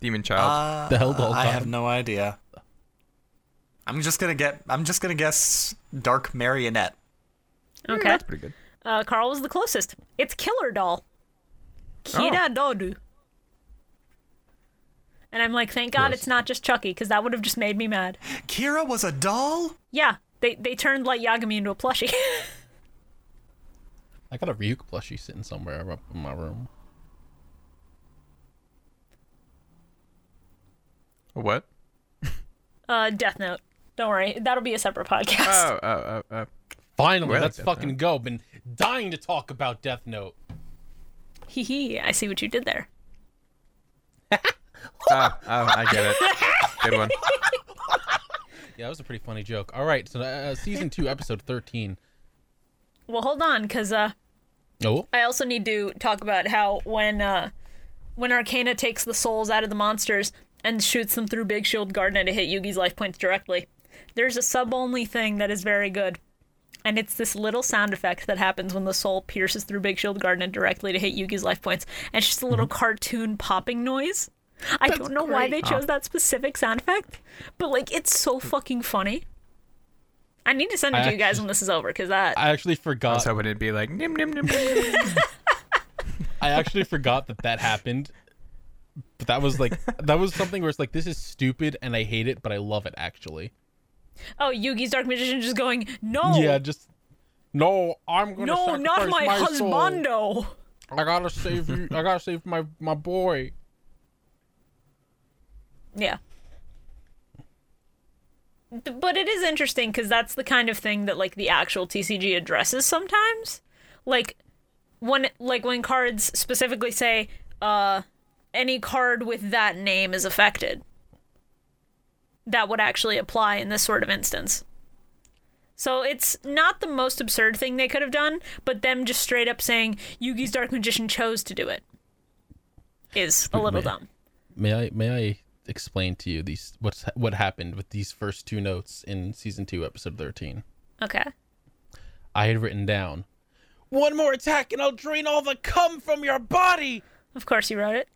Speaker 5: Demon child.
Speaker 6: The Hell Doll.
Speaker 3: I
Speaker 6: God.
Speaker 3: have no idea. I'm just gonna get. I'm just gonna guess dark marionette.
Speaker 2: Okay.
Speaker 5: Pretty good.
Speaker 2: Uh, Carl was the closest. It's Killer Doll. Kira Dodu. And I'm like, thank God it's not just Chucky, because that would have just made me mad.
Speaker 3: Kira was a doll.
Speaker 2: Yeah, they they turned Light Yagami into a plushie.
Speaker 6: I got a Ryuk plushie sitting somewhere up in my room.
Speaker 5: What?
Speaker 2: uh, Death Note. Don't worry, that'll be a separate podcast.
Speaker 5: Oh, oh, oh, oh.
Speaker 6: Finally,
Speaker 5: Really?
Speaker 6: let's
Speaker 5: Death
Speaker 6: fucking go. Been dying to talk about Death Note.
Speaker 2: Hee hee, I see what you did there.
Speaker 5: Oh, oh, I get it. Good one.
Speaker 6: Yeah, that was a pretty funny joke. All right, so uh, season two, episode thirteen.
Speaker 2: Well, hold on, because uh,
Speaker 6: Oh,
Speaker 2: I also need to talk about how when uh, when Arcana takes the souls out of the monsters and shoots them through Big Shield Garden to hit Yugi's life points directly, there's a sub only thing that is very good. And it's this little sound effect that happens when the soul pierces through Big Shield Garden directly to hit Yugi's life points. And it's just a
Speaker 6: Mm-hmm.
Speaker 2: little cartoon popping noise. I don't know why they chose that specific sound effect, but like it's so fucking funny. I need to send it
Speaker 6: Mm. I
Speaker 2: to you guys
Speaker 6: actually-
Speaker 2: when this is over because that
Speaker 6: I actually
Speaker 5: I was
Speaker 6: forgot.
Speaker 5: hoping it'd be like nim nim nim. nim.
Speaker 6: I actually forgot that that happened. But that was like that was something where it's like this is stupid and I hate it, but I love it actually.
Speaker 2: oh Yugi's Dark Magician just going no
Speaker 6: Yeah, just no. I'm gonna.
Speaker 2: No, not
Speaker 6: sacrifice
Speaker 2: my,
Speaker 6: soul.
Speaker 2: husbando.
Speaker 6: I gotta save you. I gotta save my my boy.
Speaker 2: Yeah. D- But it is interesting because that's the kind of thing that like the actual TCG addresses sometimes. Like when like when cards specifically say uh any card with that name is affected. That would actually apply in this sort of instance. So it's not the most absurd thing they could have done, but them just straight up saying Yugi's Dark Magician chose to do it is a little
Speaker 6: weird.
Speaker 2: dumb.
Speaker 6: May I may I explain to you these what's what happened with these first two notes in season two, episode thirteen?
Speaker 2: Okay.
Speaker 6: I had written down one more attack and I'll drain all the cum from your body.
Speaker 2: Of course you wrote it.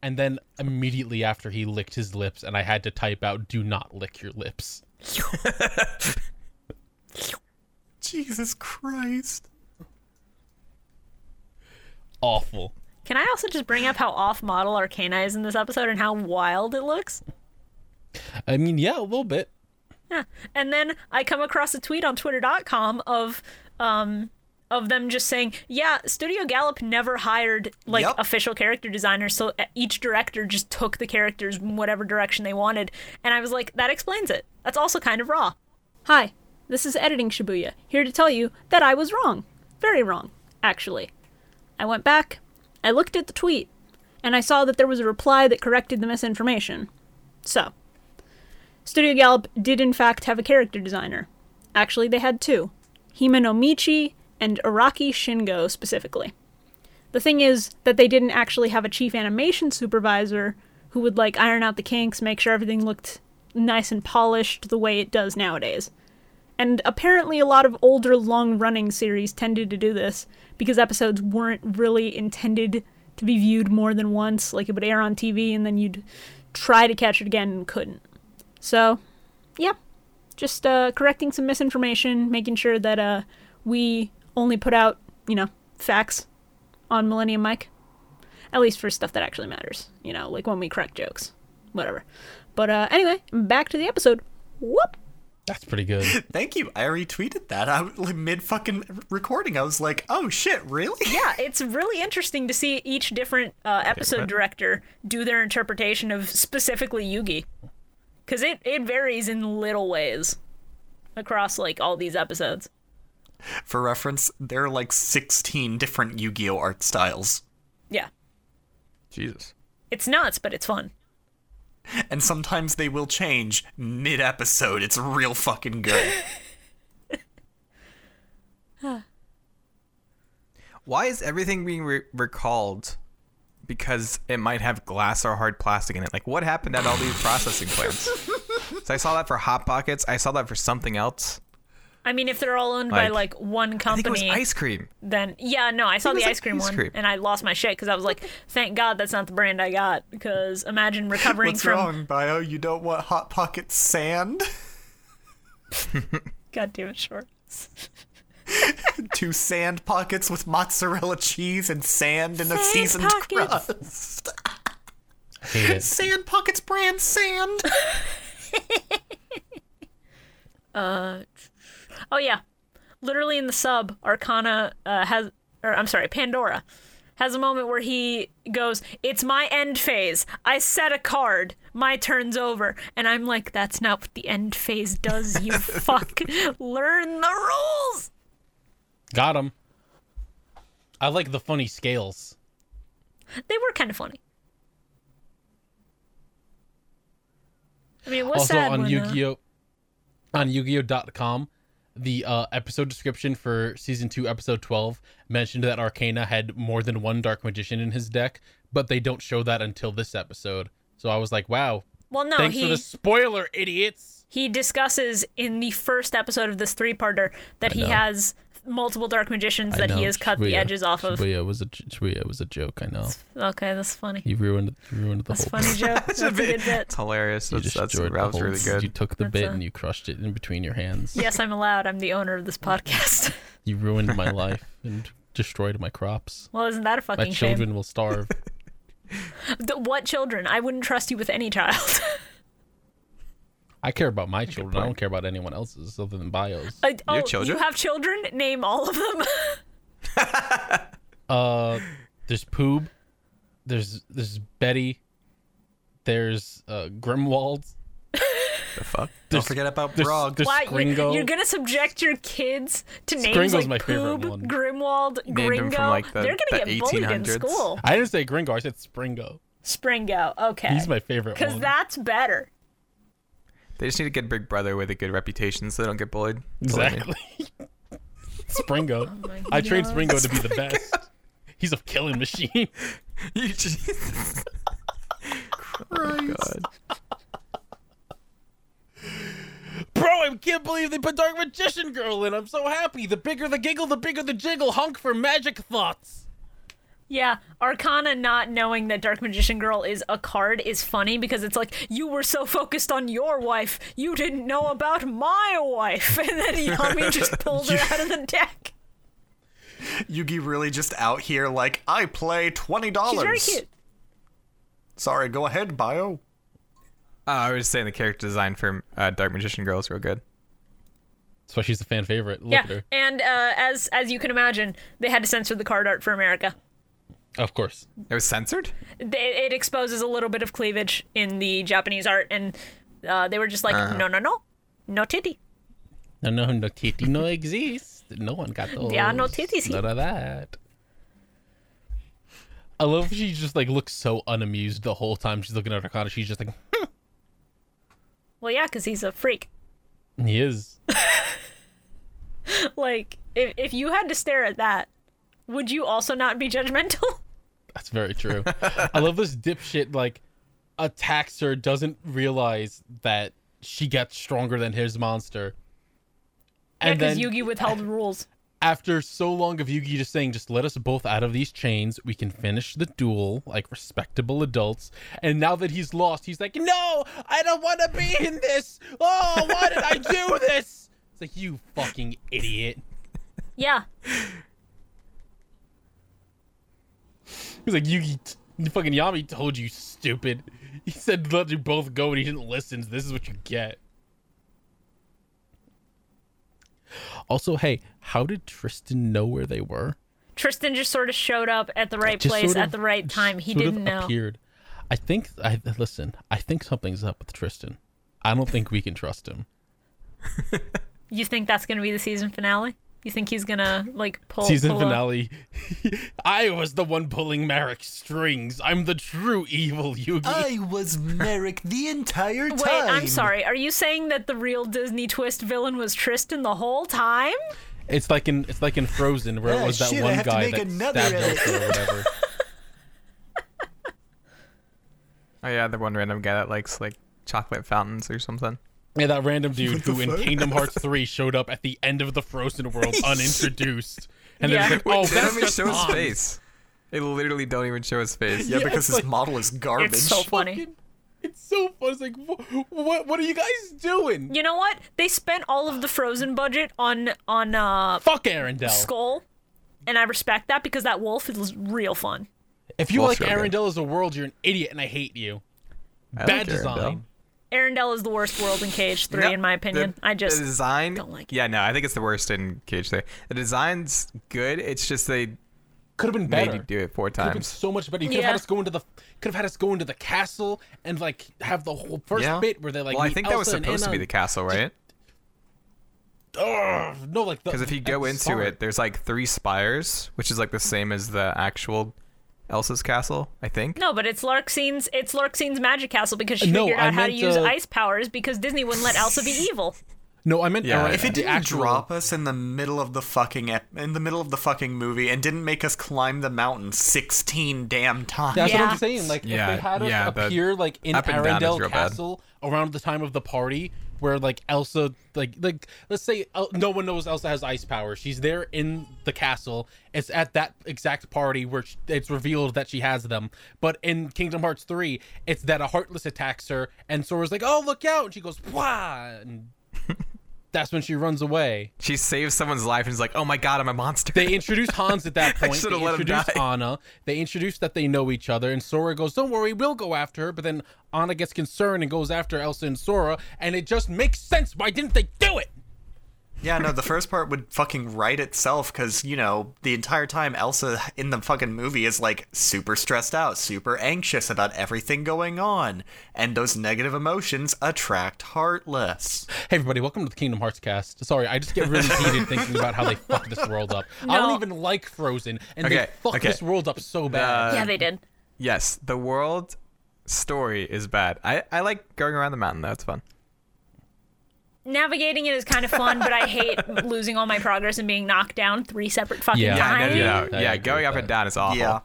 Speaker 6: And then immediately after he licked his lips, and I had to type out, "Do not lick your lips."
Speaker 3: Jesus Christ.
Speaker 6: Awful.
Speaker 2: Can I also just bring up how off model Arcana is in this episode and how wild it looks?
Speaker 6: I mean, yeah, a little bit.
Speaker 2: Yeah. And then I come across a tweet on twitter.com of um of them just saying, "Yeah, Studio Gallup never hired like
Speaker 3: Yep.
Speaker 2: official character designers, so e-, each director just took the characters in whatever direction they wanted." And I was like, "That explains it. That's also kind of raw." Hi. This is editing Shibuya, here to tell you that I was wrong. Very wrong, actually. I went back, I looked at the tweet, and I saw that there was a reply that corrected the misinformation. So, Studio Gallup did in fact have a character designer. Actually, they had two Hima no Michi and Araki Shingo specifically. The thing is that they didn't actually have a chief animation supervisor who would like iron out the kinks, make sure everything looked nice and polished the way it does nowadays. And apparently, a lot of older, long running series tended to do this because episodes weren't really intended to be viewed more than once. Like, it would air on TV and then you'd try to catch it again and couldn't. So, yeah, just uh, correcting some misinformation, making sure that uh, we only put out, you know, facts on Millennium Mike. At least for stuff that actually matters, you know, like when we crack jokes, whatever. But uh, anyway, back to the episode. Whoop!
Speaker 6: That's pretty good.
Speaker 3: Thank you. I retweeted that. I like, mid fucking recording. I was like, oh shit, really?
Speaker 2: Yeah, it's really interesting to see each different uh, episode director do their interpretation of specifically Yugi, because it it varies in little ways across like all these episodes.
Speaker 3: For reference, there are like 16 different Yu-Gi-Oh art styles,
Speaker 2: Yeah,
Speaker 5: Jesus.
Speaker 2: it's nuts, but it's fun.
Speaker 3: and sometimes they will change mid-episode. It's real fucking good.
Speaker 5: Why is everything being re- recalled because it might have glass or hard plastic in it. Like, what happened at all these processing plants? So I saw that for Hot Pockets. I saw that for something else.
Speaker 2: I mean, if they're all owned by
Speaker 5: Like-
Speaker 2: like
Speaker 5: I
Speaker 2: one
Speaker 5: think it was
Speaker 2: company,
Speaker 5: ice cream.
Speaker 2: then yeah, no, I saw
Speaker 5: think
Speaker 2: the
Speaker 5: it was,
Speaker 2: ice
Speaker 5: like, ice
Speaker 2: cream one,
Speaker 5: cream.
Speaker 2: and I lost my shit because I was like, "Thank God that's not the brand I got." Because imagine recovering
Speaker 3: What's
Speaker 2: from
Speaker 3: wrong, Bio? You don't want Hot Pocket sand?
Speaker 2: goddamn it, short.
Speaker 3: Two sand pockets with mozzarella cheese and sand and a seasoned
Speaker 2: pockets.
Speaker 3: crust.
Speaker 6: Hate it.
Speaker 3: Sand Pockets brand sand.
Speaker 2: Uh, Oh yeah, literally in the sub, Arcana uh, has, or I'm sorry, Pandora has a moment where he goes, "It's my end phase. I set a card. My turn's over." And I'm like, "That's not what the end phase does. You fuck. Learn the rules."
Speaker 6: Got him. I like the funny scales.
Speaker 2: They were kind of funny. I mean, it was
Speaker 6: also
Speaker 2: sad
Speaker 6: on
Speaker 2: when, uh,
Speaker 6: Yu-Gi-Oh on Yu-Gi-Oh.com, the uh, episode description for season two, episode twelve, mentioned that Arcana had more than one Dark Magician in his deck, but they don't show that until this episode. So I was like, wow.
Speaker 2: well, no,
Speaker 6: Thanks
Speaker 2: Oh, he
Speaker 6: for the spoiler, idiots.
Speaker 2: he discusses in the first episode of this three-parter that he has multiple dark magicians that he has cut the
Speaker 6: uh,
Speaker 2: edges off of.
Speaker 6: Shibuya was a Shibuya was a joke. I know
Speaker 2: Okay, that's funny.
Speaker 6: you ruined you ruined the
Speaker 2: That's
Speaker 6: whole.
Speaker 2: funny joke. That's a good bit.
Speaker 5: It's hilarious.
Speaker 6: You
Speaker 5: That's, that's,
Speaker 6: destroyed
Speaker 5: that
Speaker 6: the
Speaker 5: was
Speaker 6: whole-
Speaker 5: really good.
Speaker 6: You took the
Speaker 2: That's
Speaker 6: bit
Speaker 2: a-
Speaker 6: and you crushed it in between your hands.
Speaker 2: Yes, I'm allowed. I'm the owner of this podcast.
Speaker 6: You ruined my life and destroyed my crops.
Speaker 2: Well, isn't that a
Speaker 6: My
Speaker 2: fucking
Speaker 6: children will starve.
Speaker 2: shame? Th- what children? I wouldn't trust you with any child.
Speaker 6: I care about my children. I don't care about anyone else's other than bios.
Speaker 2: I- oh,
Speaker 5: children?
Speaker 2: You have children? Name all of them.
Speaker 6: Uh, there's Poob. There's there's Betty. There's uh, Grimwald.
Speaker 5: The fuck?
Speaker 3: Don't forget about
Speaker 6: There's,
Speaker 3: Brog.
Speaker 6: there's
Speaker 2: Why
Speaker 6: Gringo.
Speaker 2: You, are gonna subject your kids to names
Speaker 6: Gringo's
Speaker 2: like
Speaker 6: my favorite
Speaker 2: Poob,
Speaker 6: one.
Speaker 2: Grimwald,
Speaker 5: Named him from,
Speaker 2: Gringo.
Speaker 5: like, the-
Speaker 2: They're gonna
Speaker 5: the
Speaker 2: get bullied in
Speaker 5: 1800s.
Speaker 2: school.
Speaker 6: I didn't say Gringo. I said Springo.
Speaker 2: Springo. Okay.
Speaker 6: He's my favorite
Speaker 2: Because
Speaker 6: one.
Speaker 2: that's better.
Speaker 5: They just need to get Big Brother with a good reputation so they don't get bullied. That's all they need.
Speaker 6: exactly.
Speaker 2: Oh
Speaker 6: Springo. I trained Springo to be the best. He's a killing machine.
Speaker 5: You just- oh my god.
Speaker 6: Bro, I can't believe they put Dark Magician Girl in. I'm so happy. The bigger the giggle, the bigger the jiggle. Hunk for magic thoughts.
Speaker 2: Yeah, Arcana not knowing that Dark Magician Girl is a card is funny because it's like you were so focused on your wife, you didn't know about my wife, and then Yami just pulled her out of the deck.
Speaker 3: Yugi really just out here like I play twenty
Speaker 2: She's very
Speaker 3: dollars.
Speaker 2: cute.
Speaker 3: Sorry, go ahead, Bio.
Speaker 5: Oh, I was just saying the character design for uh, Dark Magician Girl is real good.
Speaker 6: That's why she's the fan favorite. Look at
Speaker 2: Yeah,
Speaker 6: her.
Speaker 2: and uh, as as you can imagine, they had to censor the card art for America.
Speaker 6: Of course.
Speaker 5: It was censored?
Speaker 2: They, it exposes a little bit of cleavage in the Japanese art, and uh, they were just like,
Speaker 6: Uh-huh.
Speaker 2: no, no, no, no titty.
Speaker 6: No, no, no titty no exists. No one got those.
Speaker 2: There are no titties
Speaker 6: None of that. I love she just like looks so unamused the whole time she's looking at Arcana. She's just like,
Speaker 2: Well, yeah, because he's a freak.
Speaker 6: he is.
Speaker 2: Like, if if you had to stare at that, would you also not be judgmental?
Speaker 6: That's very true. I love this dipshit like attacks her, doesn't realize that she got stronger than his monster.
Speaker 2: Yeah, because Yugi withheld rules.
Speaker 6: after so long of Yugi just saying, just let us both out of these chains, we can finish the duel like respectable adults. And now that he's lost, he's like, no, I don't want to be in this. Oh, why did I do this? It's like, you fucking idiot.
Speaker 2: Yeah.
Speaker 6: He's like, Yugi, t- fucking Yami told you, stupid. He said, let you both go, and he didn't listen. So this is what you get. Also, hey, how did Tristan know where they were?
Speaker 2: Tristan just sort of showed up at the right
Speaker 6: just
Speaker 2: place
Speaker 6: sort
Speaker 2: at
Speaker 6: of-
Speaker 2: the right
Speaker 6: just
Speaker 2: time. He
Speaker 6: sort of
Speaker 2: didn't know.
Speaker 6: Appeared. I think. I listen. I think something's up with Tristan. I don't think we can trust him.
Speaker 2: You think that's going to be the season finale? You think he's going to, like, pull.
Speaker 6: Season
Speaker 2: pull a-
Speaker 6: finale. I was the one pulling Merrick's strings. I'm the true evil Yugi.
Speaker 3: was Merrick the entire time.
Speaker 2: Wait, I'm sorry. Are you saying that the real Disney twist villain was Tristan the whole time?
Speaker 6: it's like in it's like in Frozen where
Speaker 3: Ah,
Speaker 6: it was that
Speaker 3: shit, I
Speaker 6: one
Speaker 3: have to
Speaker 6: guy
Speaker 3: make
Speaker 6: that
Speaker 3: another
Speaker 6: stabbed
Speaker 3: edit.
Speaker 6: Elsa or whatever.
Speaker 5: Oh yeah, the one random guy that likes like chocolate fountains or something.
Speaker 6: Yeah, that random dude who in Kingdom Hearts 3 showed up at the end of the Frozen World unintroduced. And
Speaker 2: Yeah.
Speaker 6: they're just like, oh,
Speaker 5: they don't
Speaker 6: that's
Speaker 5: even
Speaker 6: just
Speaker 5: show his
Speaker 6: Hans."
Speaker 5: face. They literally don't even show his face.
Speaker 3: Yeah, because
Speaker 6: it's
Speaker 3: his
Speaker 6: like-
Speaker 3: model is garbage.
Speaker 2: It's so funny.
Speaker 6: Fucking- It's so fun. It's like, wh- what, what are you guys doing?
Speaker 2: You know what? They spent all of the Frozen budget on on uh
Speaker 6: Fuck Arendelle.
Speaker 2: Skull, and I respect that because that wolf is real fun.
Speaker 6: If you
Speaker 5: Well,
Speaker 6: like
Speaker 5: sure, good.
Speaker 6: Arendelle as a world, you're an idiot and I hate you.
Speaker 5: I like
Speaker 6: Bad
Speaker 5: Arendelle.
Speaker 6: design.
Speaker 2: Arendelle is the worst world in Cage Three,
Speaker 5: No,
Speaker 2: in my opinion.
Speaker 5: the-
Speaker 2: I
Speaker 5: the
Speaker 2: just
Speaker 5: design.
Speaker 2: don't like it.
Speaker 5: Yeah, no, I think it's the worst in Cage Three. The design's good. It's just they
Speaker 6: Could have been
Speaker 5: made
Speaker 6: better.
Speaker 5: you do it four
Speaker 6: Could have been
Speaker 5: times.
Speaker 6: so much better. You could have
Speaker 2: Yeah.
Speaker 6: had us go into the could have had us go into the castle and like have the whole first
Speaker 3: Yeah.
Speaker 6: bit where they like.
Speaker 5: Well, I
Speaker 6: meet
Speaker 5: think that was
Speaker 6: Elsa and
Speaker 5: supposed to be
Speaker 6: Anna
Speaker 5: the castle, right?
Speaker 6: and- Ugh, no, like
Speaker 5: Because if you go into it, there's like three spires, which is like the same as the actual Elsa's castle, I think.
Speaker 2: no, but it's Larksin's it's Larksin's magic castle because she
Speaker 6: Uh, no,
Speaker 2: figured
Speaker 6: I
Speaker 2: out how to
Speaker 6: meant,
Speaker 2: use
Speaker 6: uh,
Speaker 2: ice powers because Disney wouldn't let Elsa be evil.
Speaker 6: no, I meant
Speaker 5: Yeah,
Speaker 6: Arendelle,
Speaker 5: if
Speaker 3: If it
Speaker 6: the
Speaker 3: didn't
Speaker 6: actual-
Speaker 3: drop us in the middle of the fucking ep- in the middle of the fucking movie and didn't make us climb the mountain 16 damn times.
Speaker 6: That's what
Speaker 2: Yeah.
Speaker 6: I'm saying. Like
Speaker 5: Yeah,
Speaker 6: if they had us
Speaker 5: yeah, the
Speaker 6: appear like in
Speaker 5: up and down is real
Speaker 6: Arendelle
Speaker 5: bad.
Speaker 6: Castle around the time of the party, where like Elsa, like like let's say El- no one knows Elsa has ice power. She's there in the castle. It's at that exact party where sh it's revealed that she has them. But in Kingdom Hearts three, it's that a Heartless attacks her, and Sora's like, "Oh, look out!" and she goes, "Wah!" and that's when she runs away.
Speaker 5: She saves someone's life and is like, "Oh my god, I'm a monster."
Speaker 6: They introduced Hans at that point.
Speaker 5: should've
Speaker 6: They
Speaker 5: let him
Speaker 6: introduced
Speaker 5: die.
Speaker 6: Anna. They introduced that they know each other, and Sora goes, "Don't worry, we'll go after her." But then Anna gets concerned and goes after Elsa and Sora, and it just makes sense. Why didn't they do it?
Speaker 3: Yeah, no, the first part would fucking write itself because, you know, the entire time Elsa in the fucking movie is like super stressed out, super anxious about everything going on. And those negative emotions attract Heartless.
Speaker 6: Hey, everybody, welcome to the Kingdom Hearts cast. Sorry, I just get really heated thinking about how they fuck this world up. I
Speaker 2: No.
Speaker 6: don't even like Frozen, and
Speaker 5: Okay,
Speaker 6: they fuck
Speaker 5: okay.
Speaker 6: this world up so
Speaker 5: Uh,
Speaker 6: bad.
Speaker 2: yeah, they did.
Speaker 5: yes, the world story is bad. I I like going around the mountain. though. It's fun.
Speaker 2: Navigating it is kind of fun, but I hate losing all my progress and being knocked down three separate fucking
Speaker 6: Yeah.
Speaker 5: Yeah, I
Speaker 2: times.
Speaker 5: know, yeah,
Speaker 6: I
Speaker 5: yeah,
Speaker 6: agree
Speaker 5: going
Speaker 6: with
Speaker 5: up and
Speaker 6: that.
Speaker 5: down is awful.
Speaker 3: Yeah.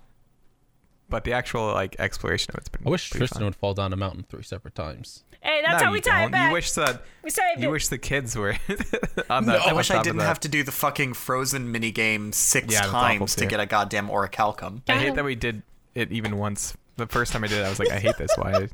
Speaker 5: But the actual like exploration of it's been.
Speaker 6: I wish
Speaker 5: pretty
Speaker 6: Tristan
Speaker 5: fun.
Speaker 6: would fall down a mountain three separate times.
Speaker 2: Hey, that's
Speaker 5: no,
Speaker 2: how we
Speaker 5: you
Speaker 2: tie it
Speaker 5: don't.
Speaker 2: back.
Speaker 5: You wish that
Speaker 2: we saved
Speaker 5: you
Speaker 2: it.
Speaker 5: wish the kids were on that.
Speaker 3: I wish I didn't have to do the fucking Frozen minigame six
Speaker 5: Yeah, that's awful
Speaker 3: times to
Speaker 5: too.
Speaker 3: get a goddamn Orichalcum.
Speaker 5: I hate that we did it even once. The first time I did it, I was like, I hate this. Why?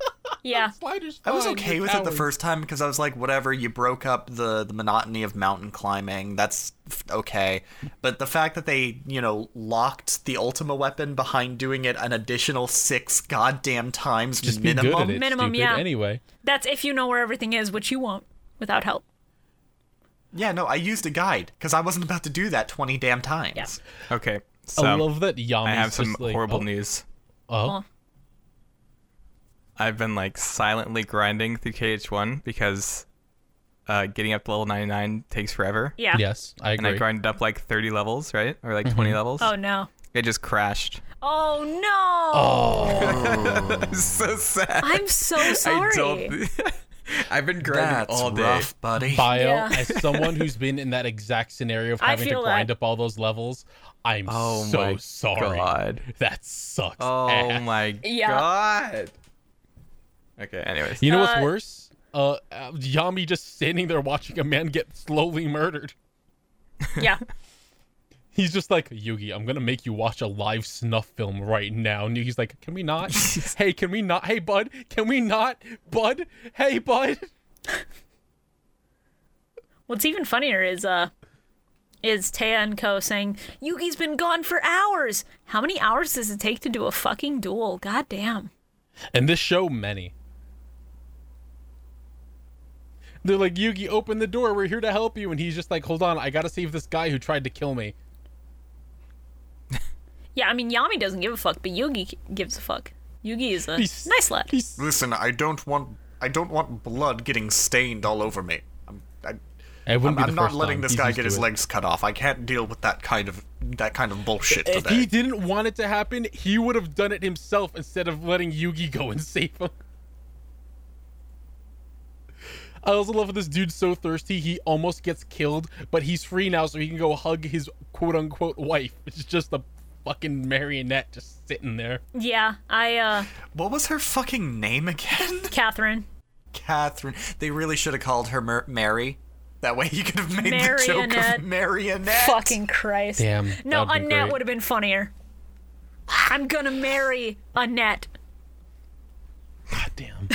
Speaker 2: yeah.
Speaker 6: Sliders.
Speaker 3: I was okay with it the first time because I was like, whatever, you broke up the, the monotony of mountain climbing. That's f- okay. But the fact that they, you know, locked the Ultima weapon behind doing it an additional six goddamn times
Speaker 6: Just be
Speaker 3: minimum.
Speaker 6: good at it.
Speaker 2: Minimum,
Speaker 6: stupid.
Speaker 2: yeah.
Speaker 6: Anyway.
Speaker 2: That's if you know where everything is, which you won't without help.
Speaker 3: Yeah, no, I used a guide because I wasn't about to do that 20 damn times.
Speaker 2: Yeah.
Speaker 5: Okay, so
Speaker 6: I love that Yami's
Speaker 5: I have
Speaker 6: just
Speaker 5: some
Speaker 6: like,
Speaker 5: horrible
Speaker 6: oh,
Speaker 5: news.
Speaker 3: Uh-huh.
Speaker 6: Oh.
Speaker 5: I've been like silently grinding through KH1 because uh, getting up to level 99 takes forever.
Speaker 2: Yeah.
Speaker 6: Yes, I
Speaker 5: And
Speaker 6: agree.
Speaker 5: I grinded up like 30 levels, right? Or like 20
Speaker 3: Mm-hmm.
Speaker 5: levels.
Speaker 2: Oh no.
Speaker 5: It just crashed.
Speaker 2: Oh no.
Speaker 6: Oh,
Speaker 5: so sad.
Speaker 2: I'm so sorry.
Speaker 5: I don't. I've been grinding
Speaker 3: That's
Speaker 5: all day.
Speaker 3: rough, buddy.
Speaker 6: bio
Speaker 2: Yeah.
Speaker 6: as someone who's been in that exact scenario of
Speaker 2: I
Speaker 6: having to
Speaker 2: feel
Speaker 6: grind
Speaker 2: that.
Speaker 6: up all those levels. I'm
Speaker 5: Oh
Speaker 6: so
Speaker 5: my
Speaker 6: sorry.
Speaker 5: God.
Speaker 6: That sucks.
Speaker 5: Oh
Speaker 6: ass.
Speaker 5: my
Speaker 2: Yeah.
Speaker 5: god. Okay, anyways.
Speaker 6: You know what's
Speaker 2: Uh,
Speaker 6: worse? Uh, uh, Yami just standing there watching a man get slowly murdered.
Speaker 2: Yeah.
Speaker 6: He's just like Yugi. I'm gonna make you watch a live snuff film right now. And Yugi's like, "Can we not? hey, can we not? Hey, bud, can we not? Bud, hey, bud."
Speaker 2: What's even funnier is uh is Taya and Co saying, Yugi's been gone for hours. How many hours does it take to do a fucking duel? God damn.
Speaker 6: And this show, many. They're like, Yugi, open the door. We're here to help you. And he's just like, hold on. I got to save this guy who tried to kill me.
Speaker 2: Yeah, I mean Yami doesn't give a fuck, but Yugi gives a fuck. Yugi is a
Speaker 6: He's-
Speaker 2: nice lad.
Speaker 6: He's,
Speaker 3: Listen, I don't want I don't want blood getting stained all over me. I'm, I,
Speaker 6: it wouldn't
Speaker 3: I'm,
Speaker 6: be the
Speaker 3: I'm not
Speaker 6: first
Speaker 3: letting
Speaker 6: time.
Speaker 3: this
Speaker 6: He's
Speaker 3: guy
Speaker 6: used
Speaker 3: get
Speaker 6: to
Speaker 3: his
Speaker 6: it.
Speaker 3: legs cut off. I can't deal with that kind of that kind of bullshit
Speaker 6: If
Speaker 3: today.
Speaker 6: he didn't want it to happen, he would have done it himself instead of letting Yugi go and save him. I also love this dude's so thirsty he almost gets killed, but he's free now, so he can go hug his quote unquote wife, which is just a fucking marionette just sitting there.
Speaker 2: Yeah, I, uh,
Speaker 3: What was her fucking name again?
Speaker 2: Catherine.
Speaker 3: Catherine. They really should have called her Mer- Mary. That way you could have made the joke
Speaker 2: Marionette.
Speaker 3: of marionette.
Speaker 2: Fucking Christ.
Speaker 6: Damn,
Speaker 2: No,
Speaker 6: that'd be
Speaker 2: Annette
Speaker 6: great.
Speaker 2: would have been funnier. I'm gonna marry Annette.
Speaker 6: God damn.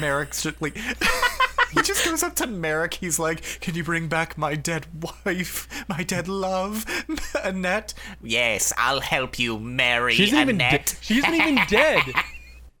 Speaker 3: Merrick's just like. he just goes up to Merrick. He's like, Can you bring back my dead wife? My dead love? Annette?
Speaker 8: Yes, I'll help you marry
Speaker 6: She's not even dead.
Speaker 8: Annette.
Speaker 6: She's not even dead.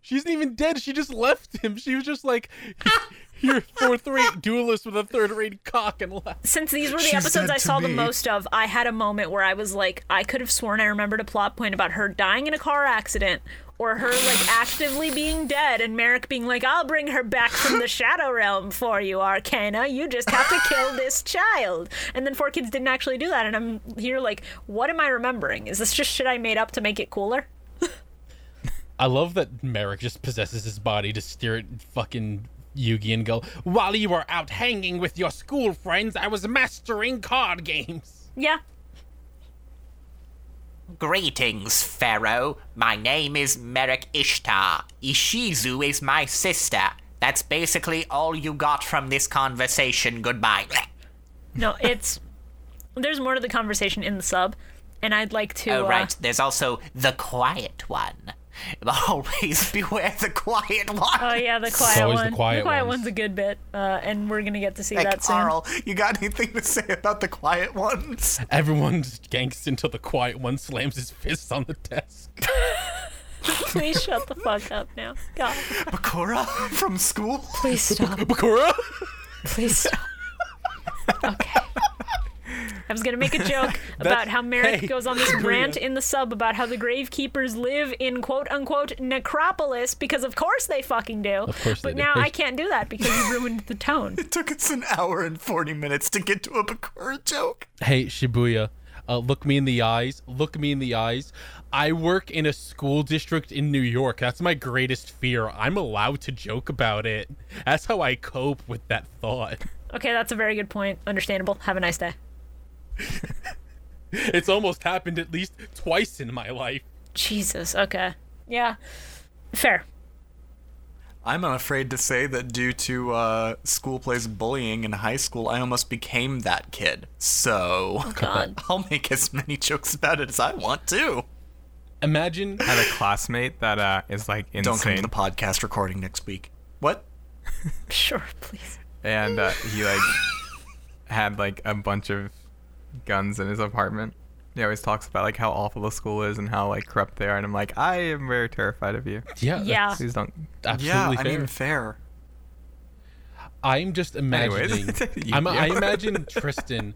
Speaker 6: She's not even dead. She just left him. She was just like, "You're a fourth-rate duelist with a third-rate cock," and left.
Speaker 2: Since these were the
Speaker 3: She
Speaker 2: episodes
Speaker 3: said
Speaker 2: I
Speaker 3: to
Speaker 2: saw the
Speaker 3: me-
Speaker 2: most of, I had a moment where I was like, I could have sworn I remembered a plot point about her dying in a car accident or her like actively being dead and Merrick being like, I'll bring her back from the shadow realm for you, Arcana. You just have to kill this child. And then Four Kids didn't actually do that. And I'm here like, what am I remembering? Is this just shit I made up to make it cooler?
Speaker 6: I love that Merrick just possesses his body to steer it fucking Yugi and go. While you were out hanging with your school friends, I was mastering card games.
Speaker 2: Yeah.
Speaker 8: Greetings, Pharaoh. My name is Merrick Ishtar. Ishizu is my sister. That's basically all you got from this conversation. Goodbye.
Speaker 2: No, it's there's more to the conversation in the sub, and I'd like to.
Speaker 8: Oh,
Speaker 2: uh,
Speaker 8: right. There's also the quiet one. Always beware the quiet one.
Speaker 2: oh yeah, the quiet
Speaker 6: always the
Speaker 2: one.
Speaker 6: quiet ones.
Speaker 2: one's a good bit, uh, and we're gonna get to see
Speaker 3: Like,
Speaker 2: that soon.
Speaker 3: Arl, you got anything to say about the quiet ones?
Speaker 6: Everyone's gangst until the quiet one slams his fists on the desk.
Speaker 2: Please shut the fuck up now. God,
Speaker 3: Bakura from school?
Speaker 11: Please stop.
Speaker 6: Bakura.
Speaker 11: Please stop.
Speaker 2: I was gonna make a joke about how Merrick
Speaker 6: hey,
Speaker 2: goes on this rant in the sub about how the gravekeepers live in quote unquote necropolis because of course they fucking do. Of
Speaker 6: course they
Speaker 2: but
Speaker 6: do.
Speaker 2: now I can't do that because you ruined the tone.
Speaker 3: It took us an hour and 40 minutes to get to a Bakura joke.
Speaker 6: hey shibuya uh, look me in the eyes look me in the eyes i work in a school district in new york that's my greatest fear i'm allowed to joke about it that's how i cope with that thought
Speaker 2: Okay, that's a very good point. Understandable. Have a nice day.
Speaker 6: it's almost happened at least twice in my life
Speaker 2: Jesus. Okay. Yeah. Fair.
Speaker 3: I'm unafraid to say that due to uh, school plays bullying in high school, I almost became that kid. So
Speaker 2: God.
Speaker 3: I'll make as many jokes about it as I want to.
Speaker 6: imagine
Speaker 5: I had a classmate that uh, is like insane.
Speaker 3: Don't come to the podcast recording next week. What?
Speaker 2: Sure, please.
Speaker 5: and uh, he like had like a bunch of guns in his apartment. He always talks about like how awful the school is and how like corrupt they are, and I'm like, I am very terrified of you.
Speaker 6: yeah
Speaker 2: Yeah.
Speaker 6: that's
Speaker 5: Please don't.
Speaker 6: absolutely
Speaker 3: yeah, I
Speaker 6: fair.
Speaker 3: mean, fair.
Speaker 6: i'm just
Speaker 5: Anyways.
Speaker 6: imagining
Speaker 5: You-
Speaker 6: I'm, i
Speaker 5: you-
Speaker 6: imagine tristan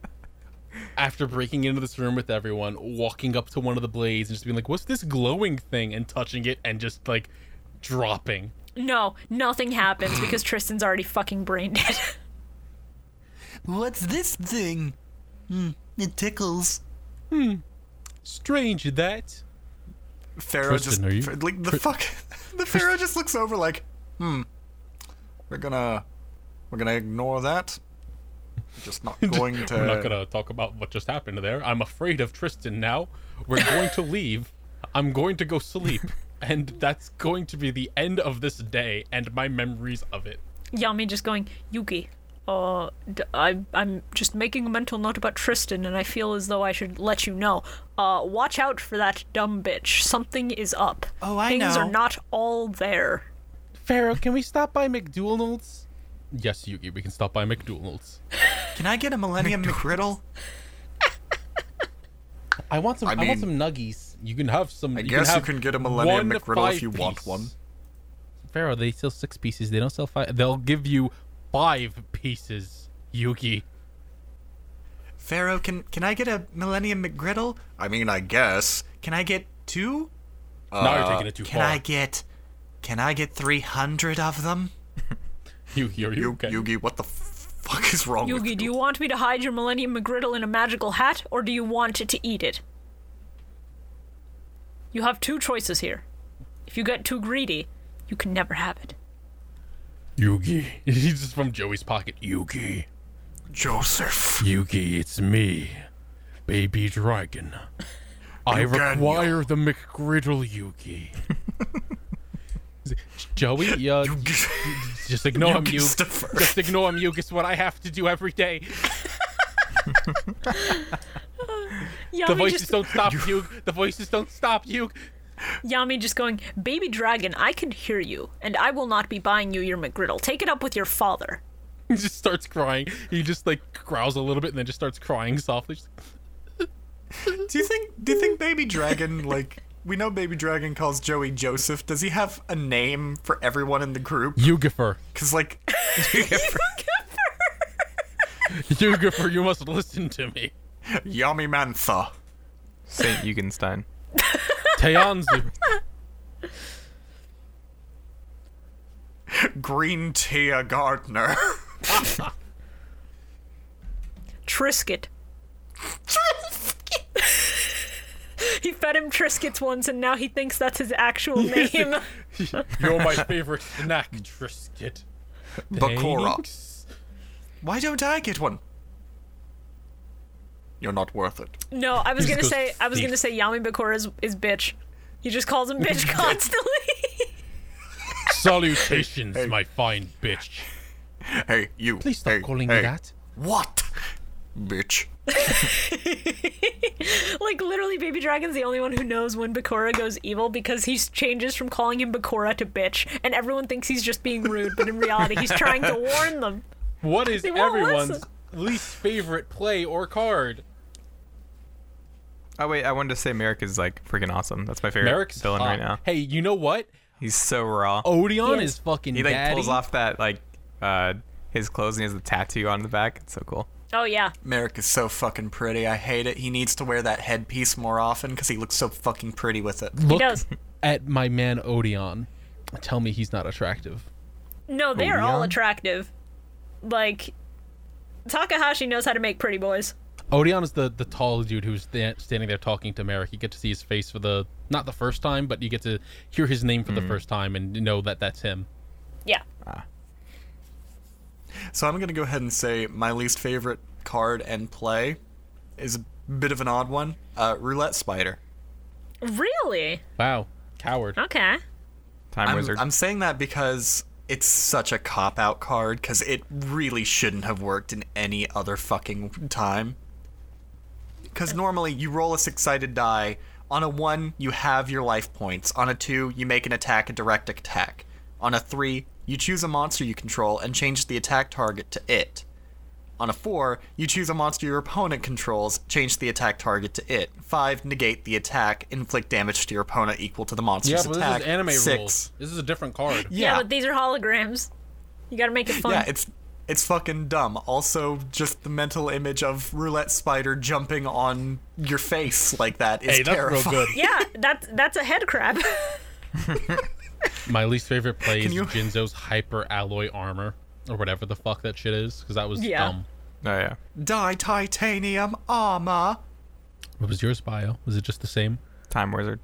Speaker 6: after breaking into this room with everyone walking up to one of the blades and just being like what's this glowing thing and touching it and just like dropping
Speaker 2: No, nothing happens because Tristan's already fucking brain dead.
Speaker 3: What's this thing? Hmm, it tickles.
Speaker 6: strange that
Speaker 3: Pharaoh
Speaker 6: Tristan,
Speaker 3: just
Speaker 6: are you-
Speaker 3: like the fuck. The Pharaoh just looks over like, hmm. We're gonna, we're gonna ignore that. Just not going to.
Speaker 6: We're not gonna talk about what just happened there. I'm afraid of Tristan now. We're going to leave. I'm going to go sleep. And that's going to be the end of this day and my memories of it.
Speaker 2: Yami just going, Yuki, uh, d- I, I'm just making a mental note about Tristan and I feel as though I should let you know. Uh, watch out for that dumb bitch. Something is up.
Speaker 3: Oh, I
Speaker 2: Things are
Speaker 3: know.
Speaker 2: not all there.
Speaker 6: Pharaoh, can we stop by McDonald's? Yes, Yugi, we can stop by McDonald's.
Speaker 3: Can I get a Millennium McGriddle?
Speaker 6: I want some. I,
Speaker 3: I
Speaker 6: want
Speaker 3: mean-
Speaker 6: some nuggies. You can have some. I
Speaker 3: guess you
Speaker 6: have
Speaker 3: can get a Millennium
Speaker 6: one
Speaker 3: McGriddle if you
Speaker 6: five-piece.
Speaker 3: want one.
Speaker 6: Pharaoh, they sell six pieces. They don't sell five. They'll give you five pieces, Yugi.
Speaker 3: Pharaoh, can can I get a Millennium McGriddle? I mean, I guess. Can I get two?
Speaker 6: now
Speaker 3: Uh,
Speaker 6: you're taking it too
Speaker 3: Can
Speaker 6: far.
Speaker 3: I get? Can I get three hundred of them?
Speaker 6: Yugi, are you,
Speaker 3: Yu-
Speaker 6: okay?
Speaker 3: Yugi, what the fuck is wrong with
Speaker 2: Yugi,
Speaker 3: you?
Speaker 2: do you want me to hide your Millennium McGriddle in a magical hat or do you want to eat it? You have two choices here. If you get too greedy, you can never have it.
Speaker 6: Yugi. He's just from Joey's pocket. Yugi.
Speaker 3: Joseph?
Speaker 6: Yugi, it's me, baby dragon. I
Speaker 3: Eugenio.
Speaker 6: require the McGriddle Yuki. Is it, Joey, yeah, just ignore him, you.
Speaker 3: Christopher.
Speaker 6: Just ignore him, you. It's what I have to do every day. The
Speaker 2: Yami
Speaker 6: voices
Speaker 2: just,
Speaker 6: don't stop, you. The voices don't stop, you.
Speaker 2: Yami just going, Baby Dragon, I can hear you, and I will not be buying you your McGriddle. Take it up with your father.
Speaker 6: He just starts crying. He just like growls a little bit and then just starts crying softly. Just-
Speaker 3: Do you think do you think Baby Dragon like we know Baby Dragon calls Joey Joseph. Does he have a name for everyone in the group?
Speaker 6: Yugifer,
Speaker 3: Cuz like
Speaker 6: Yugifer, you must listen to me.
Speaker 3: Yami Mantha.
Speaker 5: Saint Eugenstein.
Speaker 6: Teyanzu,
Speaker 3: Green Tia Gardner.
Speaker 2: Trisket. he fed him Triscuits once, and now he thinks that's his actual name.
Speaker 6: you're my favorite snack, Trisket.
Speaker 3: Bakura.
Speaker 6: Thanks.
Speaker 3: Why don't I get one? You're not worth it.
Speaker 2: No, I was
Speaker 6: He
Speaker 2: gonna
Speaker 6: just
Speaker 2: say
Speaker 6: goes,
Speaker 2: I was
Speaker 6: "Thief."
Speaker 2: gonna say Yami Bakura is, is bitch. He just calls him bitch constantly.
Speaker 6: Salutations, my fine bitch.
Speaker 3: Hey, you.
Speaker 6: Please stop
Speaker 3: Hey,
Speaker 6: calling
Speaker 3: hey.
Speaker 6: me that.
Speaker 3: What? Bitch.
Speaker 2: like literally, Baby Dragon's the only one who knows when Bakura goes evil because he s- changes from calling him Bakura to bitch, and everyone thinks he's just being rude, but in reality, he's trying to warn them.
Speaker 6: What is
Speaker 2: They won't
Speaker 6: everyone's
Speaker 2: listen.
Speaker 6: least favorite play or card?
Speaker 5: Oh wait, I wanted to say Merrick is like freaking awesome. That's my favorite
Speaker 6: Merrick's
Speaker 5: villain
Speaker 6: hot.
Speaker 5: right now.
Speaker 6: Hey, you know what?
Speaker 5: He's so raw.
Speaker 6: Odeon
Speaker 2: Yes.
Speaker 6: is fucking
Speaker 5: he like
Speaker 6: daddy.
Speaker 5: pulls off that like uh his clothes and he has the tattoo on the back. It's so cool.
Speaker 2: Oh yeah,
Speaker 3: Merrick is so fucking pretty. I hate it. He needs to wear that headpiece more often because he looks so fucking pretty with it.
Speaker 2: he
Speaker 6: Look
Speaker 2: does.
Speaker 6: at my man Odeon. Tell me he's not attractive.
Speaker 2: No, they are all
Speaker 5: Odeon?
Speaker 2: attractive. Like Takahashi knows how to make pretty boys.
Speaker 6: Odeon is the the tall dude who's sta- standing there talking to Merrick. You get to see his face for the not the first time, but you get to hear his name for the
Speaker 5: Mm.
Speaker 6: first time and know that that's him.
Speaker 2: Yeah.
Speaker 3: So I'm gonna go ahead and say my least favorite card and play is a bit of an odd one. Uh, roulette spider.
Speaker 2: Really?
Speaker 6: Wow, coward.
Speaker 2: Okay.
Speaker 5: Time
Speaker 3: I'm,
Speaker 5: wizard.
Speaker 3: I'm saying that because it's such a cop out card because it really shouldn't have worked in any other fucking time. Because normally you roll a six sided die. On a one, you have your life points. On a two, you make an attack, a direct attack. On a three, you choose a monster you control and change the attack target to it. On a 4, you choose a monster your opponent controls, change the attack target to it. 5, negate the attack, inflict damage to your opponent equal to the
Speaker 6: Yeah,
Speaker 3: monster's
Speaker 6: but
Speaker 3: attack.
Speaker 6: this is anime
Speaker 3: 6.
Speaker 6: rules. This is a different card.
Speaker 2: Yeah.
Speaker 3: Yeah.
Speaker 2: but these are holograms. You gotta make it fun.
Speaker 3: Yeah, it's it's fucking dumb. Also, just the mental image of roulette spider jumping on your face like that is
Speaker 6: Hey, that's real
Speaker 3: terrifying.
Speaker 6: good.
Speaker 2: yeah, that's that's a head crab.
Speaker 6: My least favorite play is
Speaker 3: you-
Speaker 6: Jinzo's hyper alloy armor or whatever the fuck that shit is because that was
Speaker 2: Yeah.
Speaker 6: dumb.
Speaker 5: oh yeah.
Speaker 3: Die titanium armor.
Speaker 6: What was yours, Bio? Was it just the same?
Speaker 5: Time wizard.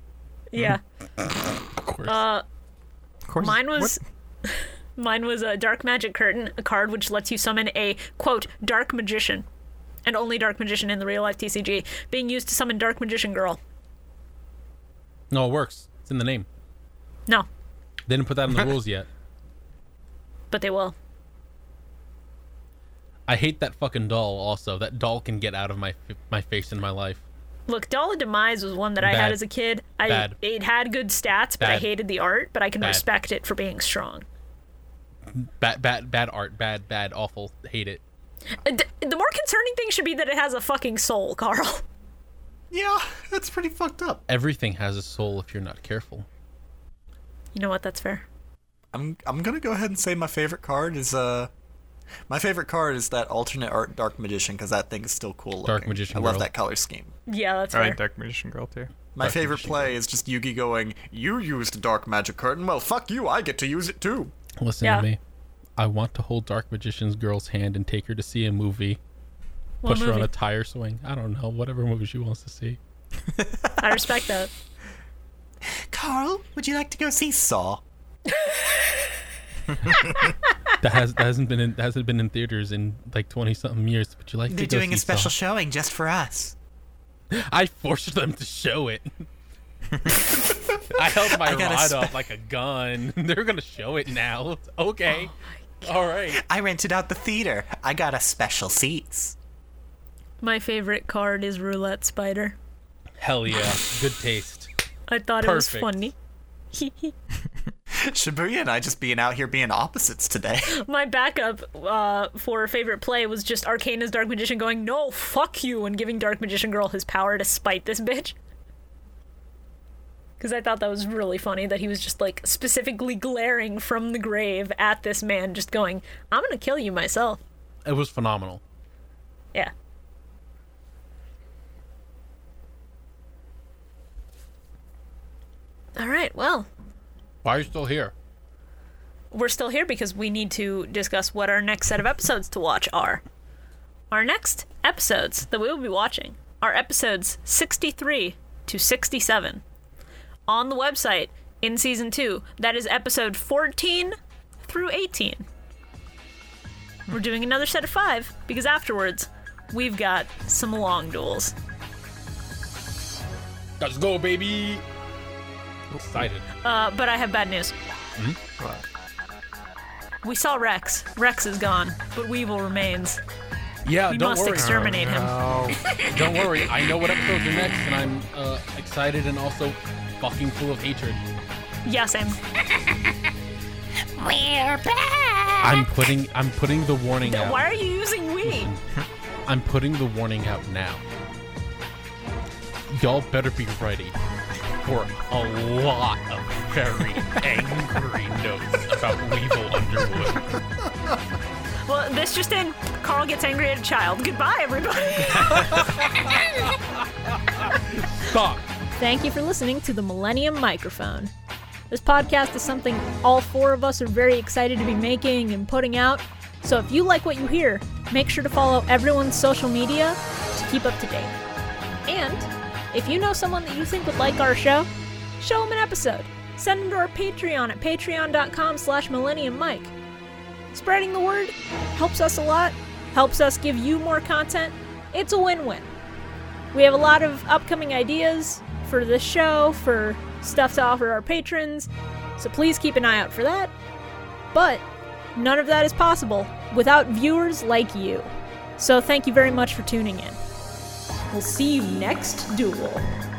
Speaker 2: yeah.
Speaker 6: Of course.
Speaker 5: Of course.
Speaker 2: Mine
Speaker 5: What?
Speaker 2: was mine was a dark magic curtain, a card which lets you summon a quote dark magician, and only dark magician in the real life TCG, being used to summon dark magician girl.
Speaker 6: no, it works. It's in the name.
Speaker 2: No,
Speaker 6: They didn't put that in the rules yet.
Speaker 2: but they will.
Speaker 6: I hate that fucking doll. Also, that doll can get out of my f- my face in my life.
Speaker 2: Look, Doll of Demise was one that I
Speaker 6: Bad.
Speaker 2: had as a kid. I
Speaker 6: Bad.
Speaker 2: it had good stats, but I
Speaker 6: Bad.
Speaker 2: hated the art, but I can
Speaker 6: Bad.
Speaker 2: respect it for being strong.
Speaker 6: Bad, bad, bad art. Bad, bad, awful. Hate it.
Speaker 2: Uh, th- The more concerning thing should be that it has a fucking soul, Carl.
Speaker 3: Yeah, that's pretty fucked up.
Speaker 6: Everything has a soul if you're not careful.
Speaker 2: You know what? That's fair.
Speaker 3: I'm I'm gonna go ahead and say my favorite card is uh my favorite card is that alternate art Dark Magician because that thing is still cool looking.
Speaker 6: Dark Magician
Speaker 3: I love
Speaker 6: Girl.
Speaker 3: that color scheme.
Speaker 2: Yeah, that's
Speaker 5: All
Speaker 2: fair.
Speaker 5: right, Dark Magician Girl too.
Speaker 3: My
Speaker 6: Dark
Speaker 3: favorite
Speaker 6: Magician
Speaker 3: play is just Yugi going, You used Dark Magic Curtain. Well, fuck you, I get to use it too.
Speaker 6: Listen
Speaker 2: Yeah.
Speaker 6: to me. I want to hold Dark Magician's girl's hand and take her to see a movie.
Speaker 2: What
Speaker 6: Push her on
Speaker 2: movie?
Speaker 6: a tire swing. I don't know. Whatever movie she wants to see.
Speaker 2: I respect that.
Speaker 3: Carl, would you like to go see Saw?
Speaker 6: That has that hasn't been in, that hasn't been in theaters in like twenty something years. But you like to go see Saw.
Speaker 3: showing just for us.
Speaker 6: I forced them to show it. I held my
Speaker 3: I gotta
Speaker 6: rod
Speaker 3: spe-
Speaker 6: up like a gun. They're gonna show it now. Okay. All right.
Speaker 3: I rented out the theater. I got us special seats.
Speaker 2: My favorite card is Roulette Spider.
Speaker 6: Hell yeah. Good taste.
Speaker 2: I thought it was
Speaker 6: Perfect.
Speaker 2: funny.
Speaker 3: Shibuya and I just being out here being opposites today.
Speaker 2: My backup uh, for favorite play was just Arcana's Dark Magician going, no, fuck you, and giving Dark Magician Girl his power to spite this bitch. Because I thought that was really funny that he was just like specifically glaring from the grave at this man, just going, I'm gonna kill you myself.
Speaker 6: It was phenomenal.
Speaker 2: Yeah. All right, well,
Speaker 12: Why are you still here?
Speaker 2: we're still here because we need to discuss what our next set of episodes to watch are. Our next episodes that we will be watching are episodes 63 to 67. On the website in season 2, that is episode 14 through 18. We're doing another set of 5 because afterwards we've got some long duels.
Speaker 6: Let's go, baby. Excited.
Speaker 2: Uh, but I have bad news. We saw Rex. Rex is gone, but Weevil remains.
Speaker 6: Yeah,
Speaker 2: We
Speaker 6: don't
Speaker 2: must
Speaker 6: worry.
Speaker 2: exterminate him.
Speaker 3: Oh,
Speaker 6: Don't worry. I know what episodes are next, and I'm uh, excited and also fucking full of hatred.
Speaker 2: Yeah, same.
Speaker 7: We're back!
Speaker 6: I'm putting I'm putting the warning out.
Speaker 2: Why are you using we?
Speaker 6: I'm putting the warning out now. Y'all better be ready for a lot of very angry notes about Weevil Underwood.
Speaker 2: Well, this just in. Carl gets angry at a child. Goodbye, everybody.
Speaker 6: Stop.
Speaker 13: Thank you for listening to the Millennium Microphone. This podcast is something all four of us are very excited to be making and putting out. So if you like what you hear, make sure to follow everyone's social media to keep up to date. And if you know someone that you think would like our show, show them an episode. Send them to our Patreon at patreon.com slash millennium mike. Spreading the word helps us a lot, helps us give you more content. It's a win-win. We have a lot of upcoming ideas for this show, for stuff to offer our patrons, so please keep an eye out for that. But none of that is possible without viewers like you. So thank you very much for tuning in. We'll see you next duel.